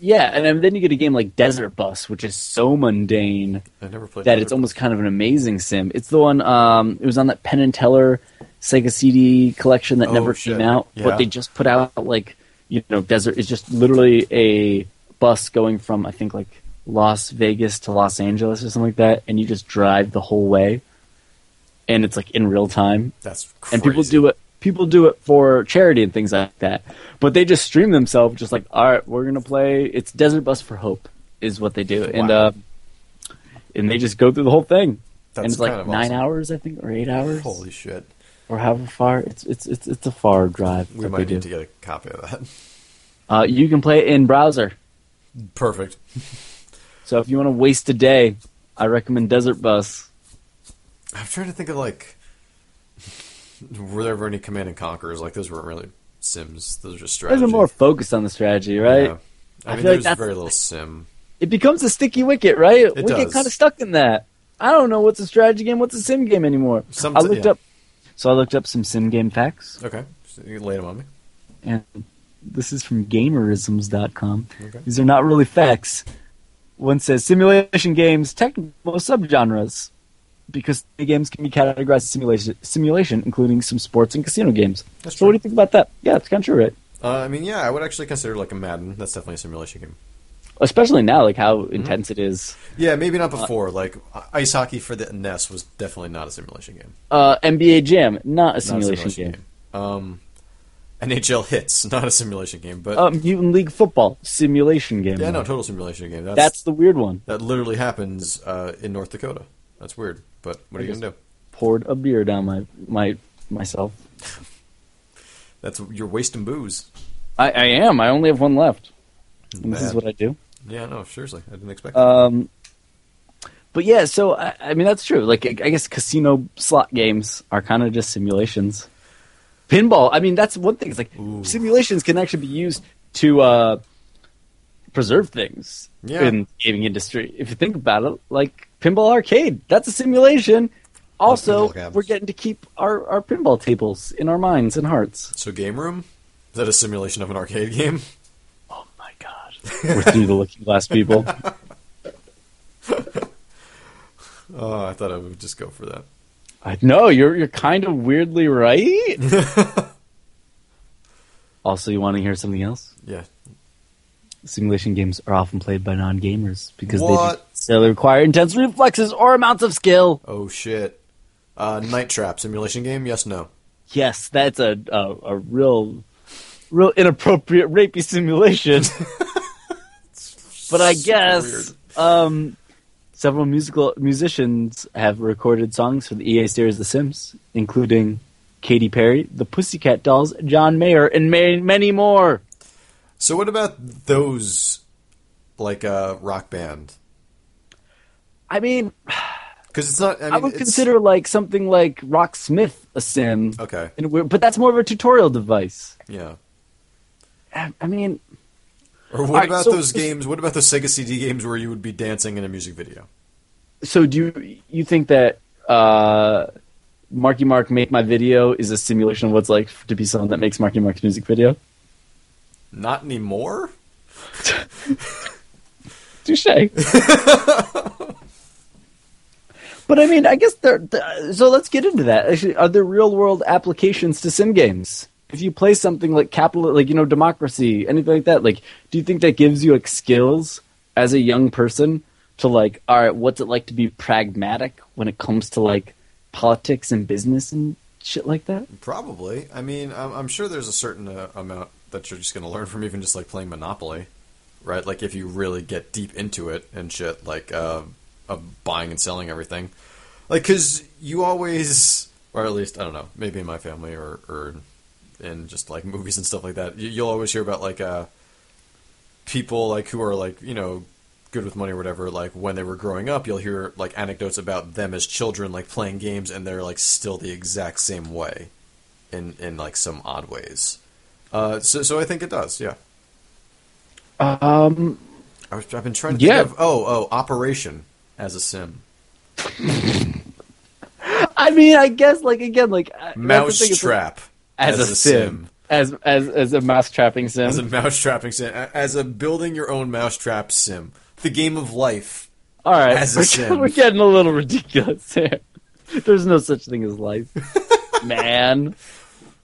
A: yeah, and then- then you get a game like Desert Bus, which is so mundane
B: I never played
A: that
B: Desert
A: it's almost kind of an amazing sim. It's the one. Um, it was on that Penn and Teller Sega CD collection that
B: Oh,
A: never
B: shit.
A: came out,
B: Yeah.
A: but they just put out like you know, desert is just literally a bus going from I think like Las Vegas to Los Angeles or something like that, and you just drive the whole way, and it's like in real time,
B: That's crazy.
A: and people do it. people do it for charity and things like that. But they just stream themselves, just like, all right, we're gonna play. It's Desert Bus for Hope is what they do, and
B: Wow.
A: uh, and they just go through the whole thing. and
B: That's
A: it's like
B: kind of
A: nine
B: awesome.
A: hours, I think, or eight hours,
B: Holy shit.
A: or however far. It's it's it's it's a far drive.
B: We
A: that they
B: might
A: do.
B: need to get a copy of that.
A: Uh, you can play it in browser.
B: Perfect.
A: So if you want to waste a day, I recommend Desert Bus.
B: I'm trying to think of like were there ever any Command and Conquerors? Like those weren't really Sims. Those are just
A: There's
B: strategy.
A: a more focused on the strategy, right?
B: Yeah. I,
A: I feel
B: mean,
A: like
B: there's
A: that's-
B: very little sim.
A: It becomes a sticky wicket, right? we
B: does.
A: get kind of stuck in that. I don't know what's a strategy game, what's a sim game anymore.
B: Some-
A: I looked
B: yeah.
A: up, so I looked up some sim game facts,
B: Okay, so you lay them on me.
A: and this is from Gamerisms.com.
B: Okay.
A: These are not really facts. One says simulation games, technical subgenres, because the games can be categorized as simulation, simulation, including some sports and casino games.
B: That's
A: so, what do
B: true.
A: you think about that? Yeah, it's kind of true, right?
B: Uh, I mean, yeah, I would actually consider like a Madden. That's definitely a simulation game.
A: especially now, like how intense it is.
B: Yeah, maybe
A: Uh,
B: not before. like i- ice hockey for the NES was definitely not a simulation game.
A: Uh, NBA Jam, not a
B: Not a
A: simulation, game.
B: Um, NHL hits, not a simulation game. But
A: Uh, Mutant League Football, simulation game.
B: yeah, no, total simulation game. That's,
A: that's the weird one.
B: that literally happens uh, in North Dakota. That's weird. But what are
A: I
B: you
A: just-
B: gonna do?
A: Poured a beer down my my myself.
B: That's you're wasting booze.
A: I, I am. I only have one left. And this is
B: Bad.
A: what I do.
B: Yeah, no, seriously, I didn't expect. that.
A: Um, but yeah, so I, I mean that's true. Like I, I guess casino slot games are kind of just simulations. Pinball. I mean that's one thing. It's like
B: Ooh.
A: simulations can actually be used to uh, preserve things
B: Yeah.
A: in the gaming industry. If you think about it, like pinball arcade, that's a simulation. Also,
B: pinball cabins.
A: we're getting to keep our, our pinball tables in our minds and hearts.
B: So game room, is that a simulation of an arcade game?
A: Oh my god, we're through the looking glass, people.
B: Oh, I thought I would just go for that.
A: I know you're you're kind of weirdly right. also, you want to hear something else?
B: Yeah.
A: Simulation games are often played by non-gamers because they
B: What?
A: don't necessarily require intense reflexes or amounts of skill.
B: Oh shit. Uh, Night Trap simulation game? Yes, no.
A: Yes, that's a a, a real, real inappropriate rapey simulation. but I
B: Super
A: guess um, several musical musicians have recorded songs for the EA series The Sims, including Katy Perry, The Pussycat Dolls, John Mayer, and ma- many more.
B: So what about those, like uh, rock band?
A: I mean,
B: Because it's not. I, mean,
A: I would
B: it's-
A: consider like something like Rocksmith a sim,
B: Okay.
A: and we're, but that's more of a tutorial device.
B: Yeah.
A: I, I mean,
B: Or what
A: Alright,
B: about
A: so-
B: those games? What about those Sega CD games where you would be dancing in a music video?
A: so do you, you think that uh, Marky Mark Make My Video is a simulation of what's like to be someone that makes Marky Mark's music video?
B: Not anymore.
A: Touche. but I mean, I guess there. th- So let's get into that. Actually, are there real world applications to sim games? If you play something like capital, like you know, democracy, anything like that, like, do you think that gives you like skills as a young person to like, all right, what's it like to be pragmatic when it comes to like politics and business and shit like that?
B: Probably. I mean, I'm, I'm sure there's a certain uh, amount that you're just going to learn from even just like playing Monopoly, right? Like if you really get deep into it and shit, like uh, of buying and selling everything, like because you always, or at least I don't know, maybe in my family or or in just like movies and stuff like that, you, you'll always hear about like uh, people like who are like you know good with money or whatever like when they were growing up you'll hear like anecdotes about them as children like playing games and they're like still the exact same way in in like some odd ways. Uh, so so I think it does. Yeah,
A: Um,
B: I was, I've been trying to think
A: Yeah.
B: of oh oh Operation as a sim,
A: I mean, I guess like again, like I- that's the thing, it's, like,
B: Mousetrap
A: as, a sim. As, as as a mouse trapping sim,
B: as a mouse trapping sim, a- as a building your own mousetrap sim, the game of life.
A: All right,
B: As a
A: we're,
B: sim.
A: we're getting a little ridiculous here. There's no such thing as life, man.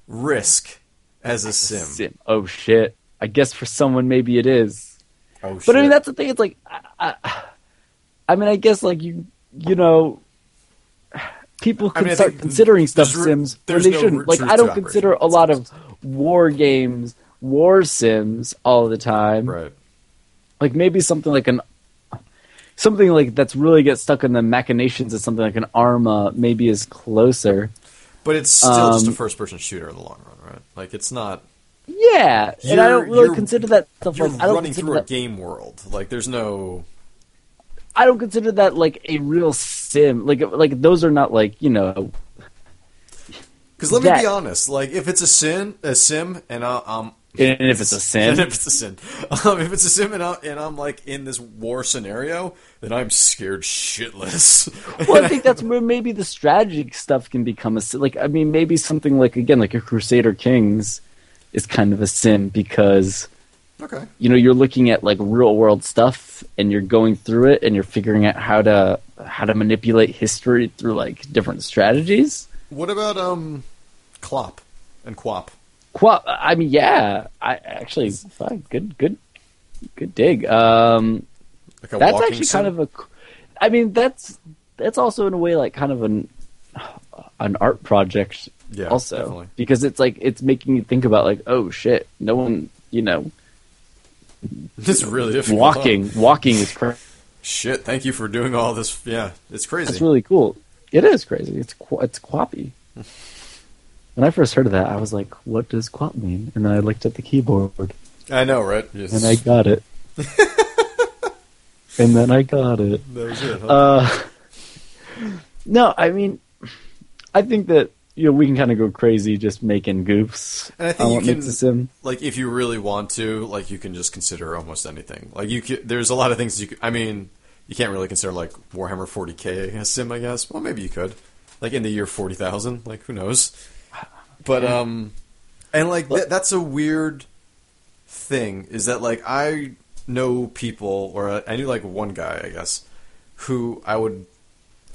B: Risk as a sim.
A: Sim. Oh shit. I guess for someone maybe it is,
B: Oh,
A: but I mean that's the thing. It's like, I, I, I mean, I guess like you, you know, people
B: I
A: can
B: mean, I
A: start
B: think
A: considering stuff
B: there's ru-
A: sims or
B: there's
A: they
B: no
A: shouldn't.
B: root
A: Like
B: truth
A: I
B: to
A: don't
B: operation
A: consider a
B: systems.
A: lot of war games war sims all the time.
B: Right.
A: Like maybe something like an something like that's really gets stuck in the machinations of something like an Arma maybe is closer.
B: But it's still just a
A: Um,
B: first person shooter in the long run, right? Like it's not
A: Yeah, and I
B: You're-
A: don't really
B: you're-
A: consider that stuff
B: you're
A: like I don't
B: running
A: consider
B: through a
A: that,
B: game world. Like there's no
A: I don't consider that like a real sim. Like like those are not like, you know,
B: Because let me
A: That-
B: be honest, like if it's a sin, a sim, and I, um,
A: and if it's a
B: and
A: sim,
B: if it's a sin, um, if it's a sim, and, I, and I'm like in this war scenario, then I'm scared shitless.
A: well, I think that's where maybe the strategic stuff can become a sim. Like, I mean, maybe something like again, like a Crusader Kings is kind of a sim because
B: okay,
A: you know you're looking at like real world stuff and you're going through it and you're figuring out how to how to manipulate history through like different strategies.
B: what about um, Clop and Quap?
A: Qua I mean, yeah, I actually, fine, good, good, good dig. Um,
B: Like a
A: that's
B: walking
A: actually
B: sim?
A: kind of a c- i mean that's that's also in a way like kind of an an art project
B: Yeah,
A: also
B: definitely.
A: because it's like it's making you think about like oh shit no one you know
B: It's really difficult.
A: walking walking is cra-
B: Shit, thank you for doing all this. Yeah, it's crazy.
A: that's really cool it is crazy it's qu- it's quappy when i first heard of that i was like what does quap mean and then i looked at the keyboard
B: I know, right? Yes.
A: and i got it and then i got it
B: that was it. Huh?
A: Uh, no, I mean, I think that you know we can kind of go crazy just making goofs.
B: And I think
A: on
B: you
A: what
B: can-
A: makes a sim.
B: like if you really want to like you can just consider almost anything like you can, there's a lot of things you c i mean you can't really consider like warhammer 40k a sim i guess well maybe you could like in the year 40000 like who knows but um and like th- that's a weird thing is that like i know people or I- i knew like one guy i guess who i would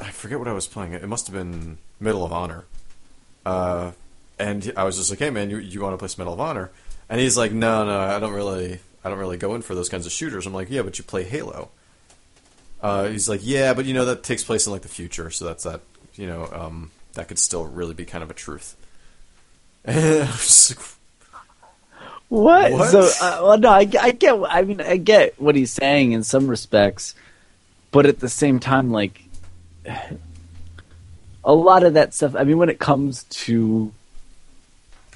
B: i forget what i was playing it must have been middle of honor uh, and I was just like, "Hey, man, you, you want to play some Medal of Honor?" And he's like, "No, no, I don't really, I don't really go in for those kinds of shooters." I'm like, "Yeah, but you play Halo." Uh, he's like, "Yeah, but you know that takes place in like the future, so that's that. You know, um, that could still really be kind of a truth." And I was just like,
A: What?
B: What?
A: So, uh, well, no, I, I get. I mean, I get what he's saying in some respects, but at the same time, like a lot of that stuff. I mean, when it comes to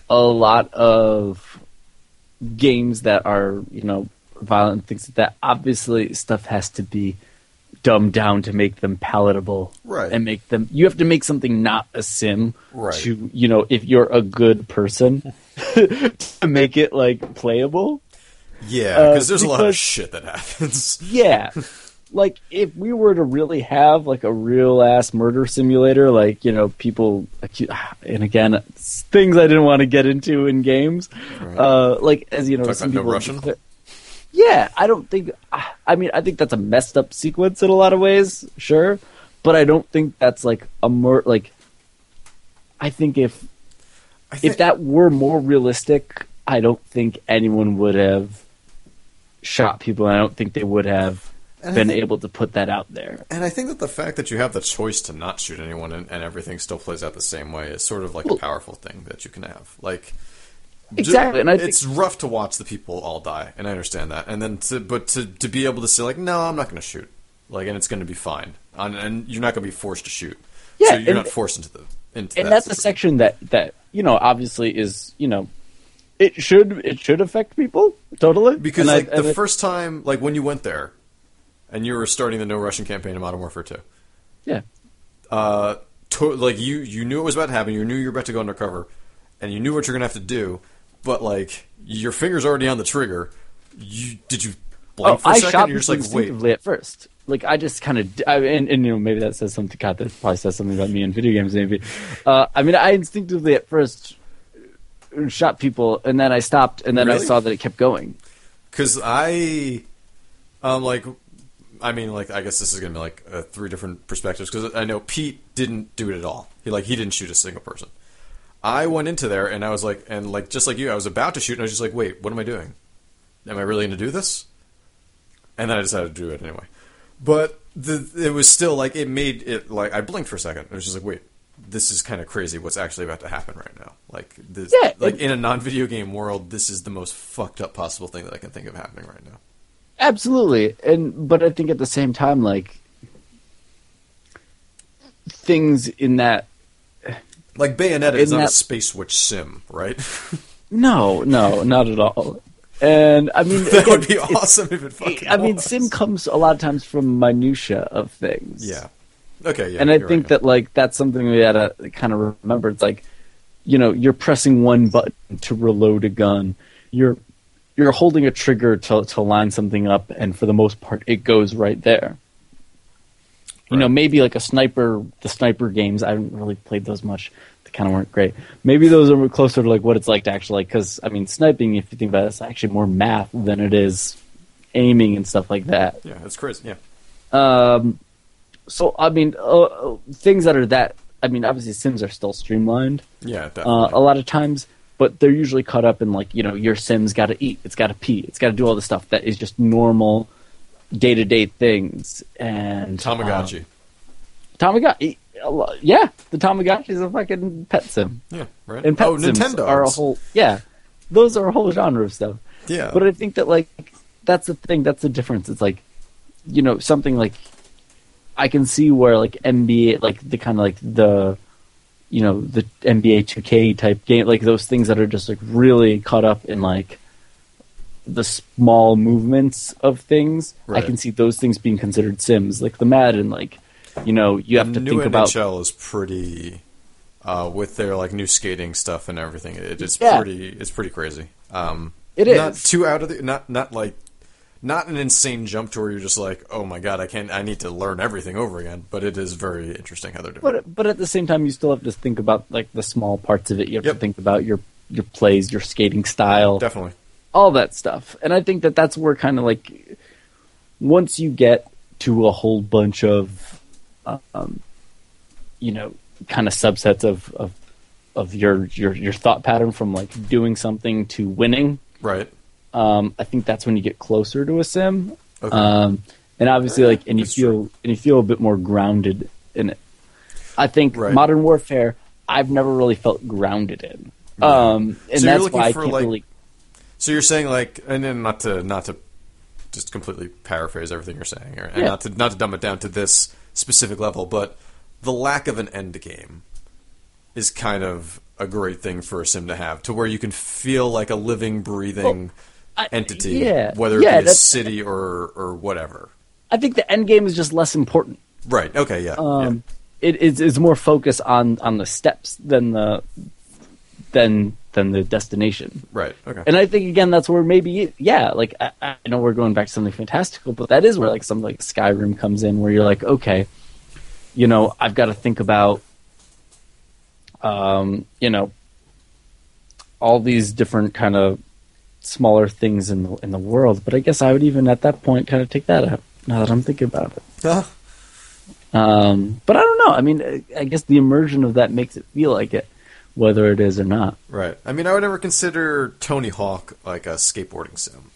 A: a lot of games that are you know violent things like that, obviously stuff has to be dumbed down to make them palatable,
B: Right.
A: And make them. You have to make something not a sim,
B: Right.
A: To you know, if you're a good person to make it like playable.
B: "Yeah,"
A: Uh,
B: because there's a lot of
A: because-
B: shit that happens.
A: Yeah. like if we were to really have like a real ass murder simulator, like, you know, people accu- and again, it's things I didn't want to get into in games. Uh like as you know,
B: Talk
A: some
B: about No
A: people
B: Russian?
A: declare- Yeah, I don't think I- I mean, I think that's a messed up sequence in a lot of ways, sure, but I don't think that's like a mur- like I think if
B: I think,
A: if that were more realistic, I don't think anyone would have shot people. and I don't think they would have
B: And I
A: been
B: think-
A: able to put that out there.
B: and I think that the fact that you have the choice to not shoot anyone and, and everything still plays out the same way is sort of like a
A: Well-
B: powerful thing that you can have. Like,
A: Exactly, and I think-
B: it's rough to watch the people all die, and I understand that. And then, to, but to to be able to say like, no, I'm not going to shoot, like, and it's going to be fine, and, and you're not going to be forced to shoot.
A: Yeah,
B: so you're
A: and-
B: not forced into the into
A: And
B: that
A: that's a
B: situation.
A: section that that you know obviously is you know it should it should affect people totally
B: because
A: And I-
B: like
A: and
B: the
A: it-
B: first time, like when you went there, and you were starting the No Russian campaign in Modern Warfare Two.
A: yeah
B: uh, to, like you you knew it was about to happen. You knew you were about to go undercover, and you knew what you're gonna have to do. But like your fingers already on the trigger. You did you blink
A: oh
B: for
A: I
B: a second?
A: shot
B: and you're just
A: people
B: like wait.
A: instinctively at first like I just kind of and, and you know maybe that says something God that probably says something about me in video games maybe uh, I mean I instinctively at first shot people and then I stopped and then I
B: Really?
A: saw that it kept going
B: Because I, um, like, I mean, like, I guess this is gonna be like uh, three different perspectives. Because I know Pete didn't do it at all. He like he didn't shoot a single person. I went into there and I was like, and like just like you, I was about to shoot, and I was just like, wait, what am I doing? Am I really gonna do this? And then I decided to do it anyway. But the, it was still like it made it like I blinked for a second. It was just like, wait, this is kind of crazy what's actually about to happen right now. Like this,
A: Yeah,
B: like
A: it-
B: in a non-video game world, this is the most fucked up possible thing that I can think of happening right now.
A: Absolutely. And but I think at the same time like things in that
B: Like Bayonetta is
A: Isn't
B: not a
A: that-
B: space witch sim, right?
A: no, no, not at all. And I mean
B: that would be
A: again, it's-
B: awesome if it fucking.
A: I mean
B: was.
A: sim comes a lot of times from minutia of things.
B: Yeah. Okay. Yeah.
A: and I
B: you're
A: think
B: right.
A: that like that's something we gotta kind of remember. It's like, you know, you're pressing one button to reload a gun. You're you're holding a trigger to to line something up, and for the most part, it goes right there. You know,
B: Right.
A: maybe like a sniper, the sniper games. I haven't really played those much. They kind of weren't great. Maybe those are closer to like what it's like to actually like. Because I mean, sniping, if you think about it, it's actually more math than it is aiming and stuff like that.
B: Yeah, it's crazy. Yeah.
A: Um, so I mean, uh, uh, things that are that. I mean, obviously, Sims are still streamlined
B: Yeah. Definitely.
A: uh, a lot of times, but they're usually caught up in like you know your Sims got to eat, it's got to pee, it's got to do all the stuff that is just normal day to day things. And um,
B: Tamagotchi.
A: Tamagotchi, e, a lo- yeah, the Tamagotchi is a fucking pet sim,
B: yeah. Right.
A: and pet
B: oh,
A: sims
B: Nintendo
A: are a whole yeah, those are a whole genre of stuff.
B: Yeah.
A: But I think that like that's the thing. That's the difference. It's like you know something like I can see where like NBA like the kind of like the you know the NBA 2K type game like those things that are just like really caught up in like the small movements of things.
B: Right.
A: I can see those things being considered Sims like the Madden like you know you have to
B: new
A: think
B: NHL
A: about
B: is pretty uh, with their like new skating stuff and everything. It, it's
A: Yeah.
B: pretty. It's pretty crazy. Um,
A: It
B: not
A: is.
B: too out of the not not like not an insane jump to where you're just like, oh my god, I can't. I need to learn everything over again. But it is very interesting how they're doing. it.
A: But but at the same time, you still have to think about like the small parts of it. You have
B: Yep.
A: to think about your your plays, your skating style,
B: Definitely.
A: all that stuff. And I think that that's where kind of like once you get to a whole bunch of, um, you know, kind of subsets of, of of your your your thought pattern from like doing something to winning.
B: Right.
A: Um, I think that's when you get closer to a sim.
B: Okay.
A: Um, and obviously, like, and you
B: That's
A: feel and you feel a bit more grounded in it. I think
B: Right.
A: Modern Warfare, I've never really felt grounded in, um, and
B: So you're
A: that's
B: looking
A: why I
B: for,
A: can't
B: like-
A: really.
B: So you're saying like, and then not to not to just completely paraphrase everything you're saying here, and
A: Yeah.
B: not to not to dumb it down to this specific level, but the lack of an end game is kind of a great thing for a sim to have, to where you can feel like a living, breathing
A: I-
B: entity,
A: yeah.
B: whether
A: Yeah,
B: it be a
A: that's-
B: city or or whatever.
A: I think the end game is just less important.
B: Right. Okay. Yeah.
A: Um, It is it's more focus on on the steps than the than than the destination.
B: yeah. Right. Okay.
A: And I think again, that's where maybe yeah, like I, I know we're going back to something fantastical, but that is where like something like Skyrim comes in, where you're like, okay, you know, I've got to think about, um, you know, all these different kind of smaller things in the in the world. But I guess I would even at that point kind of take that out now that I'm thinking about it.
B: Huh.
A: Um, but I don't know. I mean, I- I guess the immersion of that makes it feel like it, whether it is or not.
B: Right. I mean, I would never consider Tony Hawk like a skateboarding sim.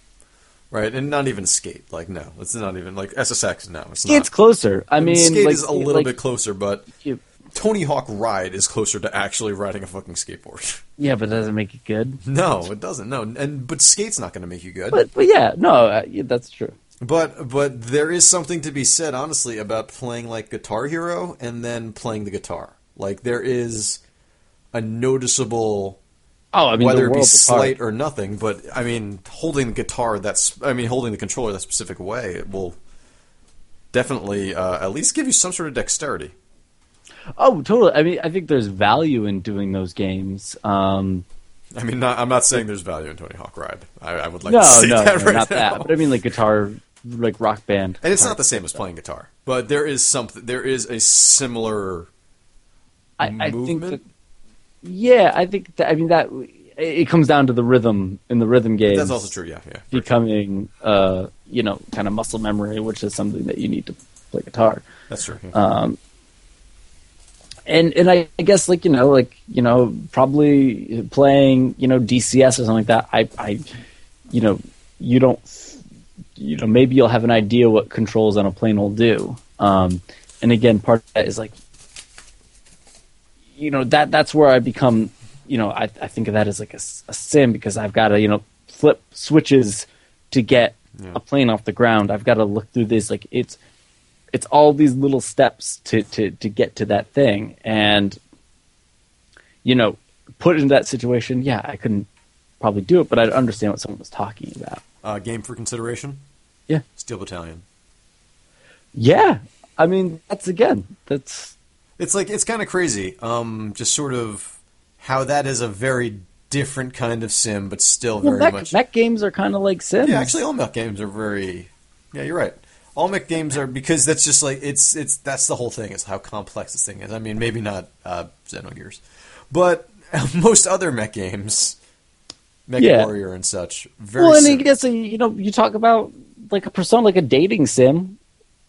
B: Right, and not even skate. Like, no, it's not even like SSX. No, it's not.
A: It's close. I mean,
B: skate
A: like-
B: is a little
A: like,
B: bit closer, but
A: you-
B: Tony Hawk Ride is closer to actually riding a fucking skateboard.
A: Yeah, but doesn't make it good.
B: no, it doesn't. No, and but skate's not going to make you good.
A: But but yeah, no, uh, yeah, that's true.
B: But but there is something to be said, honestly, about playing like Guitar Hero and then playing the guitar. Like there is a noticeable,
A: Oh, I mean,
B: whether
A: the
B: it be
A: world's
B: slight
A: apart.
B: or nothing. But I mean, holding the guitar that's I mean, holding the controller that specific way will definitely uh, at least give you some sort of dexterity.
A: Oh, totally. I mean, I think there's value in doing those games. Um,
B: I mean, not, I'm not saying there's value in Tony Hawk Ride. I, I would like
A: no,
B: to say
A: no,
B: that
A: no,
B: right
A: not
B: now.
A: that. But I mean, like guitar, like rock band.
B: and it's not the same as playing guitar, but there is something. There is a similar.
A: I, I think
B: movement?
A: that. Yeah, I think that. I mean that. It it comes down to the rhythm in the rhythm game.
B: That's also true. Yeah, yeah.
A: Becoming, uh, you know, kind of muscle memory, which is something that you need to play guitar.
B: That's true. yeah.
A: Uh, and and I, I guess like you know like you know probably playing you know DCS or something like that. I I you know you don't you know maybe you'll have an idea what controls on a plane will do. Um, and again, part of that is like you know that that's where I become you know I, I think of that as like a, s- a sin because I've got to you know flip switches to get a plane off the ground. I've got to look through this like it's it's all these little steps to to to get to that thing and you know put into that situation. Yeah, I couldn't probably do it, but I'd understand what someone was talking about.
B: Uh, game for consideration.
A: Yeah.
B: Steel Battalion.
A: Yeah, I mean that's again that's
B: It's like it's kind of crazy. Um, just sort of how that is a very different kind of sim, but still
A: well,
B: very
A: mech,
B: much.
A: mech games are kind of like Sims.
B: Yeah, actually, all mech games are very. Yeah, you're right. All mech games are because that's just like it's it's that's the whole thing is how complex this thing is. I mean, maybe not uh, Xenogears, but most other mech games, Mech
A: Yeah.
B: Warrior and such, very.
A: Well, and
B: sim-
A: I guess uh, you know you talk about like a persona, like a dating sim,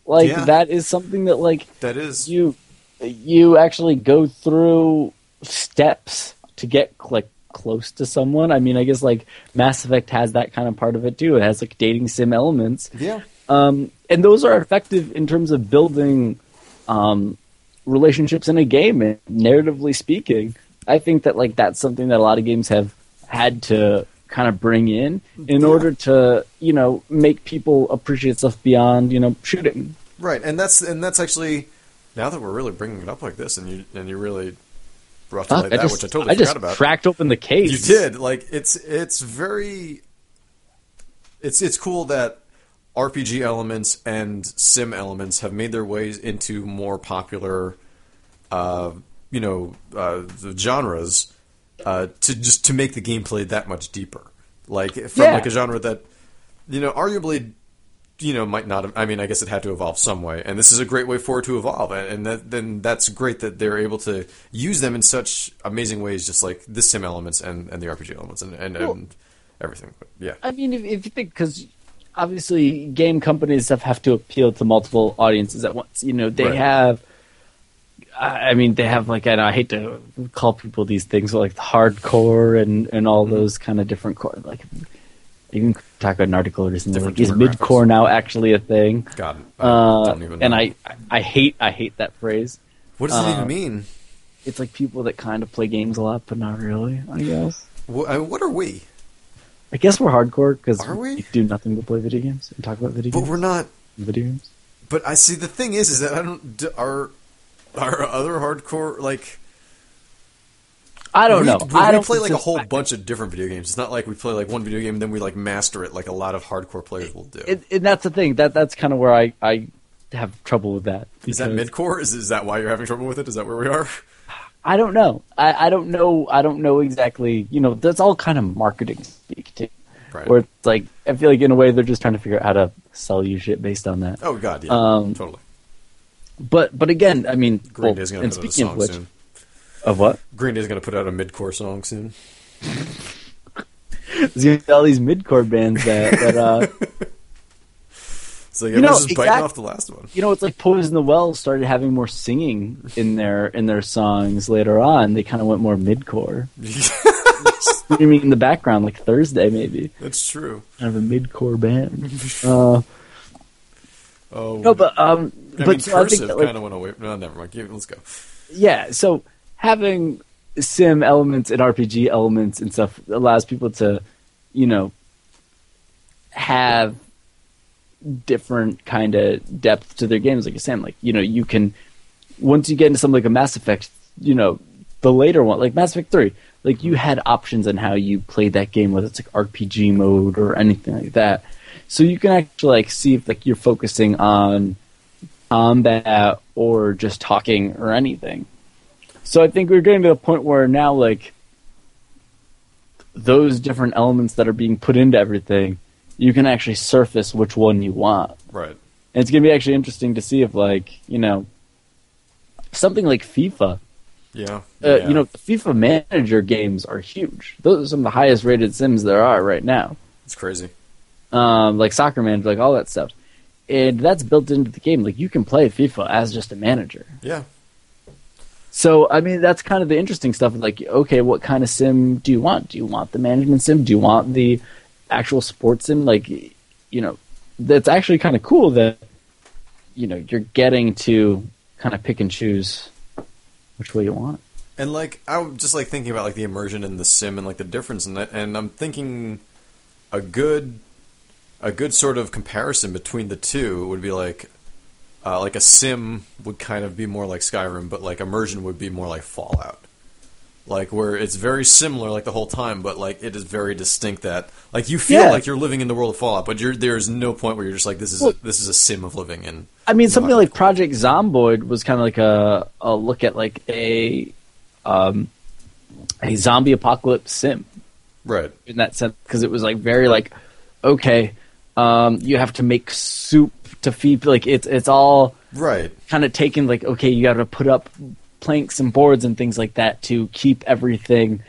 A: like
B: Yeah.
A: that is something that like
B: that is
A: you you actually go through steps to get like close to someone. I mean, I guess like Mass Effect has that kind of part of it too. It has like dating sim elements,
B: yeah.
A: um, and those are effective in terms of building um, relationships in a game. And narratively speaking, I think that like that's something that a lot of games have had to kind of bring in in
B: Yeah.
A: order to you know make people appreciate stuff beyond you know shooting.
B: Right, and that's and that's actually now that we're really bringing it up like this, and you and you really brought to
A: Fuck,
B: light
A: I
B: that,
A: just
B: which I totally forgot
A: just
B: about.
A: cracked open the case.
B: You did like it's it's very it's it's cool that RPG elements and sim elements have made their ways into more popular, uh, you know, uh, the genres uh, to just to make the gameplay that much deeper. Like from
A: Yeah.
B: like a genre that you know arguably you know might not have, i mean i guess it had to evolve some way and this is a great way for it to evolve and, and that, then that's great that they're able to use them in such amazing ways just like the sim elements and, and the rpg elements and, and, and everything but yeah
A: I mean, if, if you think because obviously game companies have, have to appeal to multiple audiences at once. You know, they
B: Right.
A: have. I I mean, they have like, and I hate to call people these things but, like hardcore and and all
B: Mm-hmm.
A: those kind of different core. Like, you can talk about an article or just like,
B: Different
A: is
B: demographics.
A: midcore now actually a thing?
B: god i
A: Uh,
B: don't even know
A: and I I hate I hate that phrase.
B: what does it
A: uh,
B: even mean
A: It's like people that kind of play games a lot, but not really. I guess.
B: Wh- I mean, what are we
A: I guess we're hardcore because
B: Are we?
A: do nothing but play video games and talk about video
B: but
A: games.
B: we're not
A: video games.
B: but i see the thing is is that i don't d- our our other hardcore like
A: I don't
B: we,
A: know.
B: We,
A: I
B: we
A: don't
B: play like a
A: consist-
B: whole bunch of different video games. It's not like we play like one video game and then we like master it like a lot of hardcore players will do.
A: And, and that's the thing. That that's kind of where I, I have trouble with that.
B: Is that
A: because
B: midcore? Is is that why you're having trouble with it? Is that where we are?
A: I don't know. I, I don't know. I don't know exactly. You know, that's all kind of marketing speak too.
B: Right.
A: Where it's like, I feel like in a way they're just trying to figure out how to sell you shit based on that.
B: Oh god, yeah,
A: Um,
B: totally.
A: But but again, I mean,
B: Green
A: well,
B: Day's gonna
A: and
B: put out a
A: speaking of
B: song
A: which,
B: soon.
A: of what
B: Green Day's gonna put out a midcore song soon.
A: there's gonna be all these midcore bands that that uh,
B: So yeah,
A: You know,
B: everyone's just biting
A: exact-
B: off the last one.
A: you know, it's like Poison the Well started having more singing in their in their songs later on. They kind of went more midcore. screaming in the background, like Thursday maybe.
B: That's true.
A: Kind of a midcore band. Uh,
B: Oh
A: no, but um,
B: I
A: but
B: mean,
A: so I think
B: cursive
A: that, like,
B: kind of went away. No, never mind. Give- Let's go.
A: yeah. So having sim elements and RPG elements and stuff allows people to, you know, have different kind of depth to their games. Like you're saying, like you know, you can once you get into something like a Mass Effect, you know, the later one, like Mass Effect Three, like you had options on how you played that game, whether it's like RPG mode or anything like that. So you can actually like see if like you're focusing on combat or just talking or anything. So I think we're getting to the point where now like those different elements that are being put into everything, you can actually surface which one you want.
B: Right.
A: And it's gonna be actually interesting to see if like, you know, something like FIFA.
B: Yeah.
A: Uh,
B: yeah.
A: You know, the FIFA manager games are huge. Those are some of the highest rated sims there are right now.
B: it's crazy.
A: Um, like soccer manager, like all that stuff. And that's built into the game. Like you can play FIFA as just a manager.
B: Yeah.
A: So I mean, that's kind of the interesting stuff. Like, okay, what kind of sim do you want? Do you want the management sim? Do you want the actual sports sim? Like, you know, that's actually kind of cool that you know you're getting to kind of pick and choose which way you want.
B: And like I was just like thinking about like the immersion in the sim and like the difference in that, and I'm thinking a good a good sort of comparison between the two would be like uh, like a sim would kind of be more like Skyrim, but like immersion would be more like Fallout. Like where it's very similar like the whole time, but like it is very distinct that like you feel
A: Yeah.
B: like you're living in the world of Fallout, but you're, there is no point where you're just like this is
A: Well-
B: a, this is a sim of living in.
A: I mean, something
B: Not-
A: like Project Zomboid was kind of like a, a look at like a um, a zombie apocalypse sim
B: Right.
A: in that sense because it was like very like okay, um, you have to make soup to feed like it's it's all
B: Right.
A: kind of taken like okay, you got to put up planks and boards and things like that to keep everything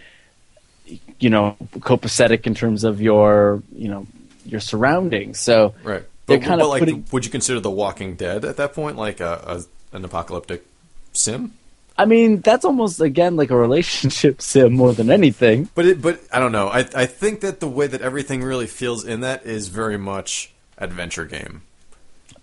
A: you know copacetic in terms of your you know your surroundings. So
B: Right.
A: They're
B: But,
A: kind
B: but
A: of
B: like,
A: putting-
B: would you consider The Walking Dead at that point like a, a an apocalyptic sim?
A: I mean, that's almost again like a relationship sim more than anything.
B: But it, but I don't know. I I think that the way that everything really feels in that is very much adventure game,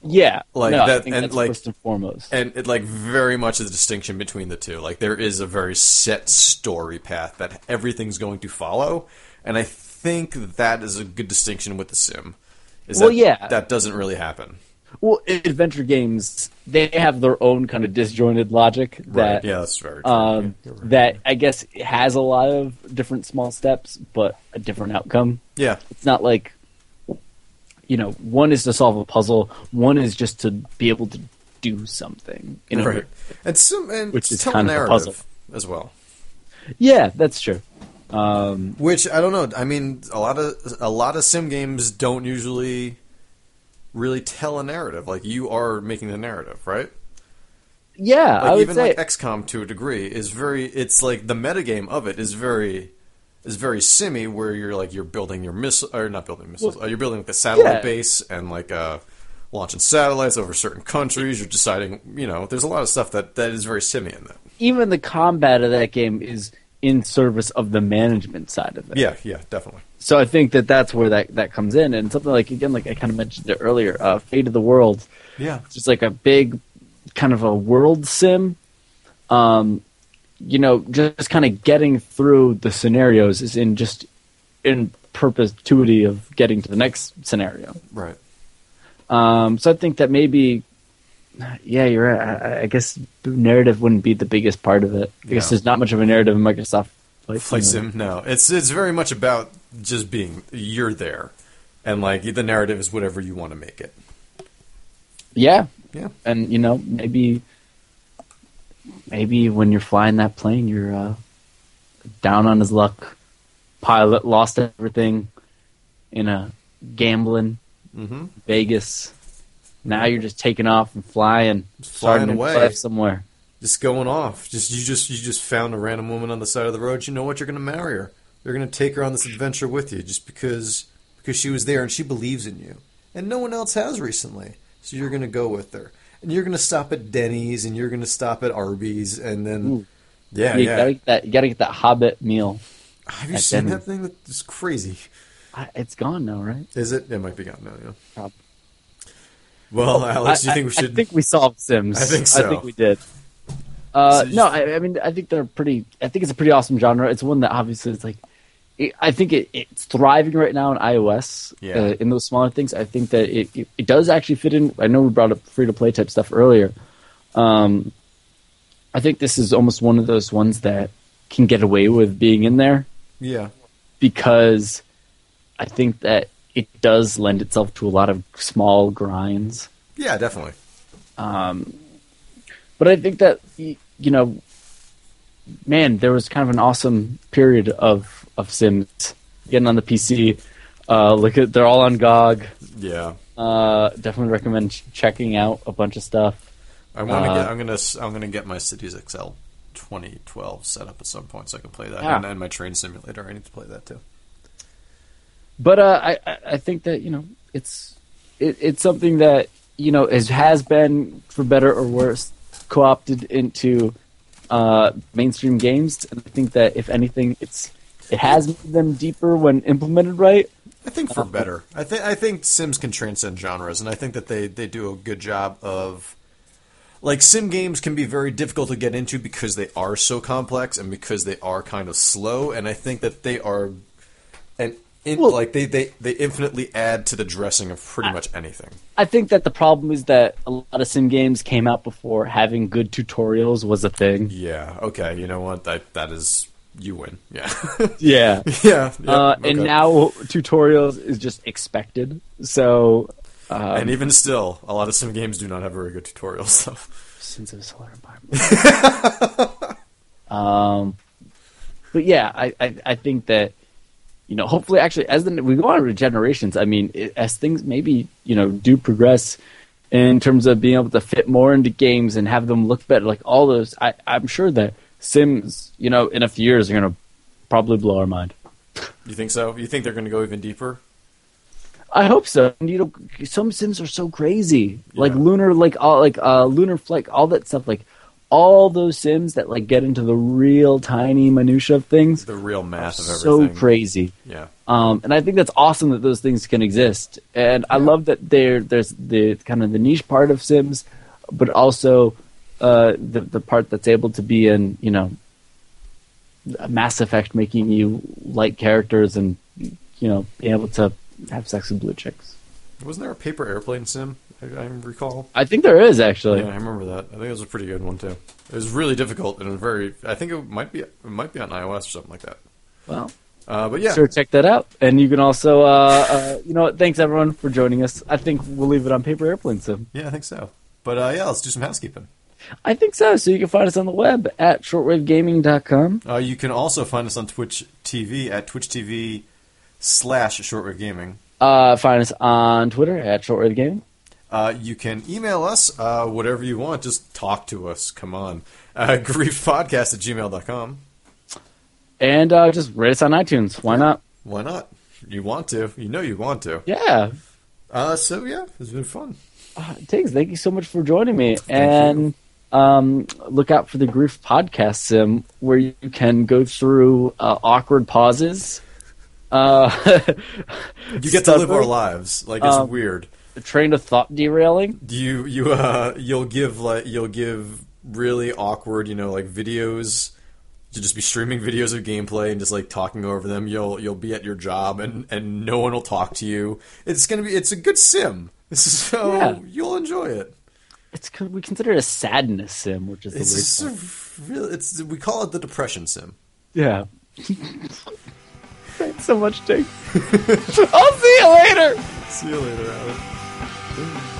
A: Yeah,
B: Like
A: no, I
B: that-
A: think
B: and
A: that's
B: like-
A: first and foremost.
B: and it like very much is a distinction between the two. Like there is a very set story path that everything's going to follow, and I think that is a good distinction with the sim. Is
A: Well,
B: that,
A: yeah.
B: that doesn't really happen.
A: well, adventure games they have their own kind of disjointed logic that
B: yeah, that's very true.
A: um,
B: Yeah, you're right.
A: that I guess has a lot of different small steps, but a different outcome.
B: yeah,
A: It's not like you know, one is to solve a puzzle, one is just to be able to do something. You know,
B: right. And some and
A: Which is
B: tell
A: kind
B: a
A: of the
B: narrative
A: puzzle.
B: as well.
A: yeah, that's true.
B: Which I don't know. I mean, a lot of a lot of sim games don't usually really tell a narrative. Like you are making the narrative, right?
A: Yeah,
B: Like
A: I would
B: even
A: say
B: like XCOM to a degree is very. It's like the metagame of it is very is very simmy, where you're like you're building your missile or not building missiles. uh, you're building like a satellite
A: yeah.
B: base and like uh, launching satellites over certain countries. You're deciding. You know, there's a lot of stuff that that is very simmy in that.
A: even the combat of that game is in service of the management side of it.
B: Yeah, yeah, definitely.
A: So I think that that's where that, that comes in, and something like again, like I kind of mentioned it earlier, uh, Fate of the World,
B: Yeah,
A: it's just like a big kind of a world sim. Um, you know, just kind of getting through the scenarios is in just in perpetuity of getting to the next scenario.
B: right.
A: Um, so I think that maybe, yeah, you're right. I, I guess narrative wouldn't be the biggest part of it. I guess
B: Yeah.
A: there's not much of a narrative in Microsoft. Flight
B: Play
A: Simulator.
B: sim? No, it's it's very much about just being you're there, and like the narrative is whatever you want to make it.
A: Yeah,
B: Yeah,
A: and you know maybe, maybe when you're flying that plane, you're uh, down on his luck, pilot lost everything in a gambling
B: mm-hmm.
A: Vegas. Now you're just taking off and flying, starting a
B: away.
A: cliff somewhere.
B: just going off. Just you just you just found a random woman on the side of the road. You know what? You're going to marry her. You're going to take her on this adventure with you, just because because she was there and she believes in you, and no one else has recently. So you're going to go with her, and you're going to stop at Denny's, and you're going to stop at Arby's, and then
A: Ooh.
B: yeah,
A: you
B: yeah.
A: gotta get that. You gotta get that Hobbit meal.
B: Have you
A: at
B: seen
A: Denny's.
B: that thing? That's crazy.
A: I, it's gone now, right?
B: Is it? It might be gone now. Yeah.
A: Prob-
B: Well, Alex, do
A: Oh,
B: you
A: I-
B: think we
A: I-
B: should?
A: I think we solved Sims.
B: I think so.
A: I think we did. Uh,
B: So you-
A: no, I, I mean, I think they're pretty. I think it's a pretty awesome genre. It's one that obviously is like, it, I think it, it's thriving right now in iOS.
B: Yeah.
A: Uh, in those smaller things, I think that it, it, it does actually fit in. I know we brought up free to play type stuff earlier. Um, I think this is almost one of those ones that can get away with being in there
B: Yeah.
A: because I think that it does lend itself to a lot of small grinds.
B: Yeah, definitely.
A: But I think that y- you know, man, there was kind of an awesome period of of Sims getting on the PC. Uh, look at they're all on GOG.
B: Yeah.
A: Uh, definitely recommend ch- checking out a bunch of stuff.
B: I want to
A: Uh,
B: get. I'm gonna. s- I'm gonna get my Cities XL 2012 set up at some point so I can play that,
A: Yeah.
B: and, and my train simulator. I need to play that too.
A: But uh, I I- I think that you know it's it, it's something that you know is, has been for better or worse co opted into uh, mainstream games, and I think that if anything, it's it has made them deeper when implemented right.
B: I think
A: Uh,
B: for better. I think. I think Sims can transcend genres, and I think that they they do a good job of like sim games can be very difficult to get into because they are so complex and because they are kind of slow and i think that they are and in,
A: Well-
B: like they, they they infinitely add to the dressing of pretty much anything
A: I think that the problem is that a lot of sim games came out before having good tutorials was a thing.
B: yeah okay you know what that that is you win yeah
A: Yeah.
B: yeah, yeah,
A: uh, And
B: okay.
A: now tutorials is just expected. So, uh,
B: and even still a lot of sim games do not have very good tutorials so
A: Sins of a Solar Environment. um, but yeah, I, I, I think that, you know, hopefully, actually, as the, we go on to generations, I mean, it, as things maybe, you know, do progress in terms of being able to fit more into games and have them look better, like all those, I, I'm sure that Sims, you know, in a few years are going to probably blow our mind.
B: you think so you think they're going to go even deeper
A: I hope so. And, you know, some Sims are so crazy, like
B: Yeah.
A: lunar, like all like uh, lunar flick, all that stuff. Like all those Sims that like get into the real tiny minutia of things.
B: the real math of
A: So
B: everything
A: crazy.
B: yeah
A: Um, and I think that's awesome that those things can exist. And I love that there there's the kind of the niche part of Sims, but also uh, the the part that's able to be in you know Mass Effect, making you like characters and you know being able to have sex with blue chicks.
B: wasn't there a paper airplane sim i, I recall
A: I think there is actually.
B: yeah, I remember that. I think it was a pretty good one too. It was really difficult and very. I think it might be it might be on iOS or something like that.
A: Well,
B: Uh, but yeah,
A: sure, check that out. And you can also, uh, uh, you know what? Thanks everyone for joining us. I think we'll leave it on paper airplane sim.
B: yeah, I think so. But uh, yeah, let's do some housekeeping.
A: I think so. So you can find us on the web at shortwavegaming.com.
B: Uh, you can also find us on Twitch TV at Twitch TV slash Shortwave Gaming.
A: Uh, find us on Twitter at shortwavegaming.
B: Uh, you can email us uh, whatever you want. Just talk to us. Come on. Uh, griefpodcast at gmail.com.
A: And uh, just rate us on iTunes. Why not?
B: Why not? You want to. You know you want to.
A: Yeah.
B: Uh, so yeah, it's been fun.
A: Uh, Tiggs, thank you so much for joining me. and
B: you.
A: um, look out for the Grief Podcast Sim, where you can go through uh, awkward pauses. Uh,
B: You get to live
A: Stuttering.
B: our lives. Like it's
A: Um,
B: weird.
A: train of thought derailing.
B: you you uh you'll give like you'll give really awkward you know like videos to just be streaming videos of gameplay and just like talking over them you'll you'll be at your job and and no one will talk to you it's gonna be it's a good sim so
A: Yeah.
B: you'll enjoy it
A: It's 'cause we consider it a sadness sim, which is the
B: it's
A: weird
B: just
A: part.
B: a real it's we call it the depression sim
A: Yeah. Thanks so much, Tiggs. I'll see you later.
B: see you later Alan.